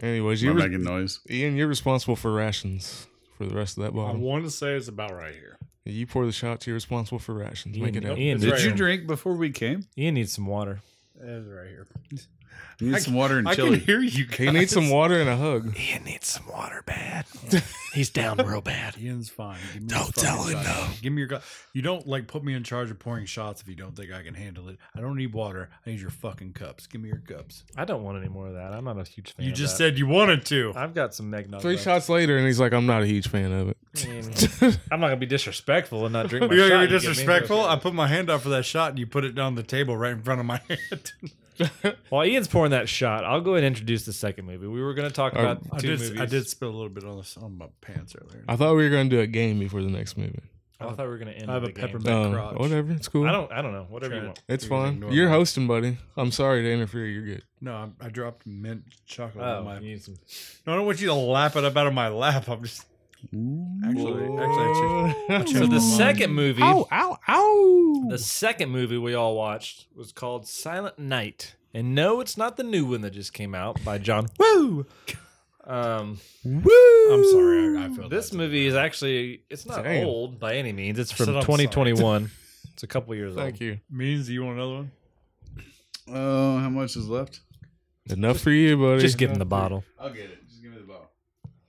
[SPEAKER 3] Anyways, you
[SPEAKER 4] You're
[SPEAKER 3] were-
[SPEAKER 4] making noise.
[SPEAKER 3] Ian, you're responsible for rations for the rest of that
[SPEAKER 5] I
[SPEAKER 3] bottle.
[SPEAKER 5] want to say it's about right here.
[SPEAKER 3] you pour the shots, you're responsible for rations. Make it
[SPEAKER 2] Ian,
[SPEAKER 3] up.
[SPEAKER 2] Ian,
[SPEAKER 5] It's
[SPEAKER 2] did
[SPEAKER 5] right
[SPEAKER 4] Did you
[SPEAKER 5] here.
[SPEAKER 4] drink before we came?
[SPEAKER 2] Ian needs some water.
[SPEAKER 5] It's right here.
[SPEAKER 4] You need some water and
[SPEAKER 5] I
[SPEAKER 4] chili.
[SPEAKER 5] can hear you.
[SPEAKER 3] He needs some water and a hug.
[SPEAKER 2] Ian needs some water bad. he's down real bad.
[SPEAKER 5] Ian's fine. Give me don't tell him no. Give me your. Gu- you don't like put me in charge of pouring shots if you don't think I can handle it. I don't need water. I need your fucking cups. Give me your cups.
[SPEAKER 2] I don't want any more of that. I'm not a huge fan.
[SPEAKER 5] you
[SPEAKER 2] of
[SPEAKER 5] just
[SPEAKER 2] that.
[SPEAKER 5] said you wanted to.
[SPEAKER 2] I've got some eggnog.
[SPEAKER 3] Three
[SPEAKER 2] left.
[SPEAKER 3] shots later, and he's like, "I'm not a huge fan of it."
[SPEAKER 2] I mean,
[SPEAKER 5] Mm.
[SPEAKER 2] I'm not gonna be disrespectful and not drink my
[SPEAKER 5] You're
[SPEAKER 2] shot.
[SPEAKER 5] gonna be
[SPEAKER 2] you get me?
[SPEAKER 5] disrespectful. I put my hand out for that shot, and you put it down the table right in front of my hand.
[SPEAKER 2] While Ian's pouring that shot, I'll go ahead and introduce the second movie. We were gonna talk
[SPEAKER 3] Uh,
[SPEAKER 2] about
[SPEAKER 5] Oh, I
[SPEAKER 2] two
[SPEAKER 5] did.
[SPEAKER 2] movies.
[SPEAKER 5] I did spill a little bit on, this, on my pants earlier.
[SPEAKER 3] I thought we were gonna do a game before the next movie.
[SPEAKER 2] Oh, I thought we were gonna end.
[SPEAKER 5] I have
[SPEAKER 2] with
[SPEAKER 5] a
[SPEAKER 2] the game.
[SPEAKER 5] peppermint.
[SPEAKER 3] Um,
[SPEAKER 5] crotch.
[SPEAKER 3] whatever, it's cool.
[SPEAKER 2] I don't. I don't know. Whatever you want.
[SPEAKER 3] It's
[SPEAKER 5] You're gonna
[SPEAKER 3] fine.
[SPEAKER 5] ignore
[SPEAKER 3] You're
[SPEAKER 5] mine.
[SPEAKER 3] hosting, buddy. I'm sorry to interfere. You're good.
[SPEAKER 5] No, I, I dropped mint chocolate. on
[SPEAKER 2] Oh,
[SPEAKER 5] my,
[SPEAKER 2] you need some.
[SPEAKER 5] No, I don't want you to lap it up out of my lap. I'm just actually, actually, I changed-
[SPEAKER 2] So the second movie,
[SPEAKER 3] ow, ow!
[SPEAKER 2] the second movie we all watched was called Silent Night, and no, it's not the new one that just came out by John. Woo. Um,
[SPEAKER 5] I'm sorry. I, I feel
[SPEAKER 2] this movie is actually it's not
[SPEAKER 3] Damn.
[SPEAKER 2] old by any means. It's from
[SPEAKER 5] said I'm sorry.
[SPEAKER 2] 2021. it's a couple years old.
[SPEAKER 3] Thank you.
[SPEAKER 5] means you want another one.
[SPEAKER 4] Oh, how much is left?
[SPEAKER 3] Enough for you, buddy.
[SPEAKER 2] Just give him the bottle.
[SPEAKER 4] I'll get it. Just give me the bottle.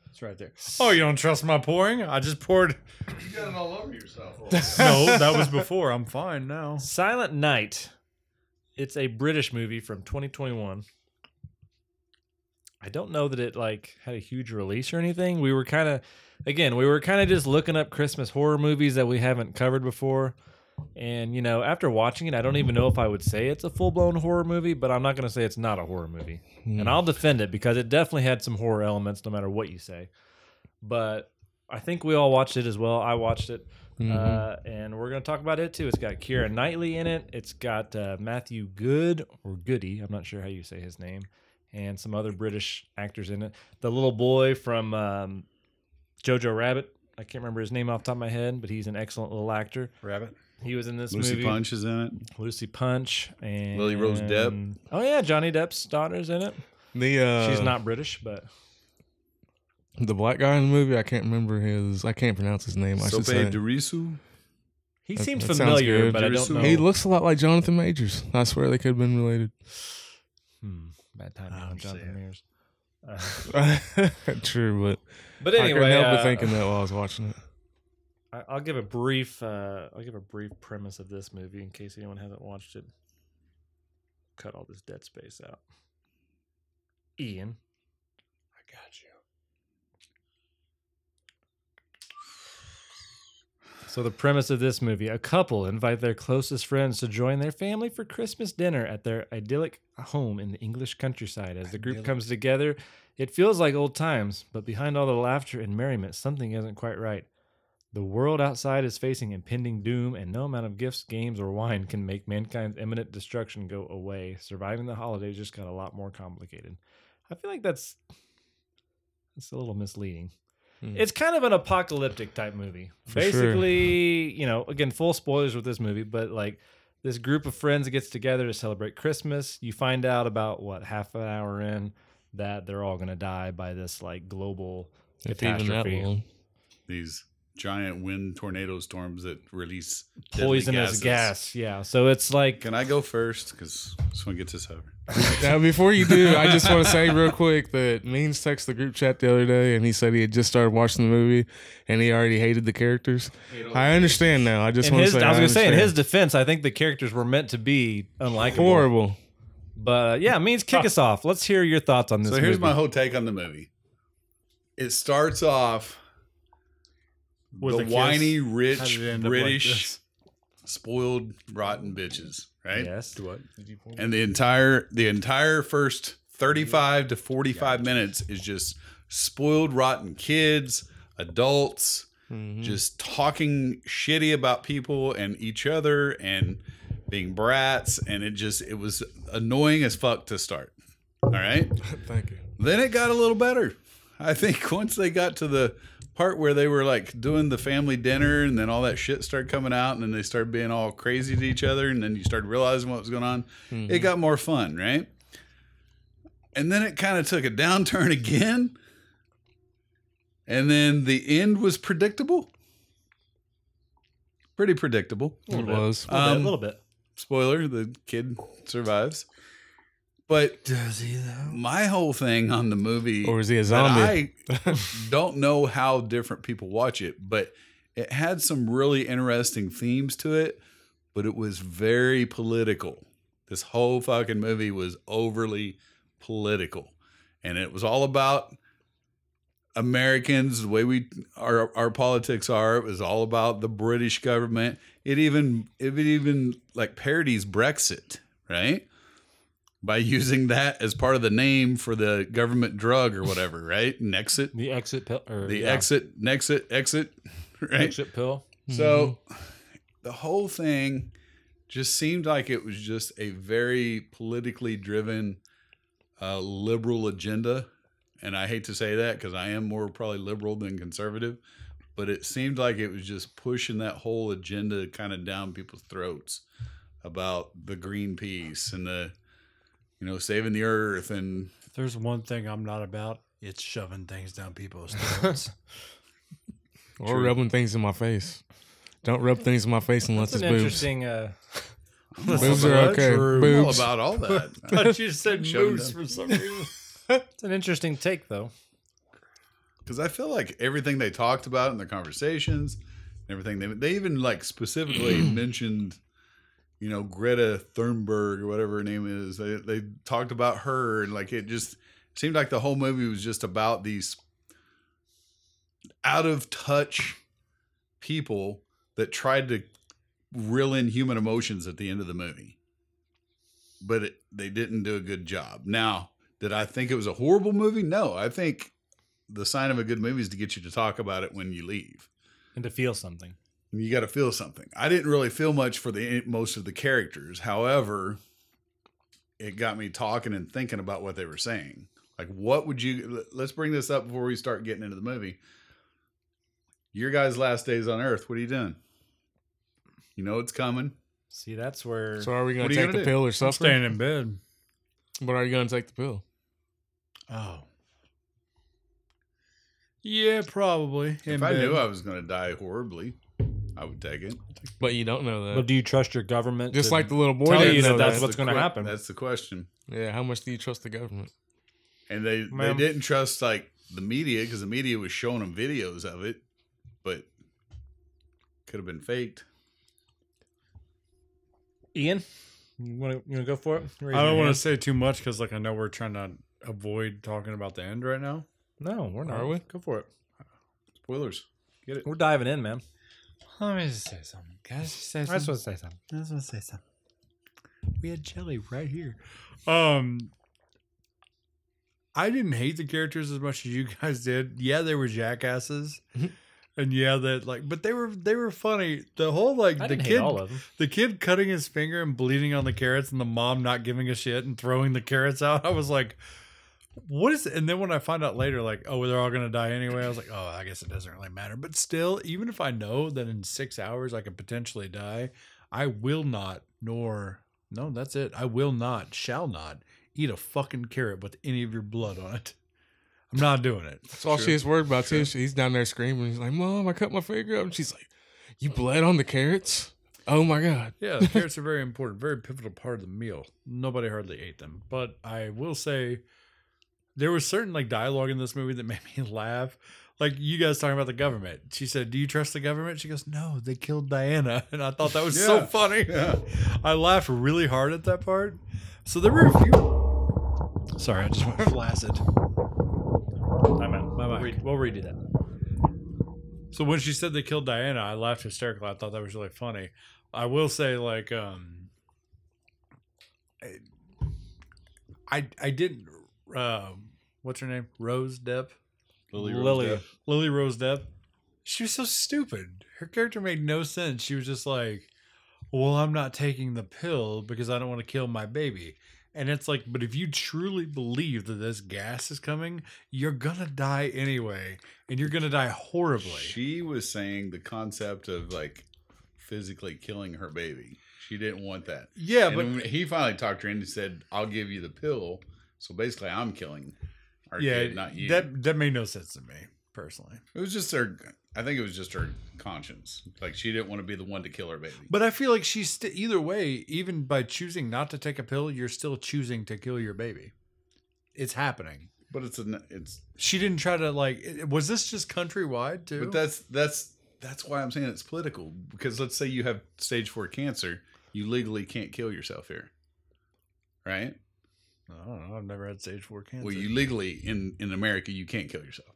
[SPEAKER 5] It's right there. Oh, you don't trust my pouring? I just poured.
[SPEAKER 4] You got it all over yourself.
[SPEAKER 5] No, that was before. I'm fine now.
[SPEAKER 2] Silent Night. It's a British movie from 2021. I don't know that it like had a huge release or anything. We were kind of again, we were kind of just looking up Christmas horror movies that we haven't covered before. And you know, after watching it, I don't even know if I would say it's a full-blown horror movie, but I'm not going to say it's not a horror movie.
[SPEAKER 3] Mm-hmm.
[SPEAKER 2] And I'll defend it because it definitely had some horror elements no matter what you say. But I think we all watched it as well. I watched it.
[SPEAKER 3] Mm-hmm.
[SPEAKER 2] Uh, and we're going to talk about it too. It's got Kira Knightley in it. It's got uh, Matthew Good or Goody. I'm not sure how you say his name. And some other British actors in it. The little boy from um, Jojo Rabbit. I can't remember his name off the top of my head, but he's an excellent little actor.
[SPEAKER 5] Rabbit.
[SPEAKER 2] He was in this
[SPEAKER 4] Lucy
[SPEAKER 2] movie.
[SPEAKER 4] Punch is in it.
[SPEAKER 2] Lucy Punch and
[SPEAKER 4] Lily Rose Depp.
[SPEAKER 2] Oh yeah, Johnny Depp's daughter's in it.
[SPEAKER 3] the uh,
[SPEAKER 2] She's not British, but
[SPEAKER 3] the black guy in the movie. I can't remember his. I can't pronounce his name. I should
[SPEAKER 4] Sope
[SPEAKER 3] say.
[SPEAKER 4] Derisu.
[SPEAKER 2] he
[SPEAKER 3] That-
[SPEAKER 2] seems
[SPEAKER 3] that sounds
[SPEAKER 2] familiar,
[SPEAKER 3] good.
[SPEAKER 2] but I don't
[SPEAKER 4] Jerisu-
[SPEAKER 2] know.
[SPEAKER 3] He looks a lot like Jonathan Majors. I swear they could have been related.
[SPEAKER 2] hmm, bad time
[SPEAKER 5] I
[SPEAKER 2] on
[SPEAKER 5] don't
[SPEAKER 2] Jonathan
[SPEAKER 5] see it.
[SPEAKER 2] Mears. Uh,
[SPEAKER 3] True, but
[SPEAKER 2] but
[SPEAKER 3] I couldn't
[SPEAKER 2] anyway,
[SPEAKER 3] help but
[SPEAKER 2] uh,
[SPEAKER 3] thinking that while I was watching it.
[SPEAKER 2] I- I'll give a brief. Uh, I'll give a brief premise of this movie in case anyone hasn't watched it. Cut all this dead space out. Ian,
[SPEAKER 5] I got you.
[SPEAKER 2] So the premise of this movie: a couple invite their closest friends to join their family for Christmas dinner at their idyllic home in the English countryside. As the group comes together, it feels like old times, but behind all the laughter and merriment, something isn't quite right. The world outside is facing impending doom, and no amount of gifts, games, or wine can make mankind's imminent destruction go away. Surviving the holidays just got a lot more complicated. I feel like that's that's a little misleading.
[SPEAKER 3] Hmm.
[SPEAKER 2] It's kind of an apocalyptic type movie.
[SPEAKER 3] For sure.
[SPEAKER 2] Basically, you know, again, full spoilers with this movie, but like this group of friends gets together to celebrate Christmas. You find out about what half an hour in that they're all gonna die by this like global
[SPEAKER 3] If even that
[SPEAKER 2] Catastrophe.
[SPEAKER 3] long.
[SPEAKER 4] These giant wind tornado storms that release deadly
[SPEAKER 2] poisonous
[SPEAKER 4] gases.
[SPEAKER 2] gas. Yeah. So it's like
[SPEAKER 4] Can I go first? Because this one gets us over.
[SPEAKER 3] Now, before you do, I just want to say real quick that Means texted the group chat the other day, and he said he had just started watching the movie, and he already hated the characters. I understand now. I just
[SPEAKER 2] in
[SPEAKER 3] want
[SPEAKER 2] his,
[SPEAKER 3] to say
[SPEAKER 2] I was gonna say in his
[SPEAKER 3] understand.
[SPEAKER 2] defense, I think the characters were meant to be unlikable.
[SPEAKER 3] horrible.
[SPEAKER 2] But uh, yeah, means kick us off. Let's hear your thoughts on this.
[SPEAKER 4] So here's
[SPEAKER 2] movie.
[SPEAKER 4] my whole take on the movie. It starts off
[SPEAKER 5] With
[SPEAKER 4] the
[SPEAKER 5] a kiss?
[SPEAKER 4] whiny,
[SPEAKER 5] How
[SPEAKER 4] rich,
[SPEAKER 5] did it end up like
[SPEAKER 4] British,
[SPEAKER 5] this?
[SPEAKER 4] spoiled, rotten bitches, right?
[SPEAKER 2] yes.
[SPEAKER 5] Do what?
[SPEAKER 4] And the entire the entire first 35 to 45 minutes is just spoiled, rotten kids, adults,
[SPEAKER 2] Mm-hmm.
[SPEAKER 3] Mhm.
[SPEAKER 4] just talking shitty about people and each other and being brats and it just it was annoying as fuck to start. All right?
[SPEAKER 3] Thank you.
[SPEAKER 4] then it got a little better. I think once they got to the part where they were like doing the family dinner and then all that shit started coming out and then they started being all crazy to each other and then you started realizing what was going on, it got more fun, right? And then it kind of took a downturn again. And then the end was predictable. Pretty predictable
[SPEAKER 3] It was.
[SPEAKER 2] A little, bit,
[SPEAKER 4] Um,
[SPEAKER 2] a little bit.
[SPEAKER 4] spoiler the kid survives but does he though my whole thing on the movie
[SPEAKER 3] Or is he a
[SPEAKER 4] that
[SPEAKER 3] zombie?
[SPEAKER 4] i don't know how different people watch it but it had some really interesting themes to it but it was very political this whole fucking movie was overly political and it was all about Americans, the way we our our politics are, it was all about the British government. It even it even like parodies Brexit, right? By using that as part of the name for the government drug or whatever, right? Nexit,
[SPEAKER 2] The exit pill. Or,
[SPEAKER 4] the exit, Nexit, exit, right?
[SPEAKER 2] pill. Mm-hmm.
[SPEAKER 4] So the whole thing just seemed like it was just a very politically driven uh, liberal agenda. And I hate to say that because I am more probably liberal than conservative, but it seemed like it was just pushing that whole agenda kind of down people's throats about the green peace and the, you know, saving the earth and
[SPEAKER 5] If there's one thing I'm not about, it's shoving things down people's throats.
[SPEAKER 3] Or rubbing things in my face. Don't rub things in my face unless
[SPEAKER 2] That's an
[SPEAKER 3] it's boobs.
[SPEAKER 2] interesting. Uh,
[SPEAKER 3] Boobs are okay.
[SPEAKER 4] I'm all
[SPEAKER 3] Boobs.
[SPEAKER 4] about all that.
[SPEAKER 5] but you said
[SPEAKER 4] Shoving
[SPEAKER 5] moose
[SPEAKER 4] down.
[SPEAKER 5] for some reason.
[SPEAKER 2] it's an interesting take, though.
[SPEAKER 4] because I feel like everything they talked about in their conversations, everything they they even like specifically mentioned, you know, Greta Thunberg or whatever her name is. They they talked about her and like it just seemed like the whole movie was just about these out of touch people that tried to reel in human emotions at the end of the movie. But it, they didn't do a good job. Now, did I think it was a horrible movie? No, I think the sign of a good movie is to get you to talk about it when you leave.
[SPEAKER 2] And to feel something.
[SPEAKER 4] You got to feel something. I didn't really feel much for the most of the characters. However, it got me talking and thinking about what they were saying. Like, what would you? l- Let's bring this up before we start getting into the movie. Your guys' last days on Earth. What are you doing? You know it's coming.
[SPEAKER 2] See, that's where.
[SPEAKER 3] So are we going to
[SPEAKER 4] What are you
[SPEAKER 3] take
[SPEAKER 4] gonna
[SPEAKER 3] the
[SPEAKER 4] do?
[SPEAKER 3] pill or
[SPEAKER 5] I'm
[SPEAKER 3] suffer?
[SPEAKER 5] staying in bed.
[SPEAKER 3] But are you going to take the pill?
[SPEAKER 5] Oh. Yeah, probably.
[SPEAKER 4] if I knew I was going to die horribly, I would take it.
[SPEAKER 3] But you don't know
[SPEAKER 2] But
[SPEAKER 3] that.
[SPEAKER 2] do you trust your government?
[SPEAKER 3] uh, Just
[SPEAKER 2] to-
[SPEAKER 3] like the little boy
[SPEAKER 2] tell
[SPEAKER 3] didn't
[SPEAKER 2] you that
[SPEAKER 3] know
[SPEAKER 2] that's
[SPEAKER 3] that.
[SPEAKER 2] what's
[SPEAKER 4] the
[SPEAKER 2] gonna
[SPEAKER 4] que-
[SPEAKER 2] happen.
[SPEAKER 4] That's the question.
[SPEAKER 3] Yeah, how much do you trust the government?
[SPEAKER 4] and they
[SPEAKER 2] Ma'am.
[SPEAKER 4] they didn't trust like the media because the media was showing them videos of it, but could have been faked.
[SPEAKER 2] Ian. You want to you wanna go for it?
[SPEAKER 5] I don't want to say too much because, like, I know we're trying to avoid talking about the end right now.
[SPEAKER 2] to. No, we're not.
[SPEAKER 3] Are we?
[SPEAKER 2] Go for it.
[SPEAKER 4] Spoilers.
[SPEAKER 2] We're diving in, man.
[SPEAKER 5] Let me just say something. Can I just say
[SPEAKER 2] I just want to say something.
[SPEAKER 5] I just want to say something. We had jelly right here. Um, I didn't hate the characters as much as you guys did. Yeah, they were jackasses, and yeah, that like, but they were they were funny. The whole like
[SPEAKER 2] I
[SPEAKER 5] the
[SPEAKER 2] didn't
[SPEAKER 5] kid
[SPEAKER 2] hate all of them.
[SPEAKER 5] the kid cutting his finger and bleeding on the carrots, and the mom not giving a shit and throwing the carrots out. I was like, what is it? And then when I find out later, like, oh, they're all going to die anyway, I was like, oh, I guess it doesn't really matter. But still, even if I know that in six hours I could potentially die, I will not, nor, no, that's it. I will not, shall not eat a fucking carrot with any of your blood on it. I'm not doing it.
[SPEAKER 3] That's all she is worried about too. She- He's down there screaming. He's like, "Mom, I cut my finger up." And she's like, "You bled on the carrots? Oh my god!"
[SPEAKER 5] Yeah, the carrots are very important, very pivotal part of the meal. Nobody hardly ate them, but I will say there was certain like dialogue in this movie that made me laugh. Like you guys talking about the government. She said, "Do you trust the government?" She goes, "No, they killed Diana," and I thought that was so
[SPEAKER 4] Yeah,
[SPEAKER 5] funny.
[SPEAKER 4] yeah.
[SPEAKER 5] I laughed really hard at that part. So there were a few. Sorry, I just went flaccid.
[SPEAKER 2] I'm out.
[SPEAKER 5] My mic.
[SPEAKER 2] Re- we'll redo that.
[SPEAKER 5] So when she said they killed Diana, I laughed hysterically. I thought that was really funny. I will say, like, um, I I didn't. Uh, what's her name? Rose Depp.
[SPEAKER 2] Lily.
[SPEAKER 5] Lily Rose Depp. She was so stupid. Her character made no sense. She was just like, "Well, I'm not taking the pill because I don't want to kill my baby." And it's like, but if you truly believe that this gas is coming, you're gonna die anyway, and you're gonna die horribly.
[SPEAKER 4] She was saying the concept of like physically killing her baby. She didn't want that.
[SPEAKER 5] yeah,
[SPEAKER 4] and
[SPEAKER 5] but
[SPEAKER 4] when he finally talked her in and said, "I'll give you the pill." So basically, I'm killing our
[SPEAKER 5] yeah,
[SPEAKER 4] kid, not you.
[SPEAKER 5] That that made no sense to me personally.
[SPEAKER 4] it was just her. I think it was just her conscience. Like she didn't want to be the one to kill her baby.
[SPEAKER 5] But I feel like she's st- either way. Even by choosing not to take a pill, you're still choosing to kill your baby. It's happening.
[SPEAKER 4] but it's a, it's.
[SPEAKER 5] She didn't try to like. it- Was this just countrywide too?
[SPEAKER 4] But that's that's that's why I'm saying it's political. Because let's say you have stage four cancer, you legally can't kill yourself here, right?
[SPEAKER 5] I don't know. I've never had stage four cancer.
[SPEAKER 4] Well, you legally in in America you can't kill yourself.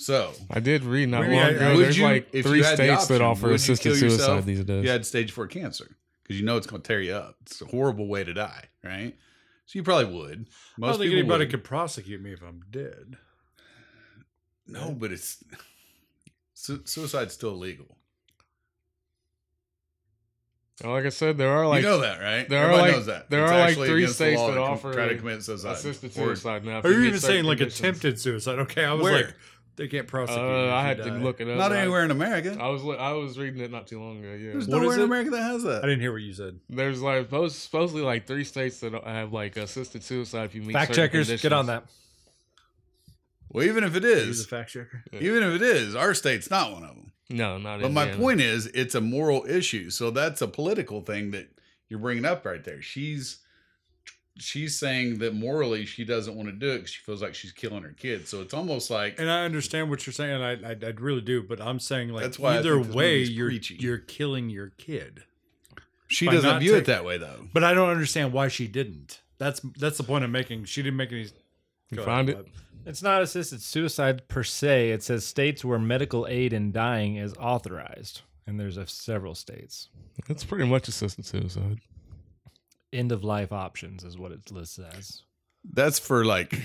[SPEAKER 4] So
[SPEAKER 3] I did read not
[SPEAKER 5] Would
[SPEAKER 3] long
[SPEAKER 5] you-
[SPEAKER 3] ago.
[SPEAKER 5] would
[SPEAKER 3] There's
[SPEAKER 4] you-
[SPEAKER 3] like
[SPEAKER 4] if you
[SPEAKER 3] three
[SPEAKER 4] had the
[SPEAKER 3] states that
[SPEAKER 4] option,
[SPEAKER 3] offer
[SPEAKER 4] would you
[SPEAKER 3] assisted
[SPEAKER 4] kill yourself?
[SPEAKER 3] suicide these days.
[SPEAKER 4] you had stage four cancer because you know it's going to tear you up. It's a horrible way to die, right? So you probably would.
[SPEAKER 5] I
[SPEAKER 4] Most
[SPEAKER 5] don't think
[SPEAKER 4] people
[SPEAKER 5] anybody
[SPEAKER 4] would.
[SPEAKER 5] could prosecute me if I'm dead.
[SPEAKER 4] No, but it's su- suicide's still illegal.
[SPEAKER 3] Like I said, there are like
[SPEAKER 4] you know that, right?
[SPEAKER 3] there are
[SPEAKER 4] Everybody
[SPEAKER 3] like-
[SPEAKER 4] knows that.
[SPEAKER 3] there
[SPEAKER 4] It's
[SPEAKER 3] are like
[SPEAKER 4] actually
[SPEAKER 3] three
[SPEAKER 4] against the
[SPEAKER 3] states
[SPEAKER 4] law
[SPEAKER 3] that
[SPEAKER 4] to com-
[SPEAKER 3] offer
[SPEAKER 4] try to commit suicide.
[SPEAKER 3] assisted
[SPEAKER 4] Or-
[SPEAKER 3] suicide now. if
[SPEAKER 5] Or you
[SPEAKER 3] meet
[SPEAKER 5] even
[SPEAKER 3] certain
[SPEAKER 5] saying like
[SPEAKER 3] conditions.
[SPEAKER 5] attempted suicide? Okay, I was
[SPEAKER 4] Where?
[SPEAKER 5] like, they can't prosecute. you
[SPEAKER 3] Uh,
[SPEAKER 5] if
[SPEAKER 3] I
[SPEAKER 5] you
[SPEAKER 3] had to
[SPEAKER 5] die.
[SPEAKER 3] look it up.
[SPEAKER 4] Not
[SPEAKER 3] I-
[SPEAKER 4] anywhere in America.
[SPEAKER 3] I was li- I was reading it not too long ago. Yeah,
[SPEAKER 4] There's
[SPEAKER 5] uh, What
[SPEAKER 4] nowhere
[SPEAKER 5] is
[SPEAKER 4] in
[SPEAKER 5] it?
[SPEAKER 4] America that has
[SPEAKER 5] I
[SPEAKER 4] that.
[SPEAKER 5] didn't hear what you said.
[SPEAKER 3] There's like supposed- supposedly like three states that have like assisted suicide if you meet
[SPEAKER 2] Fact
[SPEAKER 3] certain
[SPEAKER 2] checkers, get on
[SPEAKER 3] conditions.
[SPEAKER 2] that.
[SPEAKER 4] Well, even if it
[SPEAKER 5] He's a
[SPEAKER 4] is,
[SPEAKER 5] fact checker.
[SPEAKER 4] even if it is, our state's not one of them.
[SPEAKER 3] No, not.
[SPEAKER 4] But my
[SPEAKER 3] Indiana.
[SPEAKER 4] point is, it's a moral issue. So that's a political thing that you're bringing up right there. She's she's saying that morally she doesn't want to do it because she feels like she's killing her kids. So it's almost like
[SPEAKER 5] And I understand what you're saying. and I, I, I really do. But I'm saying like
[SPEAKER 4] That's why I
[SPEAKER 5] either
[SPEAKER 4] think this
[SPEAKER 5] way,
[SPEAKER 4] movie's
[SPEAKER 5] you're
[SPEAKER 4] preachy.
[SPEAKER 5] you're killing your kid.
[SPEAKER 4] she
[SPEAKER 5] by
[SPEAKER 4] doesn't
[SPEAKER 5] not
[SPEAKER 4] view it
[SPEAKER 5] taking-
[SPEAKER 4] that way though.
[SPEAKER 5] But I don't understand why she didn't. That's that's the point I'm making. She didn't make any.
[SPEAKER 3] You
[SPEAKER 5] Go
[SPEAKER 3] found
[SPEAKER 5] ahead,
[SPEAKER 3] it?
[SPEAKER 5] bud.
[SPEAKER 2] It's not assisted suicide per se. It says states where medical aid in dying is authorized, and there's a, several states.
[SPEAKER 3] It's pretty much assisted suicide.
[SPEAKER 2] End of life options is what it lists as.
[SPEAKER 4] That's for like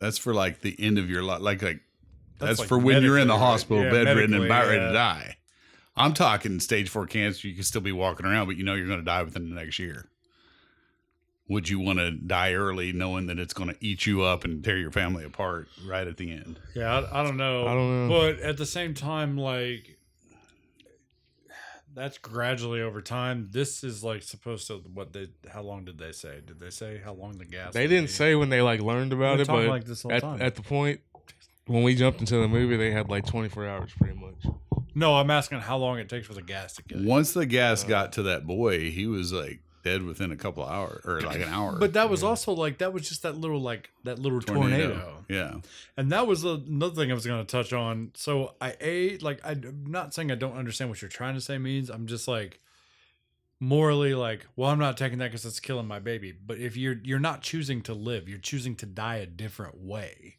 [SPEAKER 4] that's for like the end of your life. Like like that's,
[SPEAKER 5] like
[SPEAKER 4] for when you're in the
[SPEAKER 5] medically, right?
[SPEAKER 4] hospital
[SPEAKER 5] Yeah,
[SPEAKER 4] bedridden and
[SPEAKER 5] medically,
[SPEAKER 4] about ready
[SPEAKER 5] yeah.
[SPEAKER 4] to die. I'm talking stage four cancer. You can still be walking around, but you know you're going to die within the next year. Would you want to die early, knowing that it's going to eat you up and tear your family apart right at the end?
[SPEAKER 5] Yeah, I, I don't know.
[SPEAKER 3] I don't know.
[SPEAKER 5] But at the same time, like that's gradually over time. This is like supposed to what they how long did they say? Did they say how long the gas?
[SPEAKER 3] They
[SPEAKER 5] would
[SPEAKER 3] didn't
[SPEAKER 5] be?
[SPEAKER 3] say when they like learned about
[SPEAKER 5] We're
[SPEAKER 3] it,
[SPEAKER 5] talking
[SPEAKER 3] but
[SPEAKER 5] like this whole
[SPEAKER 3] at,
[SPEAKER 5] time.
[SPEAKER 3] at the point when we jumped into the movie, they had like 24 hours pretty much.
[SPEAKER 5] No, I'm asking how long it takes for the gas to get.
[SPEAKER 4] Once the
[SPEAKER 5] Uh,
[SPEAKER 4] gas got to that boy, he was like dead within a couple hours or like an hour.
[SPEAKER 5] But that was also like that was just that little like that little tornado.
[SPEAKER 4] Yeah.
[SPEAKER 5] And that was another thing I was going to touch on. So I a like I, am not saying I don't understand what you're trying to say means. I'm just like morally like, well, I'm not taking that because it's killing my baby. But if you're you're not choosing to live, you're choosing to die a different way.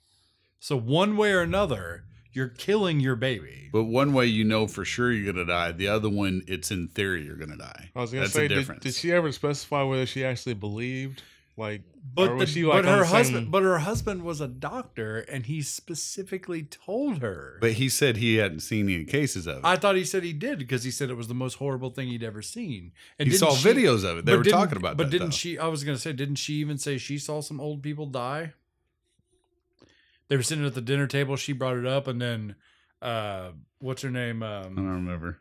[SPEAKER 5] So one way or another, you're killing your baby.
[SPEAKER 4] But one way you know for sure you're gonna die. The other one, it's in theory you're gonna die.
[SPEAKER 3] I was gonna
[SPEAKER 4] That's
[SPEAKER 3] say,
[SPEAKER 4] a
[SPEAKER 3] did,
[SPEAKER 4] difference.
[SPEAKER 3] did she ever specify whether she actually believed? Like, Or
[SPEAKER 5] But, the,
[SPEAKER 3] was she, like,
[SPEAKER 5] but
[SPEAKER 3] on
[SPEAKER 5] her
[SPEAKER 3] the same-
[SPEAKER 5] husband, but her husband was a doctor, and he specifically told her.
[SPEAKER 4] But he said he hadn't seen any cases of it.
[SPEAKER 5] I thought he said he did because he said it was the most horrible thing he'd ever seen. And
[SPEAKER 4] he
[SPEAKER 5] didn't
[SPEAKER 4] saw
[SPEAKER 5] she-
[SPEAKER 4] videos of it. They
[SPEAKER 5] but
[SPEAKER 4] were
[SPEAKER 5] didn't-
[SPEAKER 4] talking about
[SPEAKER 5] But
[SPEAKER 4] that.
[SPEAKER 5] didn't
[SPEAKER 4] though.
[SPEAKER 5] she? I was gonna say, didn't she even say she saw some old people die? They were sitting at the dinner table. She brought it up, and then uh, what's her name?
[SPEAKER 4] I don't
[SPEAKER 5] Um,
[SPEAKER 4] remember.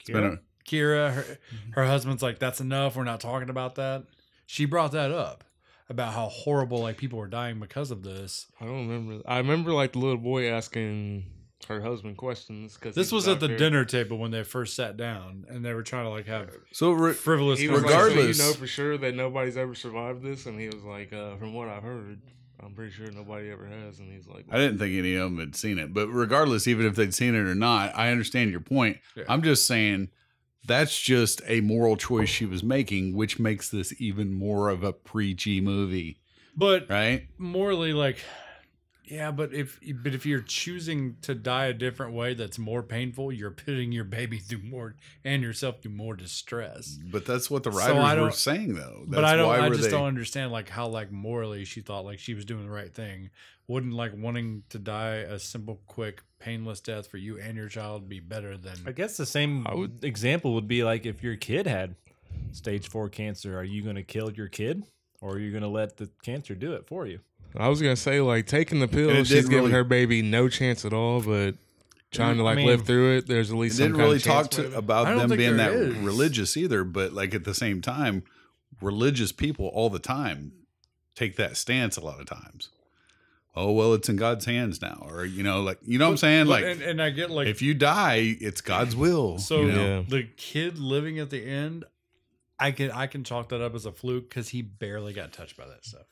[SPEAKER 4] It's been a-
[SPEAKER 5] Kira. Her,
[SPEAKER 4] Mm-hmm.
[SPEAKER 5] her husband's like, "That's enough. We're not talking about that." She brought that up about how horrible like people were dying because of this.
[SPEAKER 3] I don't remember. I remember like the little boy asking her husband questions because
[SPEAKER 5] This was at the dinner table when they first sat down, and they were trying to like have
[SPEAKER 4] so re-
[SPEAKER 5] frivolous.
[SPEAKER 3] He was regardless,
[SPEAKER 4] Regardless-
[SPEAKER 3] you know for sure that nobody's ever survived this, and he was like, uh, from what I've heard, I'm pretty sure nobody ever has. And he's like,
[SPEAKER 4] I didn't think any of them had seen it, but regardless, even if they'd seen it or not, I understand your point.
[SPEAKER 5] Yeah.
[SPEAKER 4] I'm just saying that's just a moral choice she was making, which makes this even more of a preachy movie,
[SPEAKER 5] but
[SPEAKER 4] right?
[SPEAKER 5] morally like yeah but if but if you're choosing to die a different way that's more painful you're putting your baby through more and yourself through more distress
[SPEAKER 4] But that's what the
[SPEAKER 5] So
[SPEAKER 4] writers
[SPEAKER 5] I
[SPEAKER 4] were
[SPEAKER 5] don't-
[SPEAKER 4] saying, though. That's
[SPEAKER 5] but i don't
[SPEAKER 4] why
[SPEAKER 5] i
[SPEAKER 4] were they-
[SPEAKER 5] just don't understand like how like morally she thought like she was doing the right thing wouldn't like wanting to die a simple quick painless death for you and your child be better than
[SPEAKER 2] I guess the same
[SPEAKER 3] I would-
[SPEAKER 2] example would be like if your kid had stage four cancer, are you going to kill your kid or are you going to let the cancer do it for you?
[SPEAKER 3] I was gonna say like taking the pill,
[SPEAKER 4] And it
[SPEAKER 3] she's
[SPEAKER 4] didn't
[SPEAKER 3] giving
[SPEAKER 4] really-
[SPEAKER 3] her baby no chance at all, but trying to
[SPEAKER 5] Mm,
[SPEAKER 2] I
[SPEAKER 3] like
[SPEAKER 2] mean,
[SPEAKER 3] live through it. There's at
[SPEAKER 4] It
[SPEAKER 3] least some
[SPEAKER 4] didn't
[SPEAKER 3] kind
[SPEAKER 4] really
[SPEAKER 3] of
[SPEAKER 4] talk
[SPEAKER 3] chance
[SPEAKER 4] to,
[SPEAKER 3] with it.
[SPEAKER 5] I
[SPEAKER 4] about
[SPEAKER 5] don't
[SPEAKER 4] them
[SPEAKER 5] think
[SPEAKER 4] being that
[SPEAKER 5] there is.
[SPEAKER 4] religious either, but like at the same time, religious people all the time take that stance a lot of times. Oh well, it's in God's hands now, or you know, like you know what I'm saying,
[SPEAKER 5] But-
[SPEAKER 4] like.
[SPEAKER 5] and, and i get like
[SPEAKER 4] if you die, it's God's will.
[SPEAKER 5] So
[SPEAKER 4] you know?
[SPEAKER 3] Yeah.
[SPEAKER 5] the kid living at the end, I can I can chalk that up as a fluke because he barely got touched by that stuff.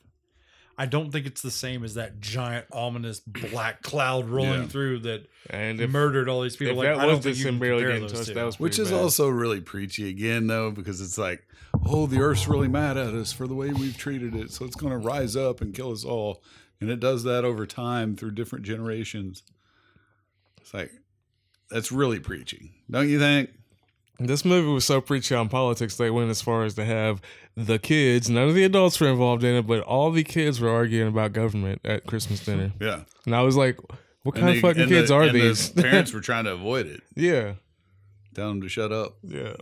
[SPEAKER 5] I don't think it's the same as that giant ominous black cloud rolling
[SPEAKER 4] Yeah.
[SPEAKER 5] through that
[SPEAKER 3] And if,
[SPEAKER 5] murdered all these people.
[SPEAKER 3] if
[SPEAKER 5] like
[SPEAKER 3] that
[SPEAKER 5] I
[SPEAKER 3] was
[SPEAKER 5] don't think
[SPEAKER 3] just
[SPEAKER 5] you
[SPEAKER 3] him
[SPEAKER 5] can
[SPEAKER 3] barely
[SPEAKER 5] compare
[SPEAKER 3] getting
[SPEAKER 5] those
[SPEAKER 3] touched,
[SPEAKER 5] two.
[SPEAKER 3] that was
[SPEAKER 4] which
[SPEAKER 3] pretty
[SPEAKER 4] is
[SPEAKER 3] bad.
[SPEAKER 4] also really preachy again, though, because it's like, oh, the earth's really mad at us for the way we've treated it, so it's going to rise up and kill us all, and it does that over time through different generations. It's like that's really preachy, don't you think?
[SPEAKER 3] This movie was so preachy on politics they went as far as to have the kids, none of the adults were involved in it, but all the kids were arguing about government at Christmas dinner.
[SPEAKER 4] Yeah.
[SPEAKER 3] And I was like, what kind
[SPEAKER 4] the-
[SPEAKER 3] of fucking
[SPEAKER 4] and the-
[SPEAKER 3] kids are
[SPEAKER 4] and the
[SPEAKER 3] these?
[SPEAKER 4] parents were trying to avoid it,
[SPEAKER 3] yeah.
[SPEAKER 4] tell them to shut up.
[SPEAKER 3] Yeah.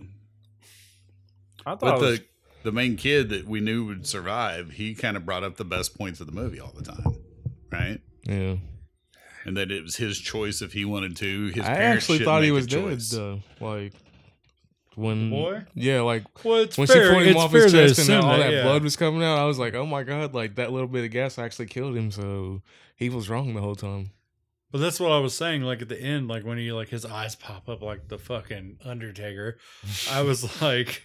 [SPEAKER 2] I thought
[SPEAKER 4] But
[SPEAKER 2] it was-
[SPEAKER 4] the the main kid that we knew would survive, he kind of brought up the best points of the movie all the time, right?
[SPEAKER 3] Yeah.
[SPEAKER 4] and that it was his choice if he wanted to. His
[SPEAKER 3] I
[SPEAKER 4] parents
[SPEAKER 3] actually
[SPEAKER 4] shouldn't
[SPEAKER 3] thought he
[SPEAKER 4] make a
[SPEAKER 3] was dead
[SPEAKER 4] choice.
[SPEAKER 3] though. Like when
[SPEAKER 5] boy?
[SPEAKER 3] Yeah, like
[SPEAKER 5] well, it's
[SPEAKER 3] when
[SPEAKER 5] fair.
[SPEAKER 3] she pulled him
[SPEAKER 5] it's
[SPEAKER 3] off his
[SPEAKER 5] fair to
[SPEAKER 3] chest and
[SPEAKER 5] assume
[SPEAKER 3] all that
[SPEAKER 5] yeah.
[SPEAKER 3] blood was coming out, I was like, Oh my god, like that little bit of gas actually killed him, so he was wrong the whole time.
[SPEAKER 5] But that's what I was saying. Like at the end, like when he like his eyes pop up like the fucking Undertaker, I was like,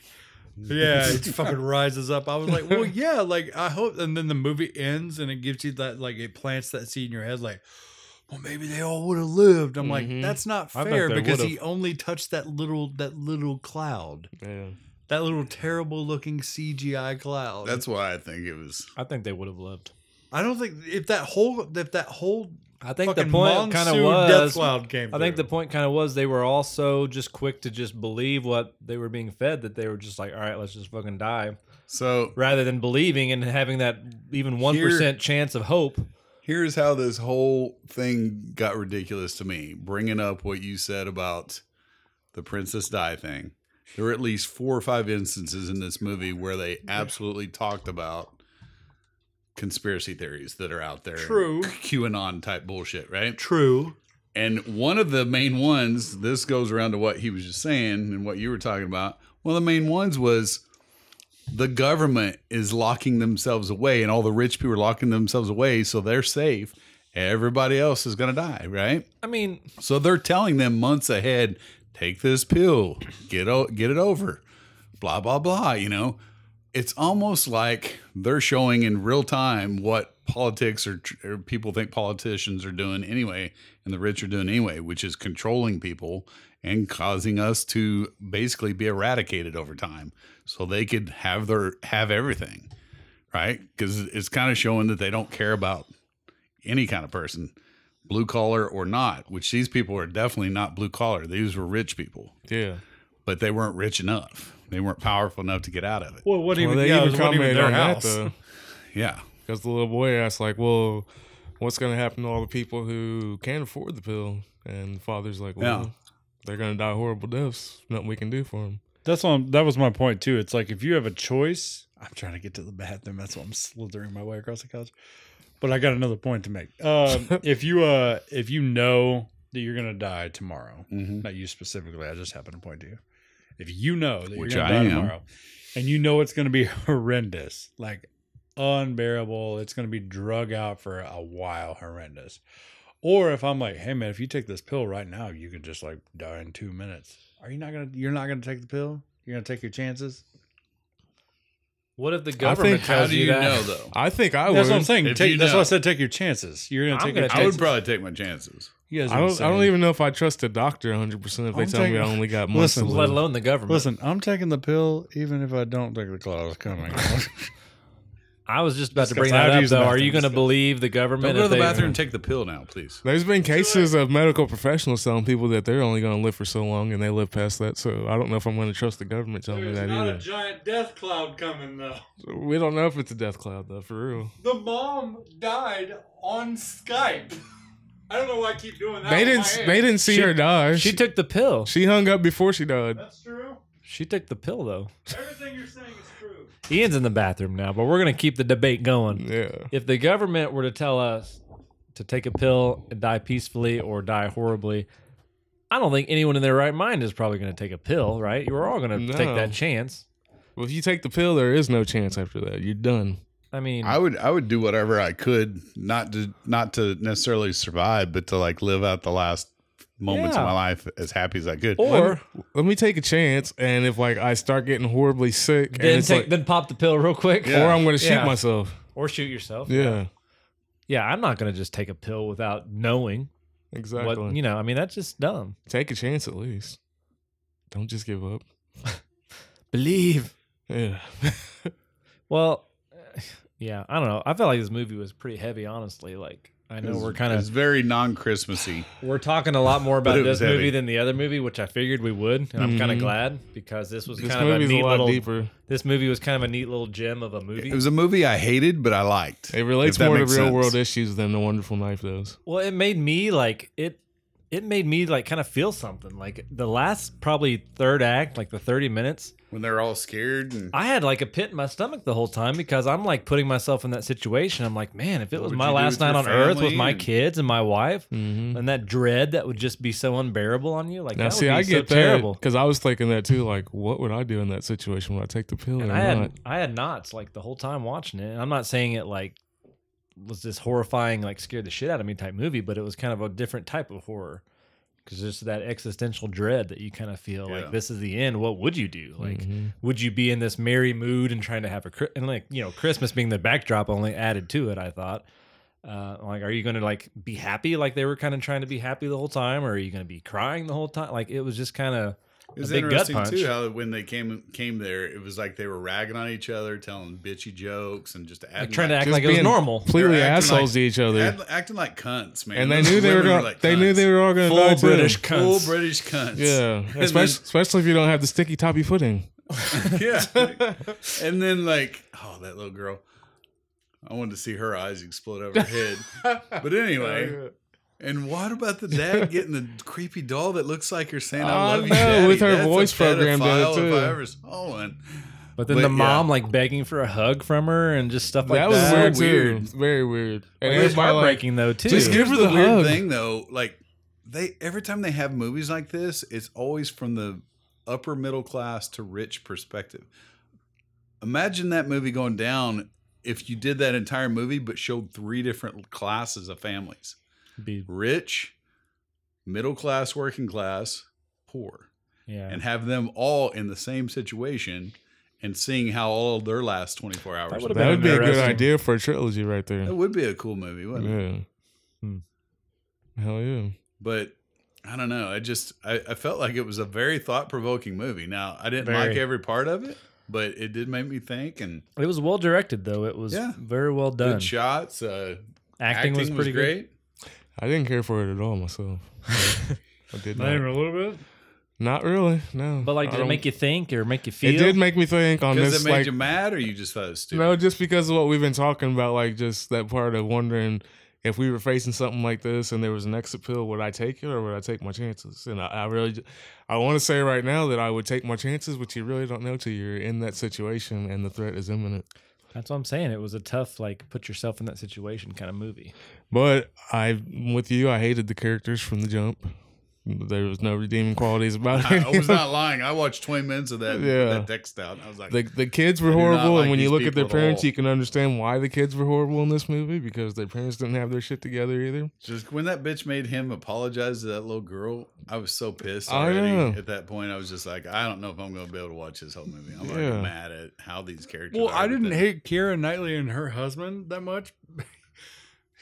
[SPEAKER 5] yeah, it fucking rises up. I was like, well, yeah, like I hope. And then the movie ends and it gives you that like it plants that seed in your head, like, well, maybe they all would have lived. I'm
[SPEAKER 3] Mhm.
[SPEAKER 5] like, that's not
[SPEAKER 2] Mm-hmm. I bet
[SPEAKER 5] fair
[SPEAKER 2] they
[SPEAKER 5] because
[SPEAKER 2] would've.
[SPEAKER 5] he only touched that little that little cloud,
[SPEAKER 3] Yeah.
[SPEAKER 5] that little terrible looking CGI cloud.
[SPEAKER 4] That's why I think it was.
[SPEAKER 2] I think they would have lived.
[SPEAKER 5] I don't think if that whole if that whole
[SPEAKER 2] I think the
[SPEAKER 5] fucking
[SPEAKER 2] point kind of
[SPEAKER 5] monsoon death
[SPEAKER 2] was.
[SPEAKER 5] cloud came.
[SPEAKER 2] I think the
[SPEAKER 5] through.
[SPEAKER 2] point kind of was they were all so just quick to just believe what they were being fed that they were just like, all right, let's just fucking die,
[SPEAKER 4] So
[SPEAKER 2] rather than believing and having that even one percent chance of hope.
[SPEAKER 4] here's how this whole thing got ridiculous to me. Bringing up what you said about the Princess Di thing, there were at least four or five instances in this movie where they absolutely talked about conspiracy theories that are out there.
[SPEAKER 5] True.
[SPEAKER 4] QAnon type bullshit, right?
[SPEAKER 5] true.
[SPEAKER 4] And one of the main ones, this goes around to what he was just saying and what you were talking about. One of the main ones was the government is locking themselves away, and all the rich people are locking themselves away, so they're safe. Everybody else is going to die, right?
[SPEAKER 2] I mean,
[SPEAKER 4] So they're telling them months ahead, take this pill, get o- get it over, blah blah blah. You know, it's almost like they're showing in real time what politics or, tr- or people think politicians are doing anyway, and the rich are doing anyway, which is controlling people and causing us to basically be eradicated over time, so they could have their have everything, right? Because it's kind of showing that they don't care about any kind of person blue collar or not, which these people are definitely not blue collar. These were rich people,
[SPEAKER 3] Yeah.
[SPEAKER 4] but they weren't rich enough. They weren't powerful enough to get out of it.
[SPEAKER 5] Well, what
[SPEAKER 3] Well,
[SPEAKER 5] even?
[SPEAKER 3] they
[SPEAKER 5] yeah,
[SPEAKER 3] even
[SPEAKER 5] it wasn't even
[SPEAKER 3] commented
[SPEAKER 5] their
[SPEAKER 3] on
[SPEAKER 5] house.
[SPEAKER 3] that though,
[SPEAKER 4] Yeah.
[SPEAKER 3] because the little boy asked, like, "Well, what's going to happen to all the people who can't afford the pill?" And the father's like, "Well,
[SPEAKER 4] Yeah.
[SPEAKER 3] they're going to die horrible deaths. Nothing we can do for them."
[SPEAKER 5] That's what I'm- that was my point too. It's like if you have a choice, I'm trying to get to the bathroom. That's why I'm slithering my way across the couch. But I got another point to make. Um, if you uh, if you know that you're gonna die tomorrow,
[SPEAKER 4] Mm-hmm.
[SPEAKER 5] not you specifically, I just happen to point to you. If you know that
[SPEAKER 4] Which
[SPEAKER 5] you're
[SPEAKER 4] I
[SPEAKER 5] gonna die
[SPEAKER 4] am.
[SPEAKER 5] tomorrow, and you know it's gonna be horrendous, like unbearable, it's gonna be drug out for a while, horrendous. Or if I'm like, hey man, if you take this pill right now, you could just like die in two minutes. Are you not gonna? You're not gonna take the pill. You're gonna take your chances.
[SPEAKER 2] What if the
[SPEAKER 3] think-
[SPEAKER 2] government
[SPEAKER 3] how
[SPEAKER 2] tells
[SPEAKER 4] do
[SPEAKER 2] you,
[SPEAKER 4] you
[SPEAKER 2] that?
[SPEAKER 4] know though?
[SPEAKER 3] I think I
[SPEAKER 5] that's
[SPEAKER 3] would.
[SPEAKER 5] what I'm saying.
[SPEAKER 4] If
[SPEAKER 5] Take,
[SPEAKER 4] you
[SPEAKER 5] that's why
[SPEAKER 4] know.
[SPEAKER 5] I said take your chances. You're gonna
[SPEAKER 2] I'm
[SPEAKER 5] take
[SPEAKER 2] gonna
[SPEAKER 5] your.
[SPEAKER 2] take
[SPEAKER 4] I would
[SPEAKER 2] Takes-
[SPEAKER 4] probably take my chances.
[SPEAKER 5] you guys
[SPEAKER 3] I
[SPEAKER 5] are
[SPEAKER 3] don't. I
[SPEAKER 5] insane.
[SPEAKER 3] don't even know if I trust a doctor 100 percent if they
[SPEAKER 5] I'm
[SPEAKER 3] tell me I
[SPEAKER 5] taking-
[SPEAKER 3] only got months.
[SPEAKER 5] Listen,
[SPEAKER 3] to
[SPEAKER 2] Let
[SPEAKER 3] live.
[SPEAKER 2] alone the government.
[SPEAKER 5] Listen, I'm taking the pill even if I don't think the claw is coming.
[SPEAKER 2] I was just about to
[SPEAKER 5] Discuss-
[SPEAKER 2] bring that
[SPEAKER 5] I have to
[SPEAKER 2] up
[SPEAKER 5] use the
[SPEAKER 2] though. Are
[SPEAKER 5] bathroom.
[SPEAKER 2] you going to
[SPEAKER 5] Discuss.
[SPEAKER 2] believe the
[SPEAKER 4] Don't
[SPEAKER 2] government?
[SPEAKER 4] go to
[SPEAKER 2] if
[SPEAKER 4] the
[SPEAKER 2] they-
[SPEAKER 4] bathroom and take the pill now, please.
[SPEAKER 3] There's been cases of medical professionals telling people that they're only going to live for so long, and they live past that. So I don't know if I'm going to trust the government telling me that either.
[SPEAKER 5] giant death cloud coming though.
[SPEAKER 3] we don't know if it's a death cloud though, for real.
[SPEAKER 5] The mom died on Skype. I don't know why I keep doing that.
[SPEAKER 3] They didn't. They didn't see
[SPEAKER 2] She-
[SPEAKER 3] her die.
[SPEAKER 2] She
[SPEAKER 3] She,
[SPEAKER 2] took the pill.
[SPEAKER 3] she hung up before she died.
[SPEAKER 5] That's true.
[SPEAKER 2] She took the pill though.
[SPEAKER 5] Everything you're saying is true.
[SPEAKER 2] Ian's in the bathroom now, but we're going to keep the debate going.
[SPEAKER 3] Yeah.
[SPEAKER 2] If the government were to tell us to take a pill and die peacefully or die horribly, I don't think anyone in their right mind is probably going to take a pill, right? You were all going to take
[SPEAKER 3] No.
[SPEAKER 2] that chance.
[SPEAKER 3] Well, if you take the pill, there is no chance after that. You're done.
[SPEAKER 2] I mean,
[SPEAKER 4] I would I would do whatever I could not to not to necessarily survive, but to like live out the last moments
[SPEAKER 2] Yeah. Oh,
[SPEAKER 4] of my life as happy as I could.
[SPEAKER 2] or
[SPEAKER 3] Let me take a chance, and if like I start getting horribly sick, and
[SPEAKER 2] then
[SPEAKER 3] it's
[SPEAKER 2] take
[SPEAKER 3] like,
[SPEAKER 2] then pop the pill real quick,
[SPEAKER 3] or I'm going to shoot
[SPEAKER 2] Yeah.
[SPEAKER 3] myself.
[SPEAKER 2] or shoot yourself.
[SPEAKER 3] Yeah,
[SPEAKER 2] yeah. I'm not going to just take a pill without knowing
[SPEAKER 3] exactly.
[SPEAKER 2] what you know. I mean, that's just dumb.
[SPEAKER 3] take a chance at least. Don't just give up.
[SPEAKER 2] Believe.
[SPEAKER 3] Yeah.
[SPEAKER 2] Well, yeah, I don't know. I felt like this movie was pretty heavy, honestly. Like, I know we're kind
[SPEAKER 4] it's
[SPEAKER 2] of
[SPEAKER 4] very non Christmassy.
[SPEAKER 2] we're talking a lot more about
[SPEAKER 4] it
[SPEAKER 2] this
[SPEAKER 4] was heavy. Mm-hmm.
[SPEAKER 2] movie than the other movie, which I figured we would, and I'm kind of
[SPEAKER 3] Mhm.
[SPEAKER 2] glad because this was
[SPEAKER 3] this
[SPEAKER 2] kind of a
[SPEAKER 3] movie's a,
[SPEAKER 2] neat
[SPEAKER 3] lot
[SPEAKER 2] little.
[SPEAKER 3] deeper.
[SPEAKER 2] This movie was kind of a neat little gem of a movie.
[SPEAKER 4] It was a movie I hated, but I liked.
[SPEAKER 3] It relates
[SPEAKER 4] If that
[SPEAKER 3] more to real
[SPEAKER 4] makes sense.
[SPEAKER 3] world issues than the Wonderful Knife does.
[SPEAKER 2] well, it made me like it. It made me like kind of feel something. Like the last probably third act, like the 30 minutes,
[SPEAKER 4] when they're all scared and
[SPEAKER 2] I had like a pit in my stomach the whole time because I'm like putting myself in that situation. I'm like, man, if it
[SPEAKER 4] What
[SPEAKER 2] was
[SPEAKER 4] would
[SPEAKER 2] my
[SPEAKER 4] you do
[SPEAKER 2] last
[SPEAKER 4] with
[SPEAKER 2] night
[SPEAKER 4] your
[SPEAKER 2] on earth with
[SPEAKER 4] family
[SPEAKER 2] my
[SPEAKER 4] and-
[SPEAKER 2] kids and my wife,
[SPEAKER 3] Mm-hmm.
[SPEAKER 2] and that dread that would just be so unbearable on you. Like
[SPEAKER 3] Now,
[SPEAKER 2] that
[SPEAKER 3] see,
[SPEAKER 2] would be
[SPEAKER 3] I get
[SPEAKER 2] so
[SPEAKER 3] that
[SPEAKER 2] terrible.
[SPEAKER 3] because I was thinking that too. Like, what would I do in that situation? Would I take the pill
[SPEAKER 2] And
[SPEAKER 3] or
[SPEAKER 2] I had
[SPEAKER 3] not?
[SPEAKER 2] I had knots like the whole time watching it. And I'm not saying it like was this horrifying, like scared the shit out of me type movie, but it was kind of a different type of horror because there's that existential dread that you kind of feel
[SPEAKER 4] Yeah.
[SPEAKER 2] like this is the end. What would you do? Like,
[SPEAKER 3] Mhm.
[SPEAKER 2] would you be in this merry mood and trying to have a Chri- and like you know Christmas being the backdrop only added to it? I thought. Uh, like, are you going to like be happy like they were kind of trying to be happy the whole time, or are you going to be crying the whole time? Like it was just kind of
[SPEAKER 4] It was
[SPEAKER 2] a big gut
[SPEAKER 4] interesting
[SPEAKER 2] punch.
[SPEAKER 4] too how when they came came there, it was like they were ragging on each other, telling bitchy jokes, and just acting
[SPEAKER 2] like, trying to act
[SPEAKER 3] Just
[SPEAKER 2] like it was
[SPEAKER 3] being
[SPEAKER 2] normal.
[SPEAKER 3] completely
[SPEAKER 4] They're acting
[SPEAKER 3] assholes
[SPEAKER 4] like-
[SPEAKER 3] to each other,
[SPEAKER 4] act- acting like cunts, man.
[SPEAKER 3] and they
[SPEAKER 4] Those
[SPEAKER 3] knew they were
[SPEAKER 4] women
[SPEAKER 3] going.
[SPEAKER 4] like
[SPEAKER 3] they knew
[SPEAKER 4] cunts.
[SPEAKER 3] they were all going to
[SPEAKER 2] Full
[SPEAKER 3] die too.
[SPEAKER 2] British
[SPEAKER 4] full
[SPEAKER 2] cunts.
[SPEAKER 4] British cunts.
[SPEAKER 3] Yeah,
[SPEAKER 4] And
[SPEAKER 3] especially, especially if you don't have the sticky toppy footing.
[SPEAKER 4] then- yeah. and then like, oh, that little girl. I wanted to see her eyes explode over her head. But anyway,
[SPEAKER 3] Oh,
[SPEAKER 4] and what about the dad getting the creepy doll that looks like her saying "I
[SPEAKER 3] I
[SPEAKER 4] love you"?
[SPEAKER 3] know,
[SPEAKER 4] Daddy?
[SPEAKER 3] with her
[SPEAKER 4] That's a
[SPEAKER 3] voice programmed in it,
[SPEAKER 4] pedophile
[SPEAKER 3] too.
[SPEAKER 4] If I ever saw one.
[SPEAKER 2] But then
[SPEAKER 4] But,
[SPEAKER 2] the
[SPEAKER 4] yeah.
[SPEAKER 2] mom like begging for a hug from her and just stuff like that.
[SPEAKER 3] that was
[SPEAKER 4] that.
[SPEAKER 3] weird,
[SPEAKER 4] Weird.
[SPEAKER 3] too. Very weird. And
[SPEAKER 2] It was
[SPEAKER 3] everybody, like,
[SPEAKER 2] heartbreaking though too.
[SPEAKER 3] just give her
[SPEAKER 4] Here's
[SPEAKER 3] the
[SPEAKER 4] weird
[SPEAKER 3] hug.
[SPEAKER 4] thing though. Like they every time they have movies like this, it's always from the upper middle class to rich perspective. Imagine that movie going down if you did that entire movie but showed three different classes of families.
[SPEAKER 2] Be-
[SPEAKER 4] Rich, middle class, working class, poor.
[SPEAKER 2] yeah.
[SPEAKER 4] And have them all in the same situation and seeing how all their last 24 hours.
[SPEAKER 2] would've
[SPEAKER 3] that would be a good
[SPEAKER 2] Interesting.
[SPEAKER 3] idea for a trilogy right there.
[SPEAKER 4] That would be a cool movie, wouldn't it?
[SPEAKER 3] Yeah.
[SPEAKER 2] Hmm.
[SPEAKER 3] Hell yeah.
[SPEAKER 4] but I don't know. I just I, I felt like it was a very thought provoking movie. Now I didn't
[SPEAKER 2] Very.
[SPEAKER 4] like every part of it, but it did make me think and
[SPEAKER 2] it was well directed though. It was
[SPEAKER 4] Yeah.
[SPEAKER 2] very well done.
[SPEAKER 4] good shots. Uh,
[SPEAKER 2] Acting, was pretty great.
[SPEAKER 4] great.
[SPEAKER 3] I didn't care for it at all myself. I did
[SPEAKER 5] Not even
[SPEAKER 3] not.
[SPEAKER 5] a little bit.
[SPEAKER 3] Not really. No.
[SPEAKER 2] But like,
[SPEAKER 3] I
[SPEAKER 2] did it
[SPEAKER 3] don't-
[SPEAKER 2] make you think or make you feel?
[SPEAKER 3] It did make me think on
[SPEAKER 4] Because
[SPEAKER 3] this
[SPEAKER 4] it made
[SPEAKER 3] like
[SPEAKER 4] you mad, or you just thought it was stupid?
[SPEAKER 3] No, just because of what we've been talking about, like just that part of wondering if we were facing something like this and there was an exit pill, would I take it or would I take my chances? And I, I really, ju- I want to say right now that I would take my chances, which you really don't know till you're in that situation and the threat is imminent.
[SPEAKER 2] That's what I'm saying. It was a tough, like, put yourself in that situation kind of movie.
[SPEAKER 3] But I, with you, I hated the characters from the jump. There was no redeeming qualities about
[SPEAKER 4] I,
[SPEAKER 3] it.
[SPEAKER 4] I was not lying. I watched 20 minutes of that,
[SPEAKER 3] Yeah.
[SPEAKER 4] that text out. and I was like,
[SPEAKER 3] the the kids were
[SPEAKER 4] I do not
[SPEAKER 3] horrible,
[SPEAKER 4] like
[SPEAKER 3] and when you
[SPEAKER 4] these
[SPEAKER 3] look at their
[SPEAKER 4] people at
[SPEAKER 3] parents,
[SPEAKER 4] all.
[SPEAKER 3] you can understand why the kids were horrible in this movie because their parents didn't have their shit together either.
[SPEAKER 4] just when that bitch made him apologize to that little girl, I was so pissed
[SPEAKER 3] I
[SPEAKER 4] already.
[SPEAKER 3] know.
[SPEAKER 4] At that point, I was just like, I don't know if I'm going to be able to watch this whole movie. I'm
[SPEAKER 3] Yeah.
[SPEAKER 4] already mad at how these characters.
[SPEAKER 5] Well,
[SPEAKER 4] are
[SPEAKER 5] I
[SPEAKER 4] with
[SPEAKER 5] didn't
[SPEAKER 4] them.
[SPEAKER 5] hate Kira Knightley and her husband that much.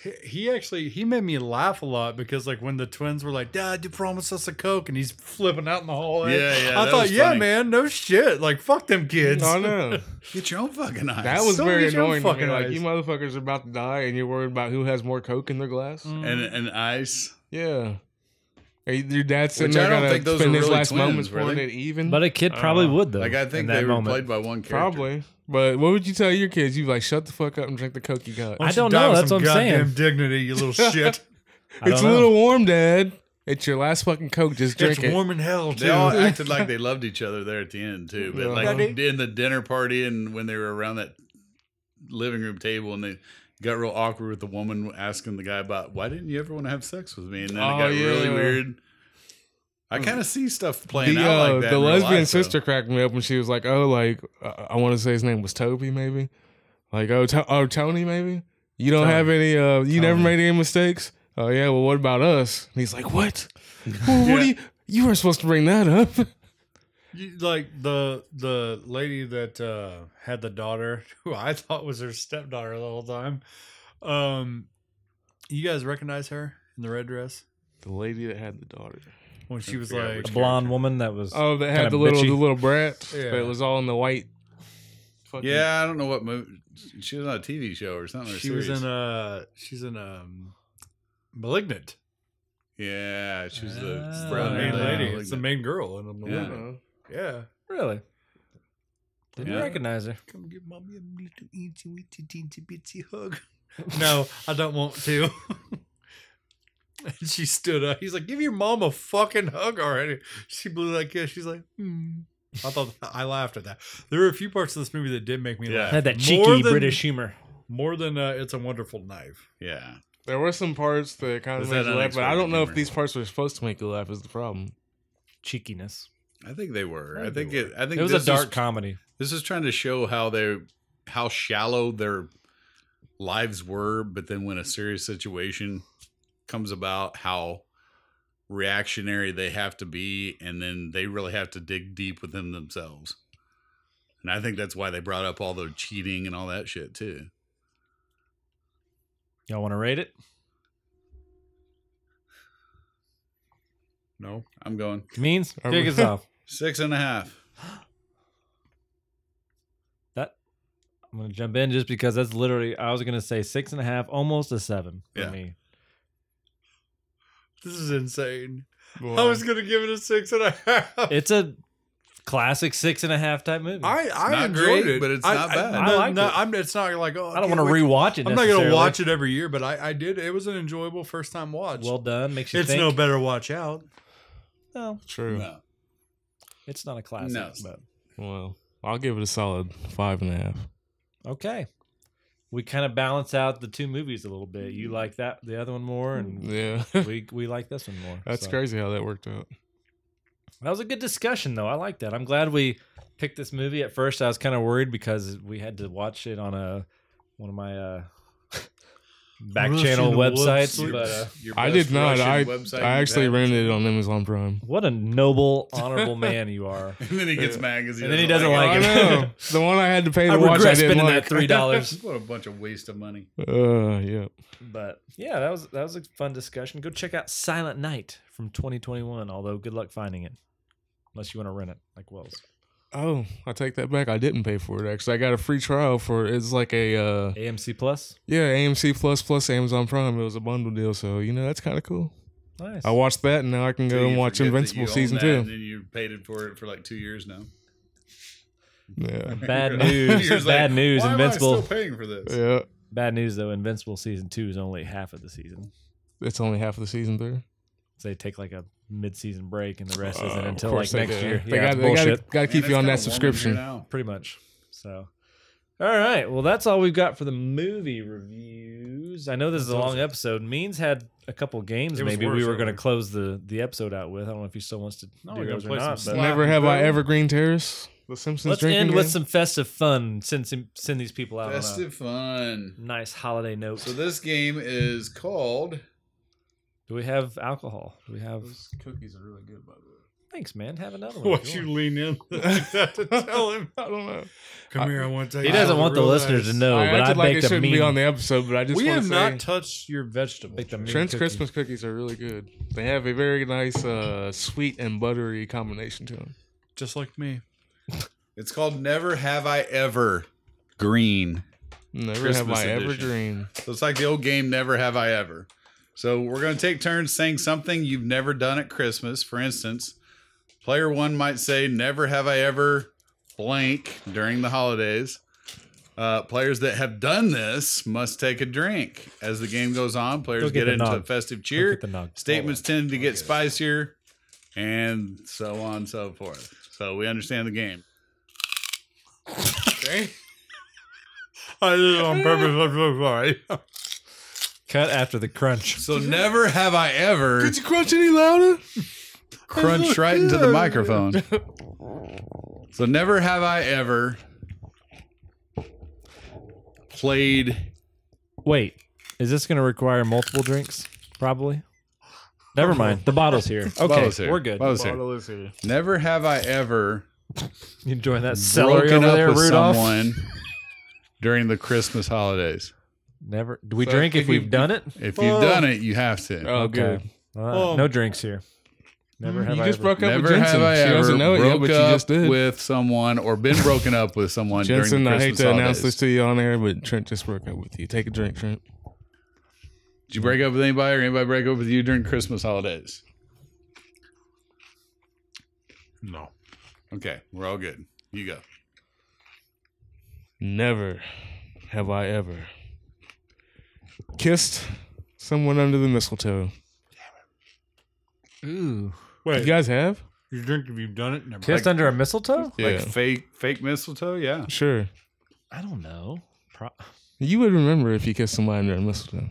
[SPEAKER 5] He- He actually he made me laugh a lot because like when the twins were like, "Dad, you promised us a coke," and he's flipping out in the hallway.
[SPEAKER 4] Yeah, yeah,
[SPEAKER 5] I
[SPEAKER 4] that
[SPEAKER 5] thought,
[SPEAKER 4] was
[SPEAKER 5] yeah,
[SPEAKER 4] funny.
[SPEAKER 5] man, no shit, like fuck them kids.
[SPEAKER 3] I know.
[SPEAKER 4] Get your own fucking eyes.
[SPEAKER 3] Oh, That was
[SPEAKER 5] so
[SPEAKER 3] very
[SPEAKER 5] is your
[SPEAKER 3] annoying. To me.
[SPEAKER 5] fucking
[SPEAKER 3] Like
[SPEAKER 5] eyes.
[SPEAKER 3] you motherfuckers are about to die, and you're worried about who has more coke in their glass.
[SPEAKER 4] and and ice.
[SPEAKER 3] Yeah, Hey, your dad's sitting
[SPEAKER 4] Which
[SPEAKER 3] there
[SPEAKER 4] I don't
[SPEAKER 3] gonna
[SPEAKER 4] think those
[SPEAKER 3] spend
[SPEAKER 4] were
[SPEAKER 3] his
[SPEAKER 4] really
[SPEAKER 3] last
[SPEAKER 4] twins,
[SPEAKER 3] moments
[SPEAKER 4] were
[SPEAKER 3] pouring
[SPEAKER 4] they?
[SPEAKER 3] it even.
[SPEAKER 2] Mm-hmm. But a kid
[SPEAKER 5] Uh,
[SPEAKER 2] probably would though.
[SPEAKER 4] Like I think
[SPEAKER 2] in that
[SPEAKER 4] they were
[SPEAKER 2] moment.
[SPEAKER 4] played by one character.
[SPEAKER 3] probably. But what would you tell your kids? You like shut the fuck up and drink the coke you got.
[SPEAKER 5] Why
[SPEAKER 2] I don't
[SPEAKER 5] you die
[SPEAKER 2] know,
[SPEAKER 5] with
[SPEAKER 2] that's
[SPEAKER 5] some
[SPEAKER 2] what I'm saying.
[SPEAKER 5] goddamn Dignity, you little shit.
[SPEAKER 2] I
[SPEAKER 3] It's a
[SPEAKER 2] don't know.
[SPEAKER 3] little warm, Dad. It's your last fucking coke. Just drink
[SPEAKER 5] it's
[SPEAKER 3] it.
[SPEAKER 5] warm in hell
[SPEAKER 4] They
[SPEAKER 5] too.
[SPEAKER 4] all acted like they loved each other there at the end too. But like
[SPEAKER 3] Daddy.
[SPEAKER 4] in the dinner party and when they were around that living room table and they got real awkward with the woman asking the guy about why didn't you ever want to have sex with me? And then
[SPEAKER 3] Oh,
[SPEAKER 4] it got really
[SPEAKER 3] yeah.
[SPEAKER 4] weird. I kind of see stuff playing
[SPEAKER 3] The,
[SPEAKER 4] out
[SPEAKER 3] uh,
[SPEAKER 4] like that.
[SPEAKER 3] the
[SPEAKER 4] in real
[SPEAKER 3] lesbian
[SPEAKER 4] life, though.
[SPEAKER 3] sister cracked me up when she was like, "Oh, like uh, I want to say his name was Toby, maybe, like oh, to- oh Tony, maybe. You don't have any. Uh, you never made any mistakes. Oh yeah. Well, what about us? And he's like, "What? Well, What do you? You weren't supposed to bring that up.
[SPEAKER 5] You- like the the lady that uh had the daughter who I thought was her stepdaughter the whole time. Um you guys recognize her in the red dress
[SPEAKER 3] The lady that had the daughter.
[SPEAKER 5] when she
[SPEAKER 4] I
[SPEAKER 5] was
[SPEAKER 4] forgot
[SPEAKER 5] like
[SPEAKER 2] a blonde woman that was.
[SPEAKER 3] Oh, that
[SPEAKER 2] Kinda
[SPEAKER 3] had the little
[SPEAKER 2] bitchy.
[SPEAKER 3] the little brat.
[SPEAKER 5] Yeah.
[SPEAKER 3] But it was all in the white. fucking-
[SPEAKER 4] Yeah, I don't know what movie. She was on a TV show or something. or a
[SPEAKER 5] she was
[SPEAKER 4] series.
[SPEAKER 5] in a she's in um malignant
[SPEAKER 4] Yeah, she was the
[SPEAKER 2] Ah. Brown
[SPEAKER 5] the
[SPEAKER 4] brown
[SPEAKER 5] main
[SPEAKER 2] hair
[SPEAKER 5] lady.
[SPEAKER 2] lady.
[SPEAKER 5] It's the main girl in
[SPEAKER 3] I don't
[SPEAKER 5] malignant.
[SPEAKER 3] know.
[SPEAKER 5] Yeah.
[SPEAKER 2] really? Didn't
[SPEAKER 4] Yeah.
[SPEAKER 2] recognize her.
[SPEAKER 5] Come give mommy a little eensy weensy teensy bitsy hug. no, I don't want to. and she stood up. He's like, give your mom a fucking hug already. She blew that kiss. She's like, hmm. I thought I laughed at that. There were a few parts of this movie that did make me
[SPEAKER 4] Yeah.
[SPEAKER 5] laugh.
[SPEAKER 2] Had that
[SPEAKER 5] More
[SPEAKER 2] cheeky
[SPEAKER 5] than-
[SPEAKER 2] British humor.
[SPEAKER 5] more than uh, it's a wonderful knife.
[SPEAKER 4] Yeah,
[SPEAKER 3] There were some parts that kind of
[SPEAKER 4] Was
[SPEAKER 3] made
[SPEAKER 4] that
[SPEAKER 3] you laugh, but I
[SPEAKER 4] unexpected
[SPEAKER 3] don't know if
[SPEAKER 4] humor?
[SPEAKER 3] these parts were supposed to make you laugh. Is the problem?
[SPEAKER 2] Cheekiness.
[SPEAKER 4] I think they were. I
[SPEAKER 5] they
[SPEAKER 4] think it. I think
[SPEAKER 2] It was
[SPEAKER 4] this
[SPEAKER 2] a dark
[SPEAKER 4] was-
[SPEAKER 2] comedy.
[SPEAKER 4] This is trying to show how they how shallow their lives were, but then when a serious situation comes about, how reactionary they have to be, and then they really have to dig deep within themselves. And I think that's why they brought up all the cheating and all that shit too.
[SPEAKER 2] Y'all want to rate it?
[SPEAKER 5] No,
[SPEAKER 4] I'm going
[SPEAKER 2] Means
[SPEAKER 3] Are
[SPEAKER 2] kick
[SPEAKER 3] we-
[SPEAKER 2] us off.
[SPEAKER 4] six and a half.
[SPEAKER 2] That I'm gonna jump in just because that's literally I was gonna say six and a half, almost a seven for
[SPEAKER 4] Yeah.
[SPEAKER 2] me.
[SPEAKER 5] this is insane. I was gonna give it a six and a half.
[SPEAKER 2] It's a classic six and a half type movie.
[SPEAKER 5] I I
[SPEAKER 4] not
[SPEAKER 5] enjoyed
[SPEAKER 4] great,
[SPEAKER 5] it,
[SPEAKER 4] but it's
[SPEAKER 5] I-
[SPEAKER 4] not
[SPEAKER 5] I-
[SPEAKER 4] bad.
[SPEAKER 5] no,
[SPEAKER 2] I liked
[SPEAKER 5] no,
[SPEAKER 2] it.
[SPEAKER 5] I'm, it's not like oh,
[SPEAKER 2] I don't want to rewatch it.
[SPEAKER 5] I'm not gonna
[SPEAKER 2] necessarily.
[SPEAKER 5] watch it every year, but I I did. It was an enjoyable first time watch.
[SPEAKER 2] Well done. Makes you
[SPEAKER 5] it's
[SPEAKER 2] think.
[SPEAKER 5] no better watch out.
[SPEAKER 2] No,
[SPEAKER 3] true.
[SPEAKER 4] No.
[SPEAKER 2] it's not a classic.
[SPEAKER 4] No.
[SPEAKER 2] but-
[SPEAKER 3] Well, I'll give it a solid five and a half.
[SPEAKER 2] okay. We kind of balance out the two movies a little bit. You like that, the other one more, and
[SPEAKER 3] Yeah.
[SPEAKER 2] we we like this one more.
[SPEAKER 3] Mm-hmm. That's
[SPEAKER 2] so.
[SPEAKER 3] crazy how that worked out.
[SPEAKER 2] That was a good discussion, though. I like that. I'm glad we picked this movie. At first, I was kind of worried because we had to watch it on a one of my uh, back
[SPEAKER 5] Rush
[SPEAKER 2] channel
[SPEAKER 5] in the woods,
[SPEAKER 2] websites.
[SPEAKER 5] sweet-
[SPEAKER 2] But uh,
[SPEAKER 4] Your
[SPEAKER 3] I
[SPEAKER 4] best
[SPEAKER 3] did not.
[SPEAKER 4] Russian
[SPEAKER 3] I
[SPEAKER 4] website
[SPEAKER 3] I
[SPEAKER 4] you've
[SPEAKER 3] actually
[SPEAKER 4] had.
[SPEAKER 3] rented it on Amazon Prime.
[SPEAKER 2] what a noble, honorable man you are!
[SPEAKER 4] And then he gets mad because he
[SPEAKER 2] And then he
[SPEAKER 4] doesn't
[SPEAKER 2] doesn't like
[SPEAKER 3] I
[SPEAKER 2] it.
[SPEAKER 3] know. The one I had to pay to
[SPEAKER 2] I
[SPEAKER 3] watch. I
[SPEAKER 2] regret
[SPEAKER 3] didn't
[SPEAKER 2] spending
[SPEAKER 3] like.
[SPEAKER 2] that three dollars.
[SPEAKER 4] What a bunch of waste of money.
[SPEAKER 3] Uh, yeah.
[SPEAKER 2] But yeah, that was that was a fun discussion. Go check out Silent Night from 2021. Although, good luck finding it, unless you want to rent it, like Wells.
[SPEAKER 3] Oh, I take that back. I didn't pay for it actually. I got a free trial for it's like a uh
[SPEAKER 2] AMC Plus.
[SPEAKER 3] yeah, AMC plus plus Amazon Prime. It was a bundle deal, so you know that's kind of cool.
[SPEAKER 2] Nice.
[SPEAKER 3] I watched that and now I can go
[SPEAKER 4] Till you
[SPEAKER 3] and watch
[SPEAKER 4] forget that you
[SPEAKER 3] Invincible
[SPEAKER 4] own
[SPEAKER 3] season
[SPEAKER 4] that, And
[SPEAKER 3] 2.
[SPEAKER 4] then you paid it for it for like two years now.
[SPEAKER 3] Yeah.
[SPEAKER 2] Bad
[SPEAKER 4] You're
[SPEAKER 2] news.
[SPEAKER 4] just
[SPEAKER 2] bad
[SPEAKER 4] like,
[SPEAKER 2] news.
[SPEAKER 4] Why
[SPEAKER 2] Invincible.
[SPEAKER 4] Am I still paying for this.
[SPEAKER 3] Yeah.
[SPEAKER 2] bad news though. Invincible season two is only half of the season.
[SPEAKER 3] It's only half of the season there.
[SPEAKER 2] So they take like a mid-season break, and the rest
[SPEAKER 3] Uh,
[SPEAKER 2] isn't
[SPEAKER 3] of
[SPEAKER 2] until
[SPEAKER 3] course
[SPEAKER 2] like
[SPEAKER 3] they
[SPEAKER 2] next
[SPEAKER 3] do.
[SPEAKER 2] year.
[SPEAKER 3] They
[SPEAKER 2] yeah,
[SPEAKER 3] got
[SPEAKER 2] it's
[SPEAKER 3] they
[SPEAKER 2] bullshit.
[SPEAKER 3] gotta, gotta keep
[SPEAKER 4] Man,
[SPEAKER 3] you
[SPEAKER 4] it's
[SPEAKER 3] on that
[SPEAKER 4] kinda warm in here
[SPEAKER 3] subscription.
[SPEAKER 4] now.
[SPEAKER 2] pretty much. So, all right. Well, that's all we've got for the movie reviews. I know this is a long episode. Means had a couple games.
[SPEAKER 5] It was
[SPEAKER 2] Maybe we
[SPEAKER 5] worse
[SPEAKER 2] were going to
[SPEAKER 5] earlier.
[SPEAKER 2] close the the episode out with. I don't know if he still wants to
[SPEAKER 5] No,
[SPEAKER 2] do
[SPEAKER 5] we gotta
[SPEAKER 2] those or
[SPEAKER 5] play some
[SPEAKER 2] not.
[SPEAKER 5] Slap.
[SPEAKER 2] But
[SPEAKER 3] Never have I
[SPEAKER 4] Boom.
[SPEAKER 3] ever green terrace. The Simpsons
[SPEAKER 2] let's
[SPEAKER 3] drinking
[SPEAKER 2] end with
[SPEAKER 3] game?
[SPEAKER 2] some festive fun. Send some- send these people out
[SPEAKER 4] Festive fun.
[SPEAKER 2] on a nice holiday note.
[SPEAKER 4] So this game is called.
[SPEAKER 2] do we have alcohol? Do we have?
[SPEAKER 4] cookies are really good, by the
[SPEAKER 2] Thanks, man. Have another one.
[SPEAKER 5] What
[SPEAKER 2] if you
[SPEAKER 5] you
[SPEAKER 2] want.
[SPEAKER 5] lean in like that to tell him?
[SPEAKER 3] I don't know.
[SPEAKER 5] Come here, I want to.
[SPEAKER 2] He doesn't want the listeners to know,
[SPEAKER 3] I
[SPEAKER 2] but I
[SPEAKER 3] acted like it
[SPEAKER 2] baked a
[SPEAKER 3] shouldn't
[SPEAKER 2] mean.
[SPEAKER 3] be on the episode, but I just
[SPEAKER 5] We
[SPEAKER 3] want
[SPEAKER 5] have
[SPEAKER 3] to
[SPEAKER 5] not
[SPEAKER 3] say
[SPEAKER 5] touched your vegetable.
[SPEAKER 2] baked a mean
[SPEAKER 3] Trent's
[SPEAKER 2] cookie.
[SPEAKER 3] Christmas cookies are really good. They have a very nice uh, sweet and buttery combination to them.
[SPEAKER 5] Just like me.
[SPEAKER 4] It's called Never Have I Ever Green.
[SPEAKER 3] Never have
[SPEAKER 4] Christmas
[SPEAKER 3] I ever
[SPEAKER 4] edition.
[SPEAKER 3] dreamed.
[SPEAKER 4] So it's like the old game Never Have I Ever. So we're going to take turns saying something you've never done at Christmas. For instance, player one might say, Never have I ever blank during the holidays. Uh, players that have done this must take a drink. As the game goes on, players
[SPEAKER 2] Don't get
[SPEAKER 4] get,
[SPEAKER 2] the
[SPEAKER 4] into
[SPEAKER 2] nog.
[SPEAKER 4] festive
[SPEAKER 2] Look
[SPEAKER 4] cheer.
[SPEAKER 2] at the Oh, nog.
[SPEAKER 4] Statements tend to get spicier, and so on and so forth. So we understand the game.
[SPEAKER 3] Okay.
[SPEAKER 5] I did it on purpose. I'm so sorry.
[SPEAKER 2] Cut after the crunch.
[SPEAKER 4] So never have I ever
[SPEAKER 3] Could you crunch any louder?
[SPEAKER 4] crunched right into the microphone. So never have I ever played.
[SPEAKER 2] Wait, is this going to require multiple drinks? Probably. Never mind. The bottle's here. Okay,
[SPEAKER 4] Bottle's here.
[SPEAKER 2] we're good.
[SPEAKER 4] Bottle's here.
[SPEAKER 3] is here.
[SPEAKER 4] Never have I ever
[SPEAKER 2] You enjoying that celery
[SPEAKER 4] broken
[SPEAKER 2] over
[SPEAKER 4] up
[SPEAKER 2] there,
[SPEAKER 4] with
[SPEAKER 2] Rudolph?
[SPEAKER 4] someone during the Christmas holidays.
[SPEAKER 2] Never. Do we
[SPEAKER 3] So
[SPEAKER 2] drink if
[SPEAKER 3] can you-
[SPEAKER 2] we've done it?
[SPEAKER 4] If you've done it, you have to.
[SPEAKER 3] Oh, good. Mm,
[SPEAKER 2] All right, no drinks here. Never have
[SPEAKER 3] you
[SPEAKER 2] I
[SPEAKER 3] just
[SPEAKER 2] ever-
[SPEAKER 3] broke up with
[SPEAKER 4] Never
[SPEAKER 3] Jensen.
[SPEAKER 4] have I
[SPEAKER 3] she
[SPEAKER 4] ever
[SPEAKER 3] doesn't know it yet,
[SPEAKER 4] broke
[SPEAKER 3] but you
[SPEAKER 4] up
[SPEAKER 3] just did.
[SPEAKER 4] with someone or been broken up with someone during
[SPEAKER 3] Jensen,
[SPEAKER 4] the
[SPEAKER 3] I
[SPEAKER 4] Christmas
[SPEAKER 3] hate to announce
[SPEAKER 4] holidays.
[SPEAKER 3] this to you on air, but Trent just broke up with you. Take a drink, Trent.
[SPEAKER 4] Did you break up with anybody or anybody break up with you during Christmas holidays?
[SPEAKER 5] No.
[SPEAKER 4] Okay, we're all good. You go.
[SPEAKER 3] Never have I ever kissed someone under the mistletoe.
[SPEAKER 2] Ooh.
[SPEAKER 3] You
[SPEAKER 5] Wait,
[SPEAKER 3] guys have?
[SPEAKER 5] you drink if you've done it. Never
[SPEAKER 2] Kissed under a mistletoe?
[SPEAKER 4] Like fake fake mistletoe, yeah.
[SPEAKER 3] sure.
[SPEAKER 2] I don't know. Pro-
[SPEAKER 3] You would remember if you kissed somebody under a mistletoe.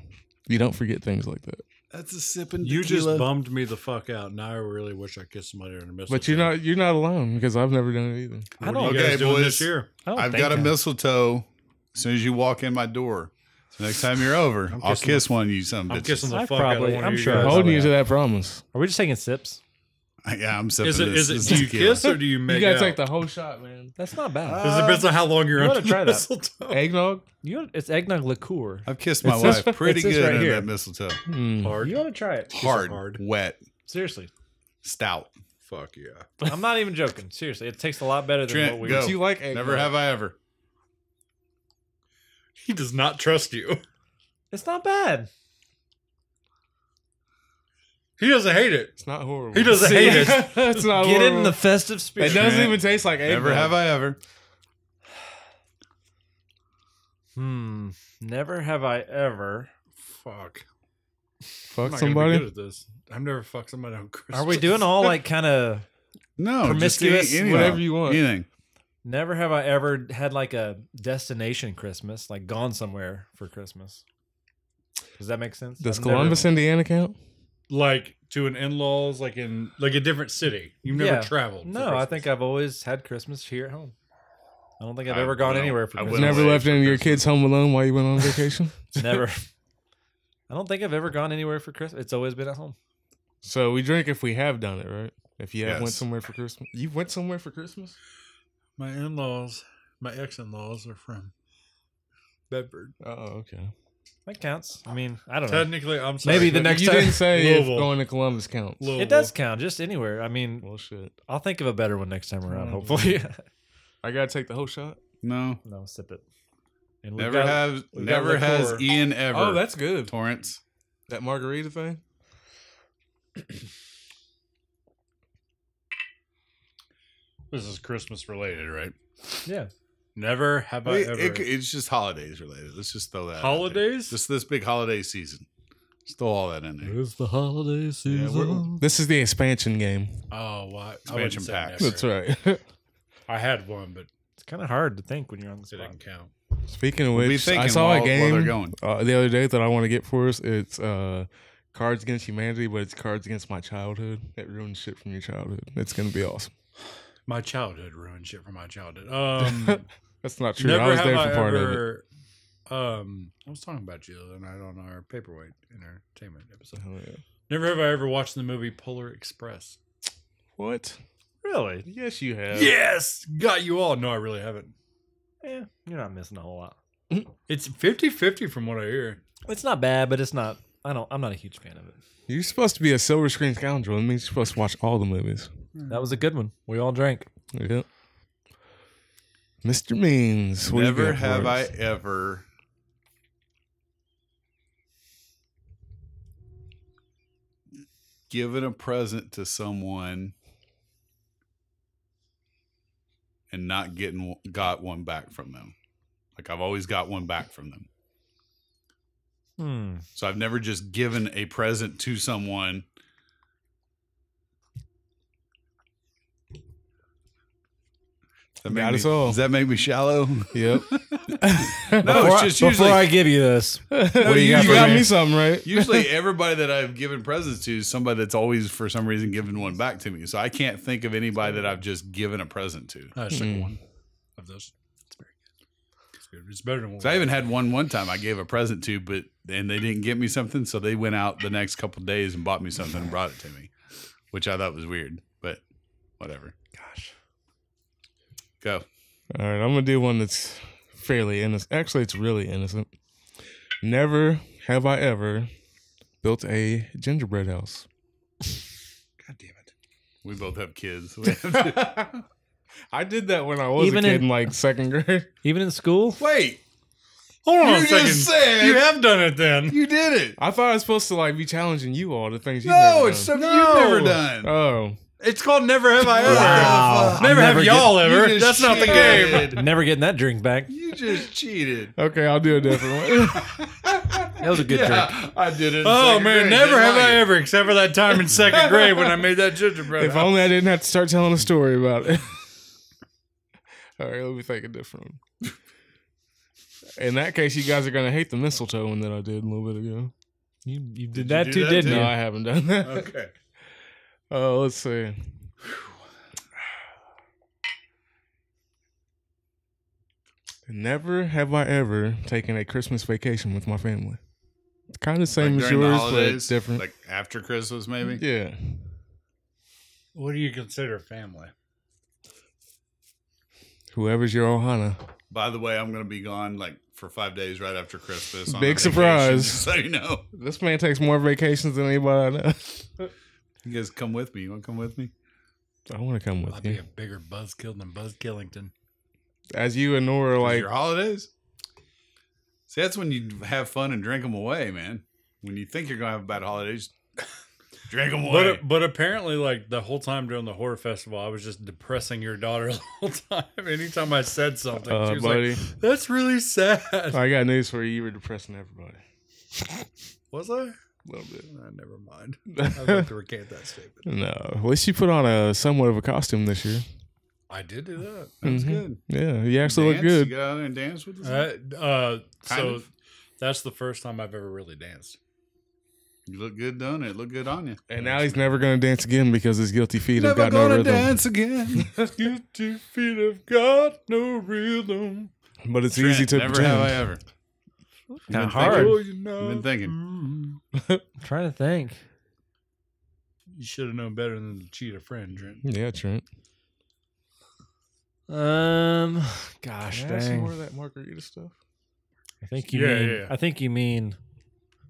[SPEAKER 3] You don't forget things like that.
[SPEAKER 4] That's a sipping.
[SPEAKER 5] You just bummed me the fuck out. Now I really wish I kissed somebody in a mistletoe.
[SPEAKER 3] But you're not you're not alone because I've never done it either.
[SPEAKER 5] What
[SPEAKER 2] I don't-
[SPEAKER 5] are you guys
[SPEAKER 4] Okay,
[SPEAKER 5] doing
[SPEAKER 4] boys.
[SPEAKER 5] this year?
[SPEAKER 2] I
[SPEAKER 3] Oh,
[SPEAKER 2] don't
[SPEAKER 4] I've
[SPEAKER 2] think
[SPEAKER 4] got a
[SPEAKER 2] I-
[SPEAKER 4] mistletoe. As soon as you walk in my door, so next time you're over, I'll
[SPEAKER 5] kissing
[SPEAKER 4] kiss one of you. Some
[SPEAKER 5] I'm kissing
[SPEAKER 4] bitches.
[SPEAKER 5] the
[SPEAKER 2] I've
[SPEAKER 5] fuck out of
[SPEAKER 2] probably-
[SPEAKER 5] one
[SPEAKER 2] I'm
[SPEAKER 5] of you
[SPEAKER 2] sure
[SPEAKER 5] guys.
[SPEAKER 2] I
[SPEAKER 3] I'm
[SPEAKER 2] was-
[SPEAKER 3] holding you to that promise.
[SPEAKER 2] Are we just taking sips?
[SPEAKER 4] yeah, I'm sipping
[SPEAKER 5] Is it?
[SPEAKER 4] this.
[SPEAKER 5] Is it?
[SPEAKER 4] This
[SPEAKER 5] Do you
[SPEAKER 4] tequila.
[SPEAKER 5] kiss or do you make
[SPEAKER 3] You gotta
[SPEAKER 5] out?
[SPEAKER 3] take the whole shot, man.
[SPEAKER 2] That's not bad.
[SPEAKER 5] It depends on how long you're
[SPEAKER 2] you
[SPEAKER 5] under
[SPEAKER 2] oughta try that.
[SPEAKER 5] mistletoe.
[SPEAKER 3] Eggnog?
[SPEAKER 2] you, it's eggnog liqueur.
[SPEAKER 4] I've kissed my
[SPEAKER 2] It's
[SPEAKER 4] wife
[SPEAKER 2] this-
[SPEAKER 4] pretty
[SPEAKER 2] it's this
[SPEAKER 4] good
[SPEAKER 2] right
[SPEAKER 4] under
[SPEAKER 2] here.
[SPEAKER 4] that mistletoe.
[SPEAKER 3] Mm.
[SPEAKER 5] Hard.
[SPEAKER 2] You ought to try it.
[SPEAKER 4] Hard,
[SPEAKER 5] hard.
[SPEAKER 4] wet,
[SPEAKER 2] Seriously.
[SPEAKER 4] stout.
[SPEAKER 5] Fuck yeah.
[SPEAKER 2] I'm not even joking. Seriously. It tastes a lot better than
[SPEAKER 4] Trent,
[SPEAKER 2] what we
[SPEAKER 4] go.
[SPEAKER 3] Do you like eggnog?
[SPEAKER 4] Never have I ever.
[SPEAKER 5] He does not trust you.
[SPEAKER 2] It's not bad.
[SPEAKER 5] He doesn't hate it.
[SPEAKER 3] It's not horrible.
[SPEAKER 5] He doesn't hate it.
[SPEAKER 3] it's not
[SPEAKER 2] Get it in
[SPEAKER 3] horrible.
[SPEAKER 2] the festive spirit.
[SPEAKER 3] It doesn't
[SPEAKER 4] Trent,
[SPEAKER 3] even taste like eggnog.
[SPEAKER 4] Never have I ever.
[SPEAKER 2] Hmm. Never have I ever.
[SPEAKER 5] Fuck. I'm
[SPEAKER 3] Fuck
[SPEAKER 5] not gonna be
[SPEAKER 3] somebody.
[SPEAKER 5] Good at this. I've never fucked somebody on Christmas.
[SPEAKER 2] Are we doing all like kind of?
[SPEAKER 4] No, just
[SPEAKER 2] Promiscuous,
[SPEAKER 4] any- any-
[SPEAKER 3] Whatever you want.
[SPEAKER 4] anything.
[SPEAKER 2] Never have I ever had like a destination Christmas, like gone somewhere for Christmas. Does that make sense?
[SPEAKER 3] Does
[SPEAKER 2] I've never-
[SPEAKER 3] Columbus, Indiana count?
[SPEAKER 5] like to an in-laws, like in like a different city? You've never
[SPEAKER 2] Yeah.
[SPEAKER 5] traveled. for
[SPEAKER 2] No, I
[SPEAKER 5] Christmas.
[SPEAKER 2] think I've always had Christmas here at home. I don't think I've
[SPEAKER 4] I-
[SPEAKER 2] ever gone
[SPEAKER 4] no,
[SPEAKER 2] anywhere for
[SPEAKER 4] I
[SPEAKER 2] Christmas.
[SPEAKER 4] Went
[SPEAKER 3] Never
[SPEAKER 4] away
[SPEAKER 3] left
[SPEAKER 4] for
[SPEAKER 3] any of your
[SPEAKER 4] Christmas.
[SPEAKER 3] kids home alone while you went on vacation?
[SPEAKER 2] Never. I don't think I've ever gone anywhere for Christmas. It's always been at home.
[SPEAKER 3] So we drink if we have done it, right? If you have went
[SPEAKER 4] Yes.
[SPEAKER 3] somewhere for Christmas, you went somewhere for Christmas.
[SPEAKER 5] my in-laws, my ex-in-laws are from Bedford.
[SPEAKER 3] Oh, okay.
[SPEAKER 2] That counts. I mean, I don't know.
[SPEAKER 5] Technically, I'm sorry.
[SPEAKER 2] Maybe the
[SPEAKER 5] but
[SPEAKER 2] next
[SPEAKER 3] you
[SPEAKER 2] time-
[SPEAKER 3] didn't say if
[SPEAKER 5] Louisville.
[SPEAKER 3] going to Columbus counts.
[SPEAKER 5] Louisville.
[SPEAKER 2] It does count, just anywhere. I mean,
[SPEAKER 3] Well, shit.
[SPEAKER 2] I'll think of a better one next time around,
[SPEAKER 3] Mm.
[SPEAKER 2] hopefully.
[SPEAKER 3] I gotta take the whole shot.
[SPEAKER 4] No.
[SPEAKER 2] no, sip it. And we've
[SPEAKER 4] Never
[SPEAKER 2] got-
[SPEAKER 4] have
[SPEAKER 5] we've got
[SPEAKER 4] never has
[SPEAKER 5] liqueur.
[SPEAKER 4] Ian ever
[SPEAKER 3] Oh, that's good.
[SPEAKER 4] Torrance.
[SPEAKER 3] That margarita thing.
[SPEAKER 5] This is Christmas related, right?
[SPEAKER 2] Yeah.
[SPEAKER 5] Never have I
[SPEAKER 4] It-
[SPEAKER 5] ever.
[SPEAKER 4] it- it's just holidays related. Let's just throw that out there.
[SPEAKER 5] Holidays?
[SPEAKER 4] Just this big holiday season. Just throw all that in there.
[SPEAKER 2] It's the holiday
[SPEAKER 4] Yeah, we're-
[SPEAKER 3] This is the expansion game.
[SPEAKER 5] oh, well, I- I
[SPEAKER 4] Expansion
[SPEAKER 5] wouldn't say
[SPEAKER 4] packs.
[SPEAKER 5] never.
[SPEAKER 3] That's right.
[SPEAKER 5] I had one, but
[SPEAKER 2] It's kind of hard to think when you're on the
[SPEAKER 5] it
[SPEAKER 2] spot.
[SPEAKER 5] didn't count.
[SPEAKER 3] Speaking of
[SPEAKER 4] We'll be
[SPEAKER 3] which, I
[SPEAKER 4] thinking
[SPEAKER 3] saw
[SPEAKER 4] while-
[SPEAKER 3] a
[SPEAKER 4] while
[SPEAKER 3] game
[SPEAKER 4] they're going.
[SPEAKER 3] Uh, the other day that I want to get for us. It's uh, Cards Against Humanity, but it's Cards Against My Childhood. It ruins shit from your childhood. It's gonna be awesome.
[SPEAKER 5] My childhood ruined shit from my childhood. Um,
[SPEAKER 3] That's not true.
[SPEAKER 5] never
[SPEAKER 3] I was
[SPEAKER 5] have
[SPEAKER 3] there for
[SPEAKER 5] I
[SPEAKER 3] part of it.
[SPEAKER 5] ever. Um, I was talking about you the other night on our paperweight entertainment episode.
[SPEAKER 3] Oh, yeah.
[SPEAKER 5] Never have I ever watched the movie Polar Express.
[SPEAKER 3] What?
[SPEAKER 2] Really?
[SPEAKER 3] Yes, you have.
[SPEAKER 5] Yes, got you all. No, I really haven't.
[SPEAKER 2] Yeah, Eh, you're not missing a whole lot.
[SPEAKER 5] It's 50-50 from what I hear.
[SPEAKER 2] It's not bad, but it's not. I don't. I'm not a huge fan of it.
[SPEAKER 3] You're supposed to be a silver screen scoundrel. It means you're supposed to watch all the movies.
[SPEAKER 2] That was a good one. We all drank.
[SPEAKER 3] Yep. Mr. Means. what do you
[SPEAKER 4] Never
[SPEAKER 3] got for
[SPEAKER 4] have I
[SPEAKER 3] us?
[SPEAKER 4] ever given a present to someone and not getting got one back from them. Like I've always got one back from them.
[SPEAKER 2] Hmm.
[SPEAKER 4] So I've never just given a present to someone. That
[SPEAKER 3] You
[SPEAKER 4] made
[SPEAKER 3] got
[SPEAKER 4] me-
[SPEAKER 3] us all.
[SPEAKER 4] Does that make me shallow?
[SPEAKER 3] Yep.
[SPEAKER 4] No, it's just usually
[SPEAKER 2] Before I give you this,
[SPEAKER 3] Well,
[SPEAKER 4] you
[SPEAKER 3] you,
[SPEAKER 4] got
[SPEAKER 3] got,
[SPEAKER 4] for me?
[SPEAKER 3] me something, right?
[SPEAKER 4] usually everybody that I've given presents to is somebody that's always for some reason given one back to me. So I can't think of anybody that I've just given a present to.
[SPEAKER 5] Uh, second
[SPEAKER 3] Mm.
[SPEAKER 5] one of those. It's very good. It's good. It's better than what
[SPEAKER 4] So I
[SPEAKER 5] we-
[SPEAKER 4] even had one one time I gave a present to, but and they didn't get me something, so they went out the next couple days and bought me something and brought it to me, which I thought was weird, but whatever. Gosh, go.
[SPEAKER 3] All right, I'm gonna do one that's fairly innocent. Actually, it's really innocent. Never have I ever built a gingerbread house.
[SPEAKER 5] God damn it.
[SPEAKER 4] We both have kids.
[SPEAKER 3] I did that when I was
[SPEAKER 2] Even
[SPEAKER 3] a kid
[SPEAKER 2] in-
[SPEAKER 3] in, like second grade.
[SPEAKER 2] even in school,
[SPEAKER 4] Wait,
[SPEAKER 5] Hold on
[SPEAKER 4] you
[SPEAKER 5] a
[SPEAKER 4] just
[SPEAKER 5] second.
[SPEAKER 4] said
[SPEAKER 5] you have done it then.
[SPEAKER 4] you did it.
[SPEAKER 3] I thought I was supposed to like be challenging you all the things you
[SPEAKER 4] No,
[SPEAKER 3] never
[SPEAKER 4] it's
[SPEAKER 3] done.
[SPEAKER 4] something you've never done.
[SPEAKER 3] Oh,
[SPEAKER 5] It's called Never Have I Ever.
[SPEAKER 2] Wow. Never
[SPEAKER 5] Never, have
[SPEAKER 2] get-
[SPEAKER 5] y'all ever.
[SPEAKER 4] You
[SPEAKER 5] That's
[SPEAKER 4] just
[SPEAKER 5] not the game.
[SPEAKER 4] cheated.
[SPEAKER 2] never getting that drink back.
[SPEAKER 4] You just cheated.
[SPEAKER 3] okay, I'll do a different one.
[SPEAKER 2] That was a good
[SPEAKER 4] yeah,
[SPEAKER 2] drink.
[SPEAKER 4] I did it. in
[SPEAKER 5] Oh
[SPEAKER 4] second
[SPEAKER 5] man,
[SPEAKER 4] grade.
[SPEAKER 5] never
[SPEAKER 4] Didn't
[SPEAKER 5] have
[SPEAKER 4] like
[SPEAKER 5] I
[SPEAKER 4] it.
[SPEAKER 5] ever, except for that time in second grade when I made that gingerbread.
[SPEAKER 3] if
[SPEAKER 5] house.
[SPEAKER 3] only I didn't have to start telling a story about it. all right, let me think a different one. In that case, you guys are gonna hate the mistletoe one that I did a little bit ago.
[SPEAKER 2] You you did,
[SPEAKER 4] you
[SPEAKER 2] that
[SPEAKER 4] do
[SPEAKER 2] too,
[SPEAKER 4] that
[SPEAKER 2] didn't
[SPEAKER 4] too?
[SPEAKER 3] No,
[SPEAKER 2] you?
[SPEAKER 3] I haven't done that.
[SPEAKER 4] Okay.
[SPEAKER 3] Oh, let's see. Never have I ever taken a Christmas vacation with my family. Kind of same
[SPEAKER 4] Like
[SPEAKER 3] as
[SPEAKER 4] during the
[SPEAKER 3] yours,
[SPEAKER 4] holidays,
[SPEAKER 3] but different.
[SPEAKER 4] Like after Christmas, maybe.
[SPEAKER 3] yeah,
[SPEAKER 5] what do you consider family?
[SPEAKER 3] whoever's your Ohana.
[SPEAKER 4] By the way, I'm going to be gone like for five days right after Christmas. on
[SPEAKER 3] Big
[SPEAKER 4] a vacation,
[SPEAKER 3] surprise.
[SPEAKER 4] just So you know,
[SPEAKER 3] This man takes more vacations than anybody I know.
[SPEAKER 4] you guys come with me. You want to come with me?
[SPEAKER 3] I want to come
[SPEAKER 5] I'll
[SPEAKER 3] with
[SPEAKER 5] be
[SPEAKER 3] you.
[SPEAKER 5] a bigger Buzzkill than Buzz Killington.
[SPEAKER 3] As you and Nora, are
[SPEAKER 4] Like
[SPEAKER 3] like
[SPEAKER 4] your holidays. See, that's when you have fun and drink them away, man. When you think you're going to have bad holidays, drink them away.
[SPEAKER 5] But but apparently, like the whole time during the horror festival, I was just depressing your daughter the whole time. Anytime I said something, she
[SPEAKER 3] Uh,
[SPEAKER 5] was
[SPEAKER 3] buddy,
[SPEAKER 5] like, "That's really sad."
[SPEAKER 3] I got news for you. You were depressing everybody
[SPEAKER 5] was I?
[SPEAKER 3] a little bit.
[SPEAKER 5] Nah, never mind. I'd like to recant that statement.
[SPEAKER 3] No, at least you put on a somewhat of a costume this year.
[SPEAKER 5] I did do that.
[SPEAKER 4] that's
[SPEAKER 3] Mhm.
[SPEAKER 4] good.
[SPEAKER 3] Yeah, you actually look
[SPEAKER 4] Dance,
[SPEAKER 3] good.
[SPEAKER 4] You get out there and dance with us.
[SPEAKER 5] Uh, uh,
[SPEAKER 4] Kind
[SPEAKER 5] so
[SPEAKER 4] of.
[SPEAKER 5] that's the first time I've ever really danced.
[SPEAKER 4] You look good doing it. Look good on you.
[SPEAKER 3] And now he's never gonna dance again because his guilty feet have got no rhythm.
[SPEAKER 4] again.
[SPEAKER 5] Guilty feet have got no rhythm.
[SPEAKER 3] But it's
[SPEAKER 4] Trent,
[SPEAKER 3] easy to
[SPEAKER 4] never
[SPEAKER 3] pretend.
[SPEAKER 4] have I ever.
[SPEAKER 2] Kind
[SPEAKER 4] been
[SPEAKER 2] of hard.
[SPEAKER 4] thinking.
[SPEAKER 5] Oh, you know.
[SPEAKER 4] I've been thinking.
[SPEAKER 5] Mm.
[SPEAKER 2] I'm trying to think.
[SPEAKER 5] You should have known better than to cheat a friend, Trent.
[SPEAKER 3] Yeah, Trent.
[SPEAKER 2] Um, gosh, dang.
[SPEAKER 3] that margarita stuff?
[SPEAKER 2] I think you
[SPEAKER 5] Yeah,
[SPEAKER 2] mean.
[SPEAKER 5] yeah, yeah.
[SPEAKER 2] I think you mean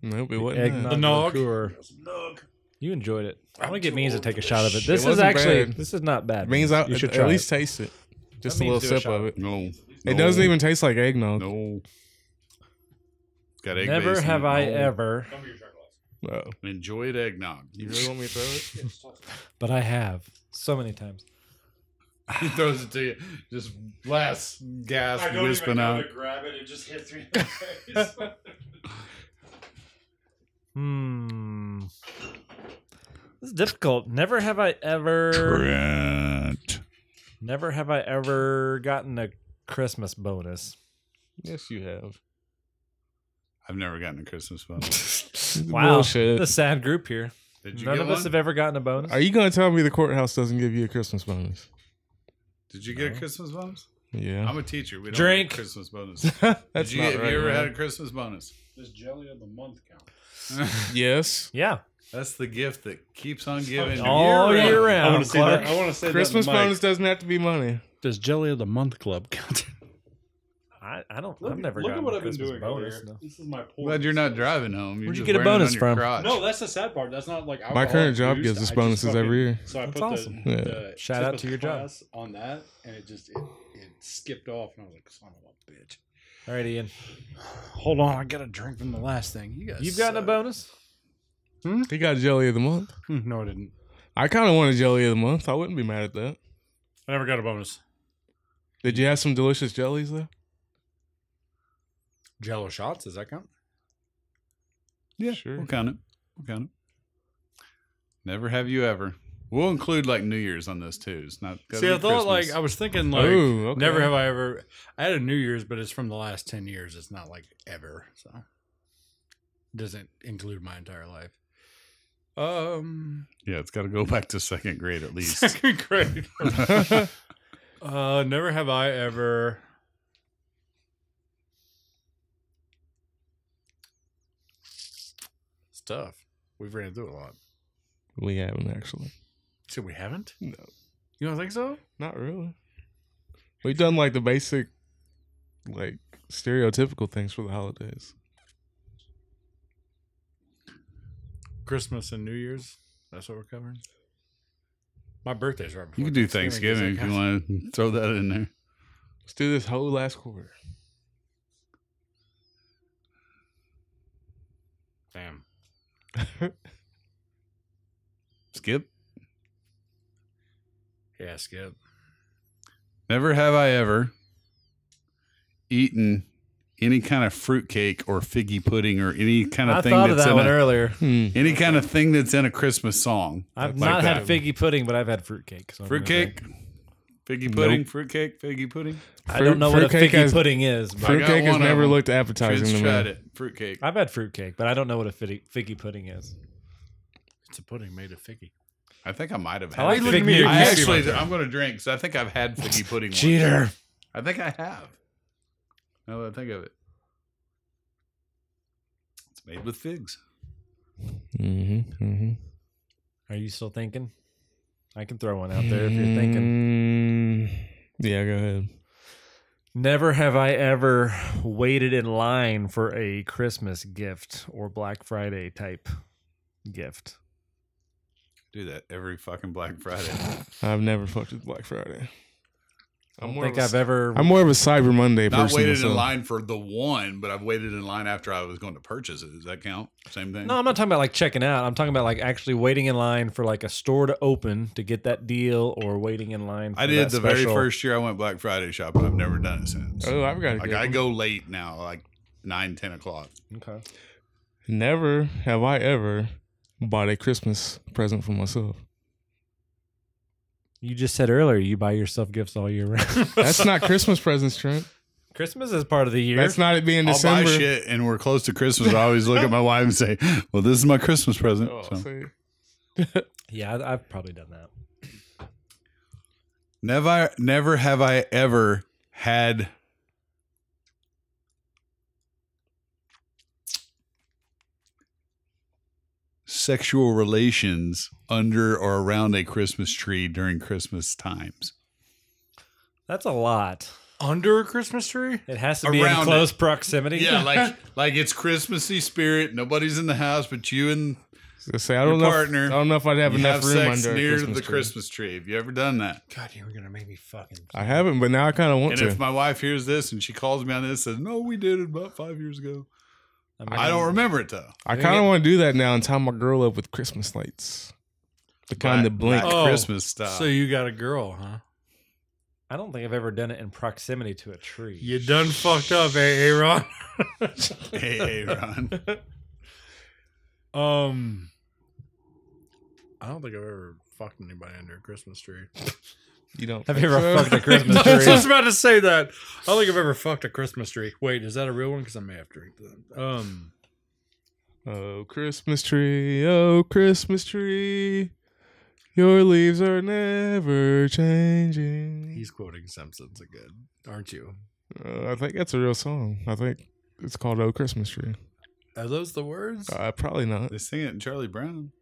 [SPEAKER 3] Nope, it
[SPEAKER 2] the
[SPEAKER 3] wasn't. that.
[SPEAKER 2] eggnog
[SPEAKER 5] The nog?
[SPEAKER 2] liqueur.
[SPEAKER 1] Look,
[SPEAKER 2] You enjoyed it. I
[SPEAKER 3] I'm
[SPEAKER 2] want to get
[SPEAKER 3] too
[SPEAKER 2] Means to
[SPEAKER 3] old
[SPEAKER 2] take
[SPEAKER 3] for
[SPEAKER 2] a shot of it. This
[SPEAKER 3] this shit. It
[SPEAKER 2] is
[SPEAKER 3] wasn't
[SPEAKER 2] actually
[SPEAKER 3] bad.
[SPEAKER 2] this is not bad.
[SPEAKER 3] Means I
[SPEAKER 2] you should
[SPEAKER 3] at
[SPEAKER 2] try
[SPEAKER 3] least
[SPEAKER 2] it.
[SPEAKER 3] taste it. Just
[SPEAKER 2] That
[SPEAKER 3] a
[SPEAKER 2] means
[SPEAKER 3] little
[SPEAKER 2] do a
[SPEAKER 3] sip
[SPEAKER 2] shot.
[SPEAKER 3] of it.
[SPEAKER 4] No,
[SPEAKER 3] It
[SPEAKER 4] no,
[SPEAKER 3] doesn't even taste like eggnog.
[SPEAKER 4] No, got egg.
[SPEAKER 2] Never
[SPEAKER 4] base in
[SPEAKER 2] have
[SPEAKER 4] it.
[SPEAKER 2] I
[SPEAKER 4] No.
[SPEAKER 2] ever,
[SPEAKER 3] No.
[SPEAKER 4] enjoyed eggnog.
[SPEAKER 3] You really want me to throw it?
[SPEAKER 2] but I have so many times.
[SPEAKER 4] he throws it to you, just last gasp, wisping out.
[SPEAKER 5] grab it. It just hits me.
[SPEAKER 2] Hmm. This is difficult. Never have I ever.
[SPEAKER 4] Trent.
[SPEAKER 2] Never have I ever gotten a Christmas bonus.
[SPEAKER 3] yes, you have.
[SPEAKER 4] I've never gotten a Christmas phone.
[SPEAKER 2] Wow,
[SPEAKER 3] Bullshit.
[SPEAKER 2] the sad group here.
[SPEAKER 4] Did you
[SPEAKER 2] None
[SPEAKER 4] get
[SPEAKER 2] of
[SPEAKER 4] one?
[SPEAKER 2] us have ever gotten a bonus.
[SPEAKER 3] Are you going to tell me the courthouse doesn't give you a Christmas bonus?
[SPEAKER 4] Did you get
[SPEAKER 2] No.
[SPEAKER 4] a Christmas bonus?
[SPEAKER 3] Yeah.
[SPEAKER 4] I'm a teacher. We don't
[SPEAKER 2] Drink.
[SPEAKER 4] get Christmas bonus.
[SPEAKER 3] That's
[SPEAKER 4] Did you,
[SPEAKER 3] not
[SPEAKER 4] have
[SPEAKER 3] right.
[SPEAKER 4] you ever
[SPEAKER 3] man.
[SPEAKER 4] had a Christmas bonus?
[SPEAKER 5] This jelly of the month count.
[SPEAKER 3] yes.
[SPEAKER 2] yeah.
[SPEAKER 4] That's the gift that keeps on giving
[SPEAKER 2] All year round,
[SPEAKER 4] round.
[SPEAKER 5] I want to say
[SPEAKER 2] Clark.
[SPEAKER 5] that. I want to say
[SPEAKER 3] Christmas
[SPEAKER 5] that in the mic.
[SPEAKER 3] bonus doesn't have to be money.
[SPEAKER 5] Does jelly of the month club count?
[SPEAKER 2] I, I don't.
[SPEAKER 5] Look-
[SPEAKER 2] I've never
[SPEAKER 5] look
[SPEAKER 2] gotten
[SPEAKER 5] at what
[SPEAKER 2] a
[SPEAKER 5] I've been
[SPEAKER 2] Christmas
[SPEAKER 5] doing
[SPEAKER 2] bonus.
[SPEAKER 5] over here.
[SPEAKER 2] no.
[SPEAKER 5] This is my point.
[SPEAKER 4] Glad you're not driving home. You're
[SPEAKER 2] Where'd you
[SPEAKER 4] just
[SPEAKER 2] get a
[SPEAKER 4] wearing it
[SPEAKER 2] bonus
[SPEAKER 4] on your
[SPEAKER 2] from?
[SPEAKER 4] crotch.
[SPEAKER 5] No, that's the sad part. That's not like
[SPEAKER 3] My
[SPEAKER 5] alcohol
[SPEAKER 3] current job
[SPEAKER 5] induced.
[SPEAKER 3] gives us
[SPEAKER 5] I just
[SPEAKER 3] bonuses
[SPEAKER 5] fucking-
[SPEAKER 3] every year.
[SPEAKER 5] So I
[SPEAKER 2] That's
[SPEAKER 5] put
[SPEAKER 2] awesome.
[SPEAKER 5] the,
[SPEAKER 3] Yeah.
[SPEAKER 5] the
[SPEAKER 2] Shout out
[SPEAKER 5] Christmas
[SPEAKER 2] to your job.
[SPEAKER 5] class on that, and it just it, it skipped off, and I was like, "Son of a bitch!"
[SPEAKER 2] All right, Ian.
[SPEAKER 5] Hold on, I got a drink from the last thing. You guys,
[SPEAKER 2] You've gotten a
[SPEAKER 4] uh,
[SPEAKER 2] bonus.
[SPEAKER 3] He got jelly of the month.
[SPEAKER 5] bonus? Hmm, No, I didn't.
[SPEAKER 3] I kind of want a jelly of the month. I wouldn't be mad at that.
[SPEAKER 5] I never got a bonus.
[SPEAKER 3] Did you have some delicious jellies though?
[SPEAKER 5] Jello shots? Does that count?
[SPEAKER 4] Yeah,
[SPEAKER 3] Sure.
[SPEAKER 4] We'll count it. We'll count it. Never have you ever. We'll include like New Year's on this too. It's not. gotta
[SPEAKER 5] See,
[SPEAKER 4] be
[SPEAKER 5] I thought
[SPEAKER 4] Christmas.
[SPEAKER 5] like I was thinking like
[SPEAKER 3] Ooh, Oh, okay.
[SPEAKER 5] never have I ever. I had a New Year's, but it's from the last ten years. It's not like ever, so doesn't include my entire life. Um,
[SPEAKER 4] yeah, it's got to go back to second grade at least.
[SPEAKER 5] second grade. uh, never have I ever. It's tough. We've ran through a lot.
[SPEAKER 3] We haven't actually.
[SPEAKER 5] So we haven't.
[SPEAKER 3] No,
[SPEAKER 5] You don't think so?
[SPEAKER 3] not really. We've done like the basic, like stereotypical things for the holidays.
[SPEAKER 5] Christmas and New Year's. That's what we're covering. My birthday's right before.
[SPEAKER 4] you can do
[SPEAKER 5] Thanksgiving,
[SPEAKER 4] Thanksgiving if you want to throw that in there.
[SPEAKER 3] Let's do this whole last quarter.
[SPEAKER 5] Damn.
[SPEAKER 4] Skip.
[SPEAKER 5] Yeah, skip.
[SPEAKER 4] Never have I ever eaten any kind of fruitcake or figgy pudding or any kind of
[SPEAKER 2] Mm, I
[SPEAKER 4] thing
[SPEAKER 2] thought of
[SPEAKER 4] that's
[SPEAKER 2] that
[SPEAKER 4] in
[SPEAKER 2] one
[SPEAKER 4] a,
[SPEAKER 2] earlier.
[SPEAKER 3] Hmm.
[SPEAKER 4] any kind of thing that's in a Christmas song.
[SPEAKER 2] I've
[SPEAKER 4] Like
[SPEAKER 2] not
[SPEAKER 4] that.
[SPEAKER 2] had figgy pudding, but I've had fruitcake. So I'm gonna
[SPEAKER 4] Fruitcake,
[SPEAKER 2] say-
[SPEAKER 4] figgy pudding, fruitcake, figgy pudding.
[SPEAKER 2] I don't know what a
[SPEAKER 3] fruitcake
[SPEAKER 2] figgy
[SPEAKER 3] has-
[SPEAKER 2] pudding is. But
[SPEAKER 4] I got
[SPEAKER 3] Fruitcake has
[SPEAKER 4] one of
[SPEAKER 3] never
[SPEAKER 4] them.
[SPEAKER 3] looked
[SPEAKER 4] Tried
[SPEAKER 3] appetizing to me.
[SPEAKER 4] it. Fruitcake.
[SPEAKER 2] I've had fruitcake, but I don't know what a figgy, figgy pudding is.
[SPEAKER 5] It's a pudding made of figgy.
[SPEAKER 4] I think I might have
[SPEAKER 2] I
[SPEAKER 4] had.
[SPEAKER 2] like
[SPEAKER 4] fig-
[SPEAKER 2] fig
[SPEAKER 5] me.
[SPEAKER 2] Newtons.
[SPEAKER 4] I
[SPEAKER 5] You see
[SPEAKER 4] actually,
[SPEAKER 5] my
[SPEAKER 4] I'm going to drink because I think I've had figgy pudding. once.
[SPEAKER 2] Cheater.
[SPEAKER 4] I think I have. Now that I think of it, it's made with figs.
[SPEAKER 3] Mm-hmm, mm-hmm.
[SPEAKER 2] Are you still thinking? I can throw one out there if
[SPEAKER 3] Hmm.
[SPEAKER 2] you're thinking.
[SPEAKER 3] Mm. Yeah, go ahead.
[SPEAKER 2] Never have I ever waited in line for a Christmas gift or Black Friday type gift.
[SPEAKER 4] Do that every fucking Black Friday.
[SPEAKER 3] I've never fucked with Black Friday.
[SPEAKER 2] I
[SPEAKER 3] I'm
[SPEAKER 2] don't
[SPEAKER 3] more
[SPEAKER 2] think
[SPEAKER 3] of a-
[SPEAKER 2] I've ever.
[SPEAKER 3] I'm more of a Cyber Monday person.
[SPEAKER 4] Not waited in
[SPEAKER 3] myself.
[SPEAKER 4] line for the one, but I've waited in line after I was going to purchase it. Does that count? Same thing.
[SPEAKER 2] No, I'm not talking about like checking out. I'm talking about like actually waiting in line for like a store to open to get that deal or waiting in line for
[SPEAKER 4] I did
[SPEAKER 2] that
[SPEAKER 4] the very
[SPEAKER 2] special-
[SPEAKER 4] first year I went Black Friday shopping. I've never done it since.
[SPEAKER 3] Oh, I've got to
[SPEAKER 4] like I go late now, like nine, ten o'clock.
[SPEAKER 2] Okay.
[SPEAKER 3] Never have I ever bought a Christmas present for myself.
[SPEAKER 2] You just said earlier you buy yourself gifts all year round.
[SPEAKER 3] That's not Christmas presents, Trent.
[SPEAKER 2] Christmas is part of the year.
[SPEAKER 3] That's not it being December.
[SPEAKER 4] I'll buy shit, and we're close to Christmas. I always look at my wife and say, "Well, this is my Christmas present."
[SPEAKER 3] Oh,
[SPEAKER 4] So,
[SPEAKER 3] see.
[SPEAKER 2] yeah, I- I've probably done that.
[SPEAKER 4] never, never have I ever had. Sexual relations under or around a Christmas tree during Christmas times.
[SPEAKER 2] That's a lot.
[SPEAKER 5] under a Christmas tree?
[SPEAKER 2] It has to be in
[SPEAKER 4] Around
[SPEAKER 2] close proximity.
[SPEAKER 4] Yeah, like like it's Christmassy spirit. Nobody's in the house, but you and
[SPEAKER 3] So say I don't
[SPEAKER 4] Your
[SPEAKER 3] know. if-
[SPEAKER 4] partner,
[SPEAKER 3] I don't know if I'd have
[SPEAKER 4] you
[SPEAKER 3] enough
[SPEAKER 4] have
[SPEAKER 3] room
[SPEAKER 4] sex
[SPEAKER 3] under a
[SPEAKER 4] near
[SPEAKER 3] Christmas
[SPEAKER 4] the
[SPEAKER 3] tree.
[SPEAKER 4] Christmas tree. Have you ever done that?
[SPEAKER 5] God, you were gonna make me fucking.
[SPEAKER 3] I haven't, but now I kind of want
[SPEAKER 4] And
[SPEAKER 3] to.
[SPEAKER 4] if my wife hears this and she calls me on this, says, "No, we did it about five years ago."
[SPEAKER 2] I, mean,
[SPEAKER 4] I don't remember it though.
[SPEAKER 3] I kind of want to do that now and tie my girl up with Christmas lights, the kind
[SPEAKER 4] Black-
[SPEAKER 3] that blink.
[SPEAKER 4] black
[SPEAKER 5] Oh,
[SPEAKER 4] Christmas style.
[SPEAKER 5] So you got a girl, huh?
[SPEAKER 2] I don't think I've ever done it in proximity to a tree.
[SPEAKER 5] You done fucked up, eh, Aaron?
[SPEAKER 4] hey, hey, Ron.
[SPEAKER 5] Um, I don't think I've ever fucked anybody under a Christmas tree.
[SPEAKER 3] You don't
[SPEAKER 2] Have
[SPEAKER 3] think
[SPEAKER 2] you ever
[SPEAKER 3] so?
[SPEAKER 2] fucked a Christmas
[SPEAKER 5] I was
[SPEAKER 2] tree?
[SPEAKER 5] just about to say that. I don't think I've ever fucked a Christmas tree. Wait, is that a real one? Because I may have to drink that. Um,
[SPEAKER 3] Oh Christmas tree, oh Christmas tree, your leaves are never changing.
[SPEAKER 5] he's quoting Simpsons again, aren't you?
[SPEAKER 3] Uh, I think that's a real song. I think it's called "Oh Christmas Tree."
[SPEAKER 5] Are those the words?
[SPEAKER 3] Uh, probably not.
[SPEAKER 4] They sing it in Charlie Brown.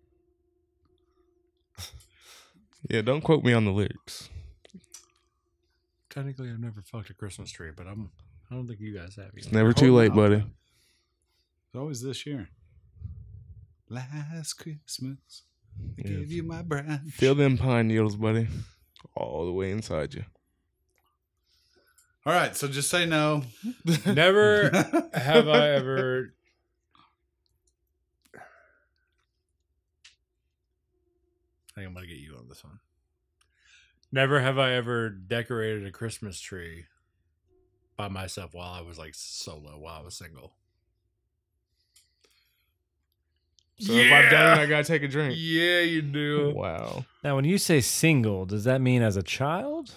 [SPEAKER 3] Yeah, don't quote me on the lyrics.
[SPEAKER 5] Technically, I've never fucked a Christmas tree, but I'm. I don't think you guys have.
[SPEAKER 3] It's
[SPEAKER 5] Either.
[SPEAKER 3] never too
[SPEAKER 4] Hold
[SPEAKER 3] late,
[SPEAKER 4] on.
[SPEAKER 3] buddy.
[SPEAKER 4] It's always this year. Last Christmas, I
[SPEAKER 3] Yeah.
[SPEAKER 4] gave you my bride.
[SPEAKER 3] Feel them pine needles, buddy, all the way inside you.
[SPEAKER 4] All right, so just say no.
[SPEAKER 5] Never have I ever. I think I'm gonna get you on this one. Never have I ever decorated a Christmas tree by myself while I was like solo, while I was single.
[SPEAKER 3] So if I've done it, I gotta take a drink.
[SPEAKER 5] Yeah, you do.
[SPEAKER 3] Wow.
[SPEAKER 2] now, when you say single, does that mean as a child?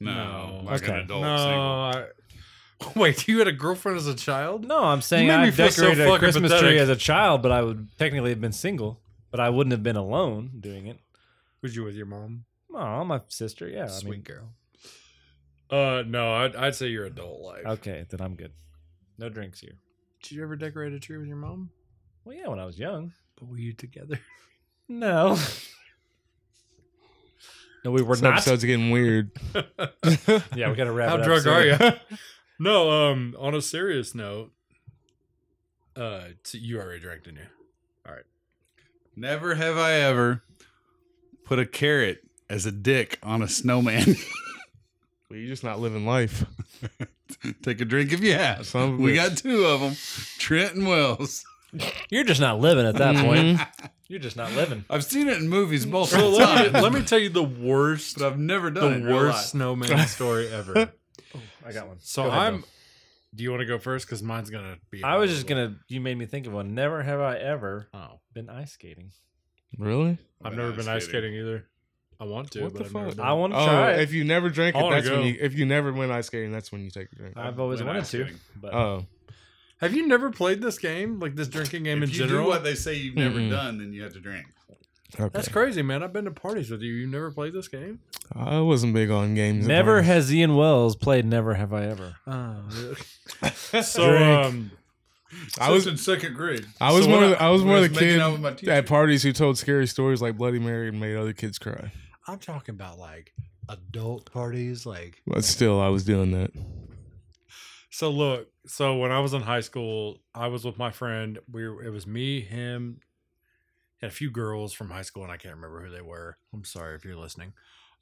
[SPEAKER 4] No,
[SPEAKER 5] No.
[SPEAKER 4] like
[SPEAKER 2] Okay.
[SPEAKER 4] an adult.
[SPEAKER 5] no,
[SPEAKER 4] single.
[SPEAKER 5] I, wait, you had a girlfriend as a child?
[SPEAKER 2] No, I'm saying
[SPEAKER 5] made me
[SPEAKER 2] I
[SPEAKER 5] feel so
[SPEAKER 2] decorated a
[SPEAKER 5] fucking
[SPEAKER 2] Christmas
[SPEAKER 5] pathetic.
[SPEAKER 2] tree as a child, but I would technically have been single, but I wouldn't have been alone doing it.
[SPEAKER 5] Was you with your mom?
[SPEAKER 2] Oh, my sister. Yeah, I
[SPEAKER 5] Sweet
[SPEAKER 2] mean,
[SPEAKER 5] girl. Uh, no, I'd, I'd say your adult life.
[SPEAKER 2] okay, then I'm good. No drinks here.
[SPEAKER 5] Did you ever decorate a tree with your mom?
[SPEAKER 2] Well, yeah, when I was young.
[SPEAKER 5] But were you together?
[SPEAKER 2] No. no, we were
[SPEAKER 3] This
[SPEAKER 2] not.
[SPEAKER 3] episode's getting weird.
[SPEAKER 2] Yeah, we got to wrap
[SPEAKER 5] How
[SPEAKER 2] it up.
[SPEAKER 5] drunk
[SPEAKER 2] soon.
[SPEAKER 5] are you? no, um, on a serious note, uh, t- you already drank, didn't you?
[SPEAKER 4] Never have I ever put a carrot as a dick on a snowman.
[SPEAKER 3] Well, you're just not living life.
[SPEAKER 4] Take a drink if you have.
[SPEAKER 3] Son of a
[SPEAKER 4] we
[SPEAKER 3] bitch.
[SPEAKER 4] got two of them, Trent and Wells.
[SPEAKER 2] You're just not living at that
[SPEAKER 5] Mm-hmm.
[SPEAKER 2] point.
[SPEAKER 3] Mhm.
[SPEAKER 2] You're just not living.
[SPEAKER 4] I've seen it in movies
[SPEAKER 5] So
[SPEAKER 4] multiple
[SPEAKER 5] let me,
[SPEAKER 4] times,
[SPEAKER 5] let me tell you the worst,
[SPEAKER 4] but I've never done
[SPEAKER 5] the
[SPEAKER 4] it.
[SPEAKER 5] worst snowman story ever.
[SPEAKER 2] I got one.
[SPEAKER 5] So
[SPEAKER 2] Go ahead,
[SPEAKER 5] I'm.
[SPEAKER 2] Bill.
[SPEAKER 5] Do you want to go first? Because mine's gonna be.
[SPEAKER 2] I was just
[SPEAKER 5] horrible.
[SPEAKER 2] gonna. You made me think of one. Never have I ever
[SPEAKER 5] Oh,
[SPEAKER 2] been ice skating.
[SPEAKER 3] Really?
[SPEAKER 5] I've never been ice skating either. I want to,
[SPEAKER 3] What
[SPEAKER 5] but
[SPEAKER 3] the
[SPEAKER 5] I've never
[SPEAKER 3] fuck?
[SPEAKER 5] done
[SPEAKER 2] I
[SPEAKER 5] it.
[SPEAKER 2] want to
[SPEAKER 3] Oh,
[SPEAKER 2] try.
[SPEAKER 3] if
[SPEAKER 2] It.
[SPEAKER 3] you never drink it,
[SPEAKER 5] I wanna
[SPEAKER 3] that's when
[SPEAKER 5] go.
[SPEAKER 3] you. If you never went ice skating, that's when you take a drink.
[SPEAKER 2] I've always
[SPEAKER 4] been
[SPEAKER 2] wanted
[SPEAKER 4] ice
[SPEAKER 2] to,
[SPEAKER 4] skating.
[SPEAKER 2] but
[SPEAKER 3] Oh,
[SPEAKER 5] Have you never played this game, like this drinking game
[SPEAKER 4] If
[SPEAKER 5] in
[SPEAKER 4] you
[SPEAKER 5] general?
[SPEAKER 4] do what they say you've never
[SPEAKER 3] Mm-mm.
[SPEAKER 4] done, then you have to drink.
[SPEAKER 3] okay.
[SPEAKER 5] That's crazy, man. I've been to parties with you. You never played this game?
[SPEAKER 3] I wasn't big on games. at
[SPEAKER 2] never
[SPEAKER 3] all.
[SPEAKER 2] has Ian Wells played. Never have I ever.
[SPEAKER 5] Oh, so
[SPEAKER 2] Drink.
[SPEAKER 5] um,
[SPEAKER 3] I was.
[SPEAKER 4] in second grade.
[SPEAKER 3] I was
[SPEAKER 5] so
[SPEAKER 3] more.
[SPEAKER 5] when
[SPEAKER 3] of the- I, was
[SPEAKER 4] when
[SPEAKER 3] more
[SPEAKER 4] I
[SPEAKER 3] the
[SPEAKER 4] was making
[SPEAKER 3] kid
[SPEAKER 4] out with my teacher.
[SPEAKER 3] at parties who told scary stories like Bloody Mary and made other kids cry.
[SPEAKER 5] I'm talking about like adult parties, like
[SPEAKER 3] But still, I was doing that.
[SPEAKER 5] so look, so when I was in high school, I was with my friend. We were, it was me, him, and a few girls from high school, and I can't remember who they were. I'm sorry if you're listening.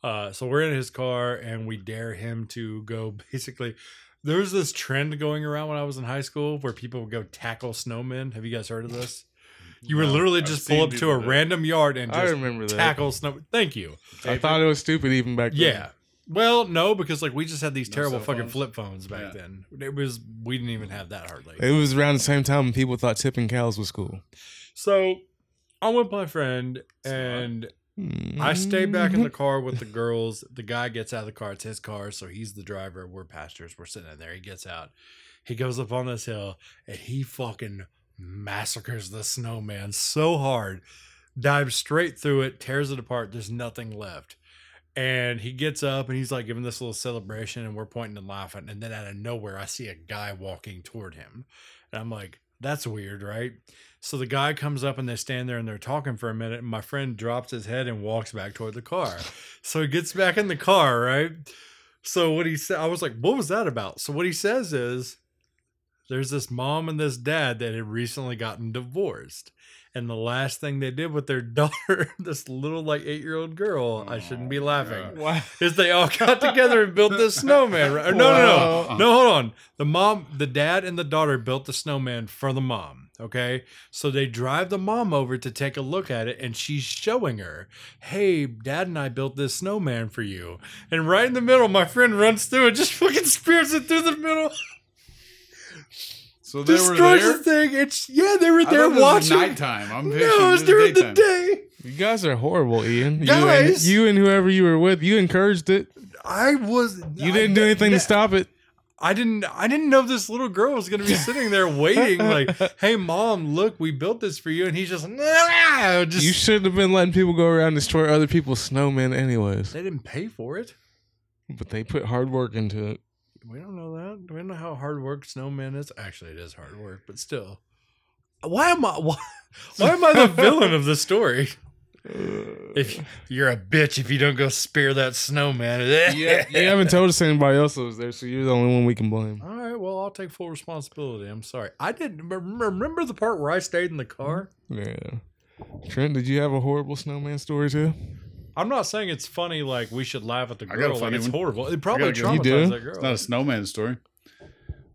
[SPEAKER 5] Uh, so we're in his car, and we dare him to go. Basically, there was this trend going around when I was in high school where people would go tackle snowmen. Have you guys heard of this? You would
[SPEAKER 4] No,
[SPEAKER 5] literally
[SPEAKER 4] I've
[SPEAKER 5] just
[SPEAKER 4] seen
[SPEAKER 5] pull up to
[SPEAKER 4] people
[SPEAKER 5] a
[SPEAKER 4] do it.
[SPEAKER 5] random yard and
[SPEAKER 3] I
[SPEAKER 5] just
[SPEAKER 3] remember that.
[SPEAKER 5] tackle snow. Thank you.
[SPEAKER 3] I thought it was stupid even back then.
[SPEAKER 5] Yeah. Well, no, because like we just had these
[SPEAKER 4] No
[SPEAKER 5] terrible
[SPEAKER 4] cell
[SPEAKER 5] fucking
[SPEAKER 4] phones?
[SPEAKER 5] flip phones back
[SPEAKER 4] Yeah.
[SPEAKER 5] then. It was we didn't even have that hardly.
[SPEAKER 3] It was around the same time when people thought tipping cows was cool.
[SPEAKER 5] So I'm with my friend and I stay back in the car with the girls. The guy gets out of the car. It's his car, so he's the driver. We're pastors. We're sitting in there. He gets out. He goes up on this hill and he fucking massacres the snowman so hard, dives straight through it, tears it apart. There's nothing left. And he gets up and he's like giving this little celebration, and we're pointing and laughing. And then out of nowhere, I see a guy walking toward him. And I'm like, that's weird, right? So the guy comes up and they stand there and they're talking for a minute. And my friend drops his head and walks back toward the car. So he gets back in the car, right? So what he said, I was like, what was that about? So what he says is, there's this mom and this dad that had recently gotten divorced. And the last thing they did with their daughter, this little like eight year old girl, I shouldn't be laughing,
[SPEAKER 3] Wow.
[SPEAKER 5] is they all got together and built this snowman. Right? No, no, no.
[SPEAKER 3] Wow.
[SPEAKER 5] No, hold on. The mom, the dad, and the daughter built the snowman for the mom. Okay. So they drive the mom over to take a look at it, and she's showing her, Hey, dad and I built this snowman for you. And right in the middle, my friend runs through and just fucking spears it through the middle,
[SPEAKER 4] So they were
[SPEAKER 5] destroys
[SPEAKER 4] there.
[SPEAKER 5] the thing. It's, yeah, they were
[SPEAKER 4] I
[SPEAKER 5] there
[SPEAKER 4] thought this was
[SPEAKER 5] watching.
[SPEAKER 4] Nighttime. I'm picturing
[SPEAKER 5] no, it was
[SPEAKER 4] this
[SPEAKER 5] during
[SPEAKER 4] daytime.
[SPEAKER 5] the day.
[SPEAKER 3] You guys are horrible, Ian. You, and,
[SPEAKER 5] Guys!
[SPEAKER 3] you and whoever you were with, you encouraged it.
[SPEAKER 5] I was.
[SPEAKER 3] You didn't do anything to stop it.
[SPEAKER 5] I didn't I didn't know this little girl was gonna be sitting there waiting, like, hey mom, look, we built this for you. And he's just, nah, just
[SPEAKER 3] You shouldn't have been letting people go around and destroy other people's snowmen, anyways.
[SPEAKER 5] they didn't pay for it.
[SPEAKER 3] But they put hard work into it.
[SPEAKER 5] We don't know that. We don't know how hard work snowman is. Actually, it is hard work, but still. Why am I why, why am I the villain of the story? If you're a bitch if you don't go spear that snowman.
[SPEAKER 3] Yeah, you haven't told us anybody else that was there, so you're the only one we can blame.
[SPEAKER 5] All right, well, I'll take full responsibility. I'm sorry. I didn't remember the part where I stayed in the car.
[SPEAKER 3] Yeah. Trent, did you have a horrible snowman story too?
[SPEAKER 5] I'm not saying it's funny. Like we should laugh at the
[SPEAKER 4] I got a
[SPEAKER 5] girl. Like
[SPEAKER 4] funny
[SPEAKER 5] it's
[SPEAKER 4] one.
[SPEAKER 5] horrible. It probably
[SPEAKER 4] good one.
[SPEAKER 3] You
[SPEAKER 5] traumatized
[SPEAKER 3] do?
[SPEAKER 5] that girl.
[SPEAKER 4] It's not a snowman story.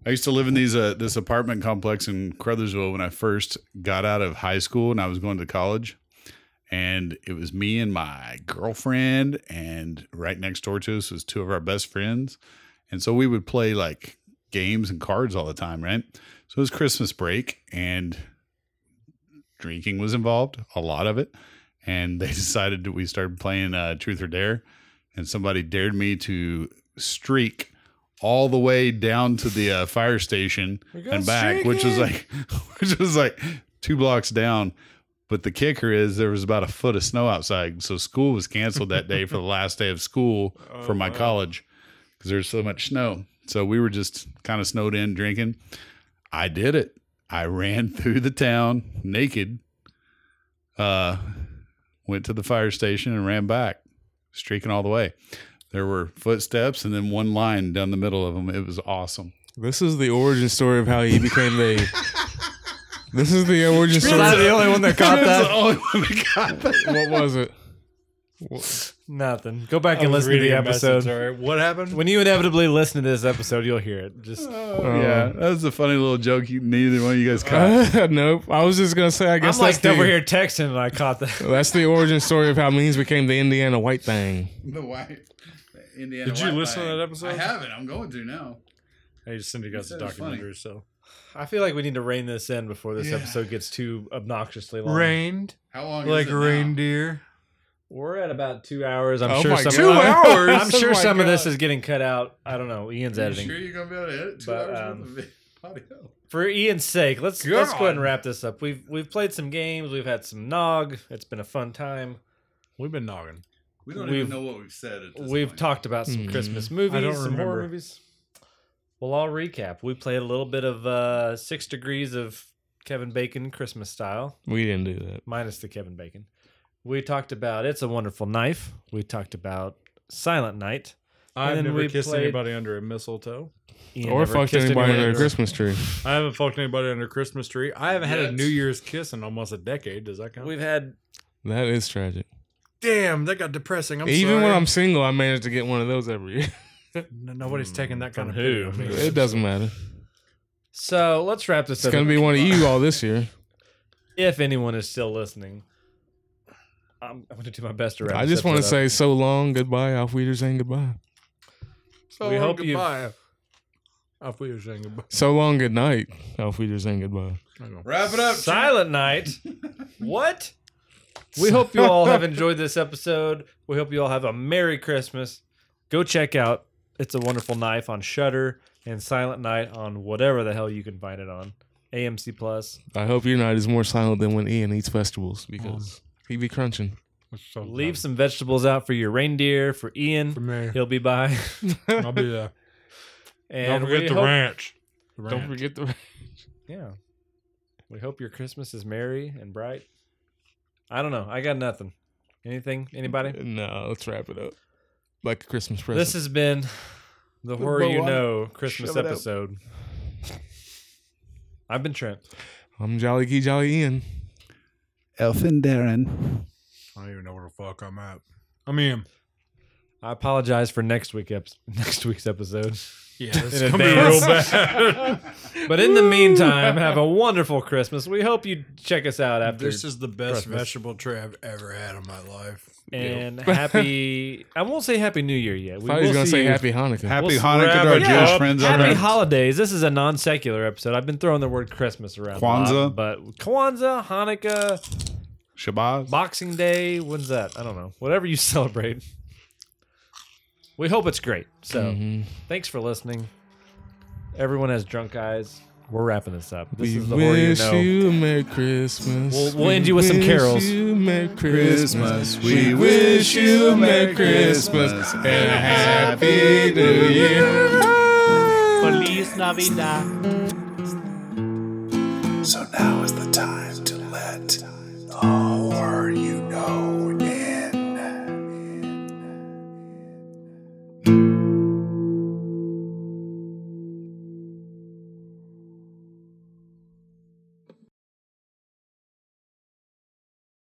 [SPEAKER 4] I used to live in these uh, this apartment complex in Crothersville when I first got out of high school and I was going to college. And it was me and my girlfriend, and right next door to us was two of our best friends. And so we would play like games and cards all the time, right? So it was Christmas break and drinking was involved, a lot of it. And they decided that we started playing uh, Truth or Dare, and somebody dared me to streak all the way down to the uh, fire station and back, which was like, which was like two blocks down. But the kicker is there was about a foot of snow outside, so school was canceled that day for the last day of school for
[SPEAKER 5] Oh,
[SPEAKER 4] my college because there's so much snow. So we were just kind of snowed in drinking. I did it. I ran through the town naked. Uh, went to the fire station and ran back, streaking all the way. There were footsteps and then one line down the middle of them. It was awesome.
[SPEAKER 3] This is the origin story of how he became the. this is the origin story.
[SPEAKER 2] only one that
[SPEAKER 4] That's the only one that got that.
[SPEAKER 3] what was it?
[SPEAKER 2] Nothing. Go back
[SPEAKER 5] I
[SPEAKER 2] and
[SPEAKER 5] was
[SPEAKER 2] listen to the
[SPEAKER 5] reading a message,
[SPEAKER 2] episode.
[SPEAKER 5] all right. What happened?
[SPEAKER 2] When you inevitably listen to this episode, you'll hear it. Just
[SPEAKER 3] Oh,
[SPEAKER 5] Oh.
[SPEAKER 4] yeah, that was a funny little joke. You, neither one of you guys caught.
[SPEAKER 3] Uh, nope. I was just gonna say. I guess
[SPEAKER 2] I'm like
[SPEAKER 3] that's
[SPEAKER 2] over
[SPEAKER 3] the,
[SPEAKER 2] here texting, and I caught that.
[SPEAKER 3] That's the origin story of how Means became the Indiana White Thing.
[SPEAKER 4] the white. Indiana
[SPEAKER 5] Did you White listen to Lion. that episode? I
[SPEAKER 4] haven't. I'm going to now.
[SPEAKER 5] I just sent you guys
[SPEAKER 4] said
[SPEAKER 5] a
[SPEAKER 4] it was funny.
[SPEAKER 5] documentary. So
[SPEAKER 2] I feel like we need to rein this in before this episode gets too obnoxiously long.
[SPEAKER 5] rained
[SPEAKER 4] How long?
[SPEAKER 5] like reindeer.
[SPEAKER 2] We're at about two hours. I'm
[SPEAKER 3] Oh
[SPEAKER 2] sure
[SPEAKER 3] my
[SPEAKER 2] some.
[SPEAKER 3] God. Two hours?
[SPEAKER 2] I'm
[SPEAKER 3] Oh
[SPEAKER 2] sure
[SPEAKER 3] my
[SPEAKER 2] some of this
[SPEAKER 3] God.
[SPEAKER 2] is getting cut out. I don't know. Ian's editing.
[SPEAKER 4] you're gonna be able to edit
[SPEAKER 2] But, hours worth um,
[SPEAKER 4] audio?
[SPEAKER 2] For Ian's sake, let's let's go
[SPEAKER 5] God.
[SPEAKER 2] ahead and wrap this up. We've we've played some games. We've had some nog. It's been a fun time.
[SPEAKER 5] We've been nogging.
[SPEAKER 4] We
[SPEAKER 2] don't even We've- know
[SPEAKER 4] what we've said. At
[SPEAKER 2] We've talked about some
[SPEAKER 3] Mhm.
[SPEAKER 2] Christmas movies,
[SPEAKER 5] I don't
[SPEAKER 2] some horror
[SPEAKER 5] remember.
[SPEAKER 2] movies. Well, I'll recap. We played a little bit of uh, Six Degrees of Kevin Bacon Christmas style,
[SPEAKER 3] We didn't do that.
[SPEAKER 2] minus the Kevin Bacon. We talked about It's a Wonderful Knife. We talked about Silent Night.
[SPEAKER 5] I've
[SPEAKER 2] then
[SPEAKER 5] never
[SPEAKER 2] we
[SPEAKER 5] kissed
[SPEAKER 2] played-
[SPEAKER 5] anybody under a mistletoe.
[SPEAKER 2] Ian
[SPEAKER 3] or
[SPEAKER 2] never
[SPEAKER 3] fucked
[SPEAKER 2] kissed
[SPEAKER 3] anybody
[SPEAKER 2] anyone
[SPEAKER 3] under a
[SPEAKER 2] else.
[SPEAKER 3] Christmas tree.
[SPEAKER 5] I haven't fucked anybody under a Christmas tree. I haven't had a
[SPEAKER 4] Yet.
[SPEAKER 5] New Year's kiss in almost a decade. Does that count?
[SPEAKER 2] We've had
[SPEAKER 3] That is tragic.
[SPEAKER 5] Damn, that got depressing. I'm
[SPEAKER 3] Even
[SPEAKER 5] sorry.
[SPEAKER 3] when I'm single, I manage to get one of those every year.
[SPEAKER 5] N- nobody's taking that
[SPEAKER 2] From
[SPEAKER 5] kind of pity on
[SPEAKER 2] who?
[SPEAKER 5] me.
[SPEAKER 3] It doesn't matter.
[SPEAKER 2] so let's wrap this
[SPEAKER 3] It's
[SPEAKER 2] up.
[SPEAKER 3] gonna be one of you all this year.
[SPEAKER 2] if anyone is still listening. I'm, I'm going to do my best to wrap.
[SPEAKER 3] I
[SPEAKER 2] this
[SPEAKER 3] just want to
[SPEAKER 2] episode up.
[SPEAKER 3] say so long, goodbye, auf Wiedersehen, goodbye.
[SPEAKER 5] So
[SPEAKER 2] We
[SPEAKER 5] long,
[SPEAKER 2] hope you've-
[SPEAKER 5] goodbye. I feel you're saying goodbye.
[SPEAKER 3] So long, good night, auf Wiedersehen, goodbye.
[SPEAKER 5] I know.
[SPEAKER 4] Wrap it up.
[SPEAKER 2] Silent Night. what? We hope you all have enjoyed this episode. We hope you all have a Merry Christmas. Go check out It's a Wonderful Knife on Shudder and Silent Night on whatever the hell you can find it on. AMC Plus.
[SPEAKER 3] I hope your night is more silent than when Ian eats vegetables because he be crunching.
[SPEAKER 5] It's so
[SPEAKER 2] Leave some vegetables out for your reindeer, for Ian.
[SPEAKER 5] for me.
[SPEAKER 2] He'll be by.
[SPEAKER 5] I'll be there.
[SPEAKER 2] And
[SPEAKER 5] Don't forget
[SPEAKER 2] we
[SPEAKER 5] the
[SPEAKER 2] hope-
[SPEAKER 5] ranch. The
[SPEAKER 3] Don't
[SPEAKER 5] ranch.
[SPEAKER 3] forget the.
[SPEAKER 2] Yeah. We hope your Christmas is merry and bright. I don't know. I got nothing. Anything? Anybody?
[SPEAKER 3] No, let's wrap it up. Like a Christmas present.
[SPEAKER 2] This has been
[SPEAKER 5] The
[SPEAKER 4] The
[SPEAKER 5] horror you
[SPEAKER 4] boa.
[SPEAKER 5] know Christmas
[SPEAKER 4] Shove it up.
[SPEAKER 5] episode.
[SPEAKER 2] I've been Trent.
[SPEAKER 3] I'm Jolly Key Jolly Ian.
[SPEAKER 4] Elfin Darren.
[SPEAKER 5] I don't even know where the fuck I'm at. I mean,
[SPEAKER 2] I apologize for next week ep- next week's episode.
[SPEAKER 5] yeah, this
[SPEAKER 2] In
[SPEAKER 5] is gonna be
[SPEAKER 2] advance.
[SPEAKER 5] real bad.
[SPEAKER 2] But in the meantime, have a wonderful Christmas. We hope you check us out after
[SPEAKER 5] this is the best
[SPEAKER 2] Christmas.
[SPEAKER 5] vegetable tray I've ever had in my life.
[SPEAKER 2] and happy. I won't say Happy New Year yet. We
[SPEAKER 3] I thought he was
[SPEAKER 2] will
[SPEAKER 3] gonna
[SPEAKER 2] see
[SPEAKER 3] say
[SPEAKER 2] you-
[SPEAKER 3] Happy Hanukkah.
[SPEAKER 4] Happy
[SPEAKER 5] We'll
[SPEAKER 4] Hanukkah
[SPEAKER 5] wrap
[SPEAKER 4] to our
[SPEAKER 5] it
[SPEAKER 4] Jewish
[SPEAKER 5] up.
[SPEAKER 4] friends out
[SPEAKER 2] Happy
[SPEAKER 4] there.
[SPEAKER 2] holidays. This is a non secular episode. I've been throwing the word Christmas around. a lot,
[SPEAKER 4] Kwanzaa.
[SPEAKER 2] but Kwanzaa, Hanukkah,
[SPEAKER 4] Shabbat.
[SPEAKER 2] Boxing Day. When's that? I don't know. Whatever you celebrate. We hope it's great. So thanks for listening. Everyone has drunk eyes. We're wrapping this up. This
[SPEAKER 3] We
[SPEAKER 2] is the horror you
[SPEAKER 3] wish
[SPEAKER 2] know.
[SPEAKER 3] you a Merry Christmas.
[SPEAKER 2] We'll- we'll end you with some carols.
[SPEAKER 3] We wish you a Merry Christmas.
[SPEAKER 4] Christmas. We wish you a Merry Christmas
[SPEAKER 3] and a Happy New Year.
[SPEAKER 6] Feliz Navidad.